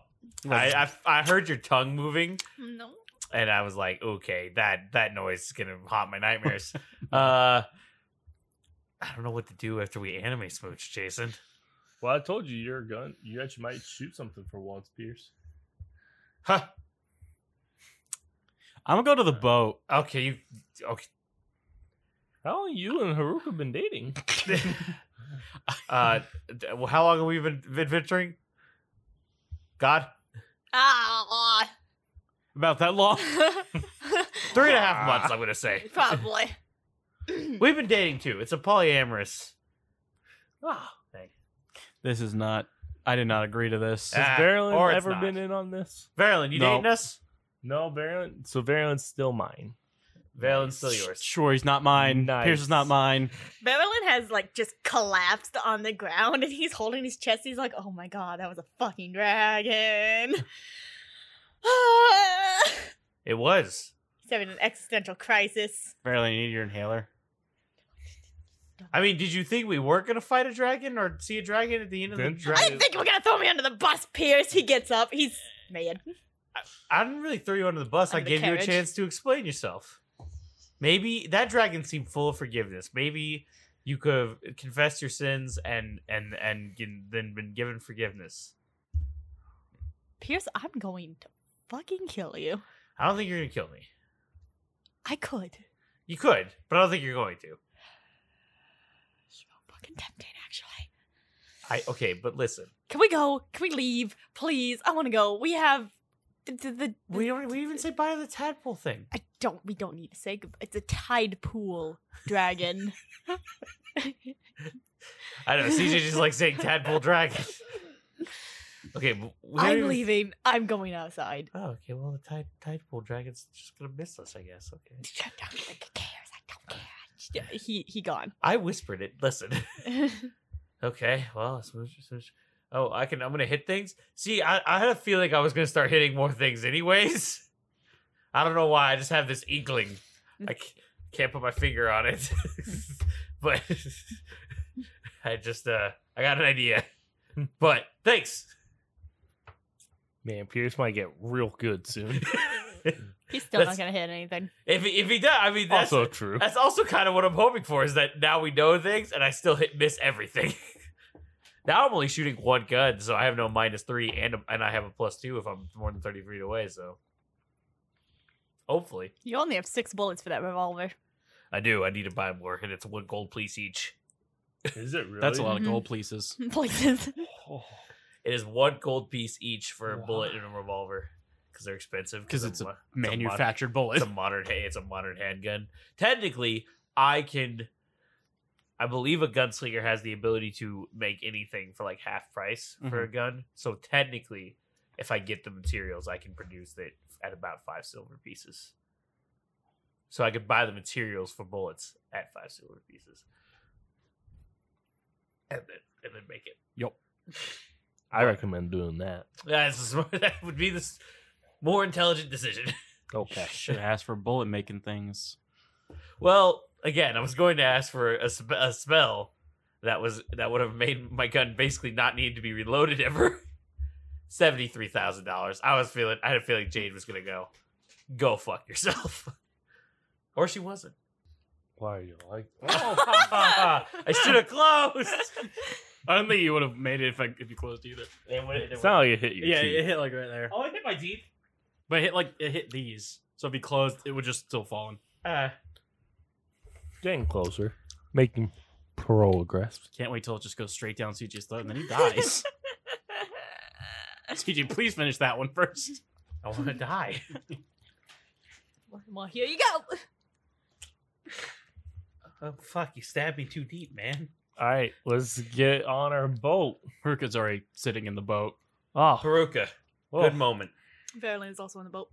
Speaker 1: I, I I heard your tongue moving,
Speaker 2: No.
Speaker 1: and I was like, okay, that that noise is gonna haunt my nightmares. uh, I don't know what to do after we anime smooch, Jason.
Speaker 5: Well, I told you you're a gun. You actually might shoot something for once, Pierce.
Speaker 1: Huh?
Speaker 3: I'm gonna go to the boat.
Speaker 1: Okay, you okay?
Speaker 5: How long you and Haruka been dating?
Speaker 1: Uh, d- well, how long have we been adventuring? God,
Speaker 2: Ah,
Speaker 3: About that long.
Speaker 1: three and a half months. I'm gonna
Speaker 2: Ah.
Speaker 1: say
Speaker 2: *laughs* probably.
Speaker 1: we've been dating too. It's a polyamorous.
Speaker 5: Ah, thank
Speaker 3: *laughs* This is not. I did not agree to this.
Speaker 5: Has
Speaker 1: Ah, or
Speaker 5: Verlin
Speaker 1: it's
Speaker 5: ever
Speaker 1: not.
Speaker 5: been in on this?
Speaker 1: Valen, you
Speaker 3: No.
Speaker 1: dating us?
Speaker 5: No, Verlin. So Verlin's still mine.
Speaker 1: Valen's still yours.
Speaker 3: Sure, he's not mine. Pierce is not
Speaker 5: Nice.
Speaker 3: mine.
Speaker 2: Marilyn has like just collapsed on the ground and he's holding his chest. He's like, oh my god, that was a fucking dragon. *sighs* he's
Speaker 1: It was.
Speaker 2: having an existential crisis.
Speaker 3: Barely need your inhaler.
Speaker 1: I mean, did you think we were gonna fight a dragon or see a dragon at the end of
Speaker 5: Didn't-
Speaker 1: the
Speaker 2: I
Speaker 1: dragon?
Speaker 2: didn't think you were gonna throw me under the bus, Pierce. He gets up. He's mad.
Speaker 1: I didn't really throw you under the bus. I
Speaker 2: Under the
Speaker 1: gave you a
Speaker 2: carriage.
Speaker 1: chance to explain yourself. Maybe that dragon seemed full of forgiveness. Maybe you could have confessed your sins and and and gin- then been given forgiveness.
Speaker 2: Pierce, I'm going to fucking kill you.
Speaker 1: I don't think you're gonna kill me.
Speaker 2: I could.
Speaker 1: You could, but I don't think you're going to.
Speaker 2: So fucking tempting, actually.
Speaker 1: I okay, but listen,
Speaker 2: Can we go? Can we leave? Please, I want to go. We have the, the, the
Speaker 1: we don't we even say bye to the tadpole thing.
Speaker 2: I don't. We don't need to say. goodbye. It's a tide pool
Speaker 1: *laughs*
Speaker 2: dragon. *laughs*
Speaker 1: I don't know. CJ just like saying tadpole dragon. Okay, but we don't
Speaker 2: I'm
Speaker 1: even-
Speaker 2: leaving. I'm going outside.
Speaker 1: Oh, okay. Well, the tide tadpole dragon's just gonna miss us, I guess. Okay.
Speaker 2: I don't think he cares. I don't care. Yeah, He he *laughs* gone.
Speaker 1: I whispered it. Listen. Okay, well, it's- it's- it's- oh, I can. I'm gonna hit things. See, I, I had a feeling I was gonna start hitting more things, anyways. *laughs* I don't know why. I just have this inkling. I c- can't put my finger on it, *laughs* but *laughs* I just uh, I got an idea. *laughs* But thanks. *laughs*
Speaker 5: Man, Pierce might get real
Speaker 1: *laughs*
Speaker 5: good soon. *laughs*
Speaker 1: if
Speaker 2: He's still
Speaker 1: That's-
Speaker 2: not gonna hit anything.
Speaker 1: he, if he does, I mean that's
Speaker 5: also true.
Speaker 1: that's also kind of what I'm hoping for is that now we know things and I still hit miss everything. *laughs* now I'm only shooting one gun, so I have no minus three and a, and I have a plus two if I'm more than thirty feet away. So hopefully
Speaker 2: You only have six bullets for that revolver. *laughs*
Speaker 1: I do. I need to buy more, and it's one gold piece each.
Speaker 5: Is it really?
Speaker 3: That's a lot of
Speaker 2: Mhm.
Speaker 3: gold pieces.
Speaker 2: Places.
Speaker 5: Oh,
Speaker 1: It is one gold piece each for a bullet
Speaker 5: Wow.
Speaker 1: and a revolver because they're expensive.
Speaker 3: Because it's
Speaker 1: mo-
Speaker 3: a
Speaker 1: mod-
Speaker 3: manufactured bullet.
Speaker 1: it's a
Speaker 3: *laughs*
Speaker 1: modern hey, it's a modern handgun. Technically, I can I believe a gunslinger has the ability to make anything for like half price for a gun. So technically, if I get the materials, I can produce it at about 5 silver pieces. So I could buy the materials for bullets at 5 silver pieces. And then and then make it.
Speaker 5: *sighs* I recommend doing that.
Speaker 1: That's *laughs* the smart, that would be the s- more intelligent decision.
Speaker 5: Okay.
Speaker 3: Should ask for bullet making things.
Speaker 1: Well, again, I was going to ask for a, spe- a spell that was that would have made my gun basically not need to be reloaded ever. *laughs* Seventy three thousand dollars. I was feeling. I had a feeling Jade was gonna go, go fuck yourself, *laughs* or she *laughs* wasn't.
Speaker 5: Why are you like?
Speaker 1: Oh. *laughs* I should have *laughs* closed.
Speaker 3: I don't think you would have made it if I, if you closed either.
Speaker 5: *laughs* It's not like it hit your teeth.
Speaker 3: hit like right there.
Speaker 1: Oh, I hit my teeth.
Speaker 3: But it hit like it hit these. So if he closed, it would just still fall in.
Speaker 1: Uh,
Speaker 5: Getting closer, making progress.
Speaker 3: Can't wait till it just goes straight down CJ's throat and then he *laughs* dies. CJ, please finish that one *laughs* first.
Speaker 1: I *laughs* want to die.
Speaker 2: *laughs* well, here you go.
Speaker 1: Oh fuck! You stabbed me too deep, man.
Speaker 5: All right, let's get on our boat.
Speaker 3: Haruka's already sitting in the boat.
Speaker 5: Ah,
Speaker 1: Haruka,
Speaker 5: oh,
Speaker 1: good moment.
Speaker 2: Verlin is also on the boat.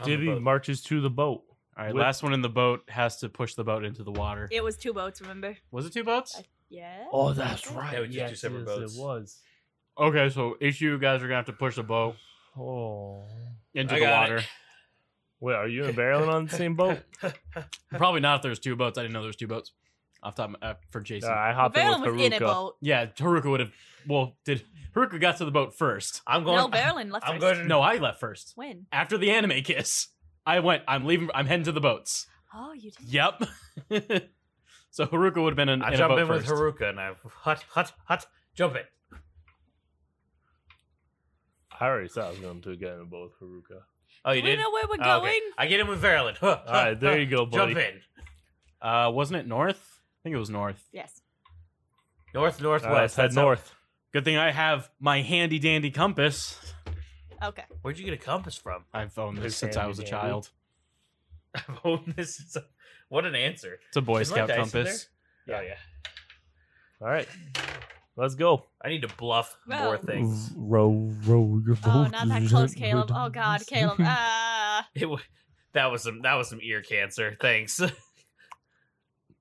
Speaker 1: On the
Speaker 5: Diddy
Speaker 1: boat.
Speaker 5: marches to the boat.
Speaker 3: All right,
Speaker 5: With-
Speaker 3: last one in the boat has to push the boat into the water.
Speaker 2: It was two boats, remember?
Speaker 3: Was it two boats?
Speaker 2: Yeah.
Speaker 5: Oh, that's
Speaker 2: Yeah.
Speaker 5: right.
Speaker 1: That would just do separate boats.
Speaker 5: It was.
Speaker 3: Okay, so each of you guys are gonna have to push a boat
Speaker 5: Oh.
Speaker 3: into
Speaker 1: I
Speaker 3: the
Speaker 1: got it.
Speaker 3: *laughs* water.
Speaker 5: Wait, are you and Marilyn on the same boat?
Speaker 3: Probably not if there's two boats. I didn't know there was two boats. Off top of my- uh, for
Speaker 5: Uh,
Speaker 3: Jason.
Speaker 5: I hopped
Speaker 2: Verlin
Speaker 5: in
Speaker 2: was
Speaker 5: with
Speaker 2: in a
Speaker 5: Haruka.
Speaker 2: boat.
Speaker 3: Yeah, Haruka would have. Well, did Haruka got to the boat first?
Speaker 1: I'm going.
Speaker 2: No, Verlin left
Speaker 1: I'm
Speaker 2: first.
Speaker 1: going.
Speaker 3: No, I left first
Speaker 2: When?
Speaker 3: after the anime kiss. I went. I'm leaving. I'm heading to the boats.
Speaker 2: Oh, you did.
Speaker 3: Yep. *laughs* so Haruka would have been in,
Speaker 1: I
Speaker 3: in a
Speaker 1: jump
Speaker 3: boat
Speaker 1: in with
Speaker 3: first.
Speaker 1: Haruka and I hut hut hut jump in.
Speaker 5: I already thought I was going to get in both Haruka.
Speaker 1: Oh, you
Speaker 2: Do we
Speaker 1: did.
Speaker 2: know where we're
Speaker 1: Oh,
Speaker 2: going?
Speaker 1: okay. I get in with *laughs* Verilyn. All
Speaker 5: All right, there you *laughs* go, buddy.
Speaker 1: Jump in.
Speaker 3: Uh, wasn't it north? I think it was north.
Speaker 2: Yes.
Speaker 1: North
Speaker 5: All right, let's
Speaker 1: northwest.
Speaker 5: head
Speaker 1: that's how-
Speaker 5: north.
Speaker 3: Good thing I have my handy dandy compass.
Speaker 2: Okay.
Speaker 1: Where'd you get a compass from?
Speaker 3: I've owned this
Speaker 5: His
Speaker 3: since I was a
Speaker 5: handy dandy.
Speaker 3: child.
Speaker 1: I've owned this. Is what an answer.
Speaker 3: It's a Boy
Speaker 1: Is my
Speaker 3: Scout
Speaker 1: dice in
Speaker 3: compass.
Speaker 1: Oh yeah.
Speaker 5: All right, let's go.
Speaker 1: I need to bluff
Speaker 2: Well-
Speaker 1: more things.
Speaker 5: Row, row your
Speaker 2: Oh, not that close, Caleb. Oh God,
Speaker 5: *laughs*
Speaker 2: Caleb. Ah.
Speaker 1: *laughs* It wa that was some that was some ear cancer. Thanks. *laughs*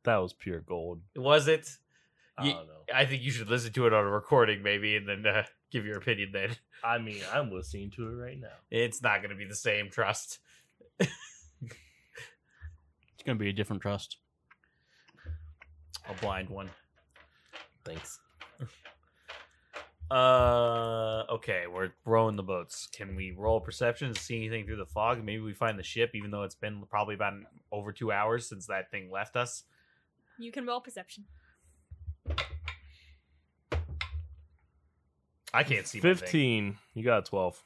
Speaker 5: That was pure gold.
Speaker 1: was it?
Speaker 5: I
Speaker 1: Ye-
Speaker 5: don't know.
Speaker 1: I think you should listen to it on a recording, maybe, and then uh, give your opinion. Then *laughs*
Speaker 5: I mean, I'm listening to it right now.
Speaker 1: it's not going to be the same. Trust.
Speaker 3: It's gonna be a different trust.
Speaker 1: A blind one.
Speaker 5: Thanks.
Speaker 1: Uh, okay, we're rowing the boats. Can we roll perception to see anything through the fog? Maybe we find the ship, even though it's been probably about an, over two hours since that thing left us.
Speaker 2: You can roll perception.
Speaker 1: I can't see. my thing.
Speaker 5: Fifteen. You got twelve.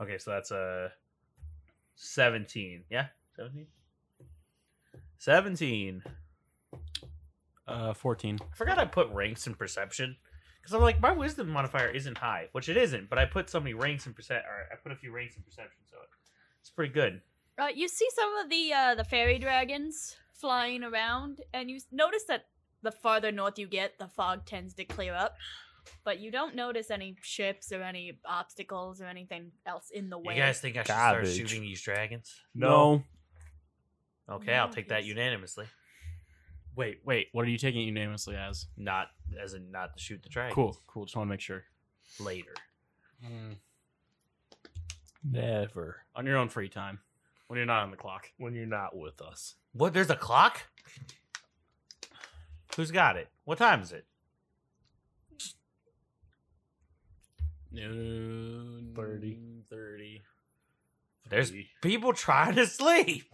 Speaker 1: Okay, so that's a seventeen. Yeah, seventeen. Seventeen.
Speaker 3: Uh, fourteen.
Speaker 1: I forgot I put ranks in perception because I'm like my wisdom modifier isn't high, which it isn't, but I put so many ranks in percent, or I put a few ranks in perception, so it's pretty good.
Speaker 2: Right, Uh, you see some of the uh, the fairy dragons flying around, and you s- notice that the farther north you get, the fog tends to clear up. But you don't notice any ships or any obstacles or anything else in the way.
Speaker 1: You guys think I should
Speaker 5: Garbage.
Speaker 1: start shooting these dragons?
Speaker 5: No.
Speaker 1: Okay, I'll take that
Speaker 2: Nice.
Speaker 1: unanimously.
Speaker 3: Wait, wait. What are you taking unanimously as?
Speaker 1: Not as in not to shoot the dragon.
Speaker 3: Cool, cool. Just want to make sure.
Speaker 1: Later.
Speaker 3: Mm.
Speaker 5: Never.
Speaker 3: On your own free time, when you're not on the clock.
Speaker 5: When you're not with us.
Speaker 1: What? There's a clock. Who's got it? What time is it?
Speaker 3: Noon.
Speaker 5: 30.
Speaker 3: Thirty.
Speaker 1: There's people trying to sleep.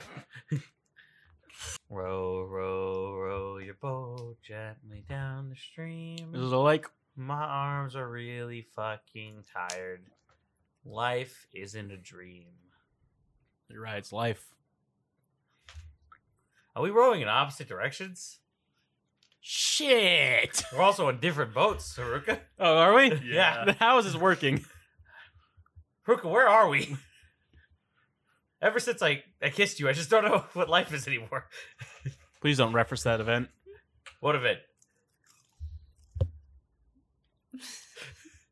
Speaker 1: row, row, row your boat gently down the stream.
Speaker 3: This is a lake.
Speaker 1: My arms are really fucking tired. Life isn't a dream.
Speaker 3: You're right. It's life.
Speaker 1: Are we rowing in opposite directions?
Speaker 3: Shit.
Speaker 1: We're also on different boats, Haruka.
Speaker 3: Oh, are *laughs* we?
Speaker 1: Yeah.
Speaker 3: The house is working.
Speaker 1: Haruka, where are we? *laughs* Ever since I, I kissed you, I just don't know *laughs* what life is anymore.
Speaker 3: *laughs* Please don't reference that event.
Speaker 1: What of it?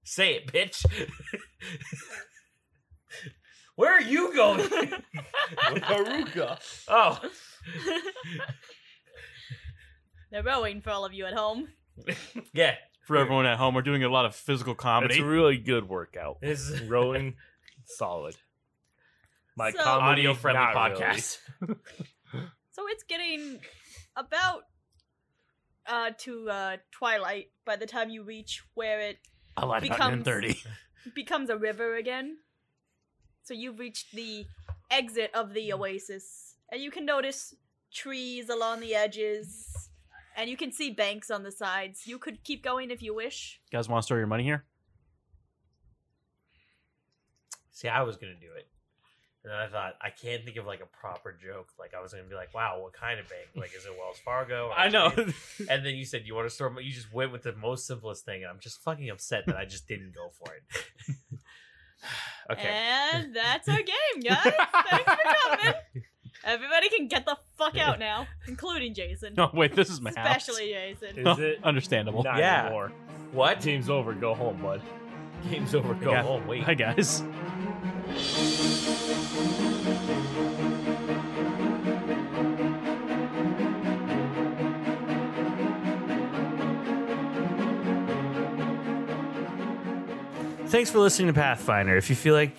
Speaker 1: Say it, bitch. *laughs* Where are you going?
Speaker 2: *laughs*
Speaker 5: With *laughs* Haruka.
Speaker 1: oh,
Speaker 2: They're rowing for all of you at home.
Speaker 1: yeah.
Speaker 3: For everyone at home, we're doing a lot of physical
Speaker 5: It's
Speaker 3: comedy.
Speaker 5: a really good workout.
Speaker 1: This is
Speaker 5: *laughs* Rowing, solid. My
Speaker 2: So-
Speaker 5: comedy,
Speaker 1: audio friendly
Speaker 5: not really.
Speaker 1: podcast.
Speaker 2: So it's getting about uh, to uh, twilight by the time you reach where it
Speaker 3: I lied
Speaker 2: about Becomes- 10:30. becomes a river again. So you've reached the exit of the oasis, and you can notice trees along the edges, and you can see banks on the sides. You could keep going if you wish.
Speaker 3: You guys want to store your money here?
Speaker 1: See, I was gonna do it, and then I thought I can't think of like a proper joke. Like I was gonna be like, "Wow, what kind of bank? Like, is it Wells Fargo?" or- *laughs* And then you said you want to store. mo- You just went with the most simplest thing, and I'm just fucking upset that I just didn't go for it. *laughs*
Speaker 2: Eh.
Speaker 1: okay,
Speaker 3: *laughs*
Speaker 2: And that's our game, guys. Thanks for coming. Everybody can get the fuck out now, including Jason.
Speaker 3: *laughs* no, wait. This is my house. *laughs*
Speaker 2: Especially Jason.
Speaker 5: Is it?
Speaker 3: Understandable.
Speaker 5: Not
Speaker 1: Yeah.
Speaker 5: anymore.
Speaker 1: what?
Speaker 5: Game's over. Go home, bud.
Speaker 1: Game's over. Go
Speaker 3: Yeah.
Speaker 1: home. Wait.
Speaker 3: Hi guys.
Speaker 1: Thanks for listening to Pathfinder. If you feel like,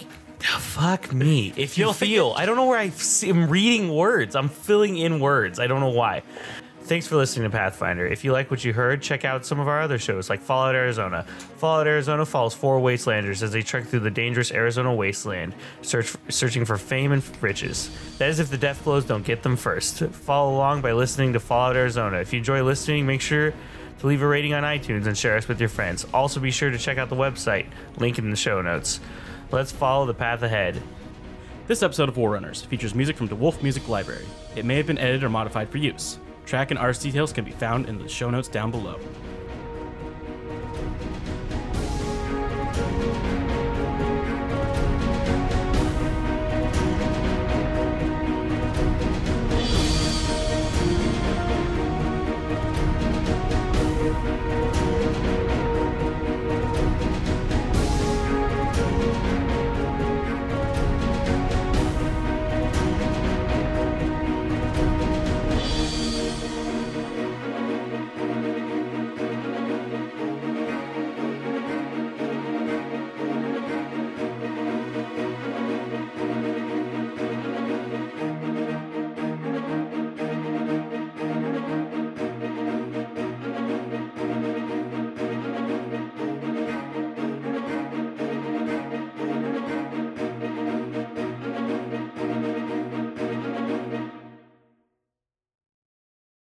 Speaker 1: "Ah, fuck me. If you feel, I don't know where I am reading words. I'm filling in words. I don't know why. Thanks for listening to Pathfinder. If you like what you heard, check out some of our other shows like Fallout Arizona. Fallout Arizona follows four wastelanders as they trek through the dangerous Arizona wasteland, search, searching for fame and riches. That is if the death blows don't get them first. Follow along by listening to Fallout Arizona. If you enjoy listening, make sure to leave a rating on iTunes and share us with your friends. Also, be sure to check out the website, link in the show notes. Let's follow the path ahead.
Speaker 3: This episode of Warrunners features music from the Wolf Music Library. It may have been edited or modified for use. Track and artist details can be found in the show notes down below.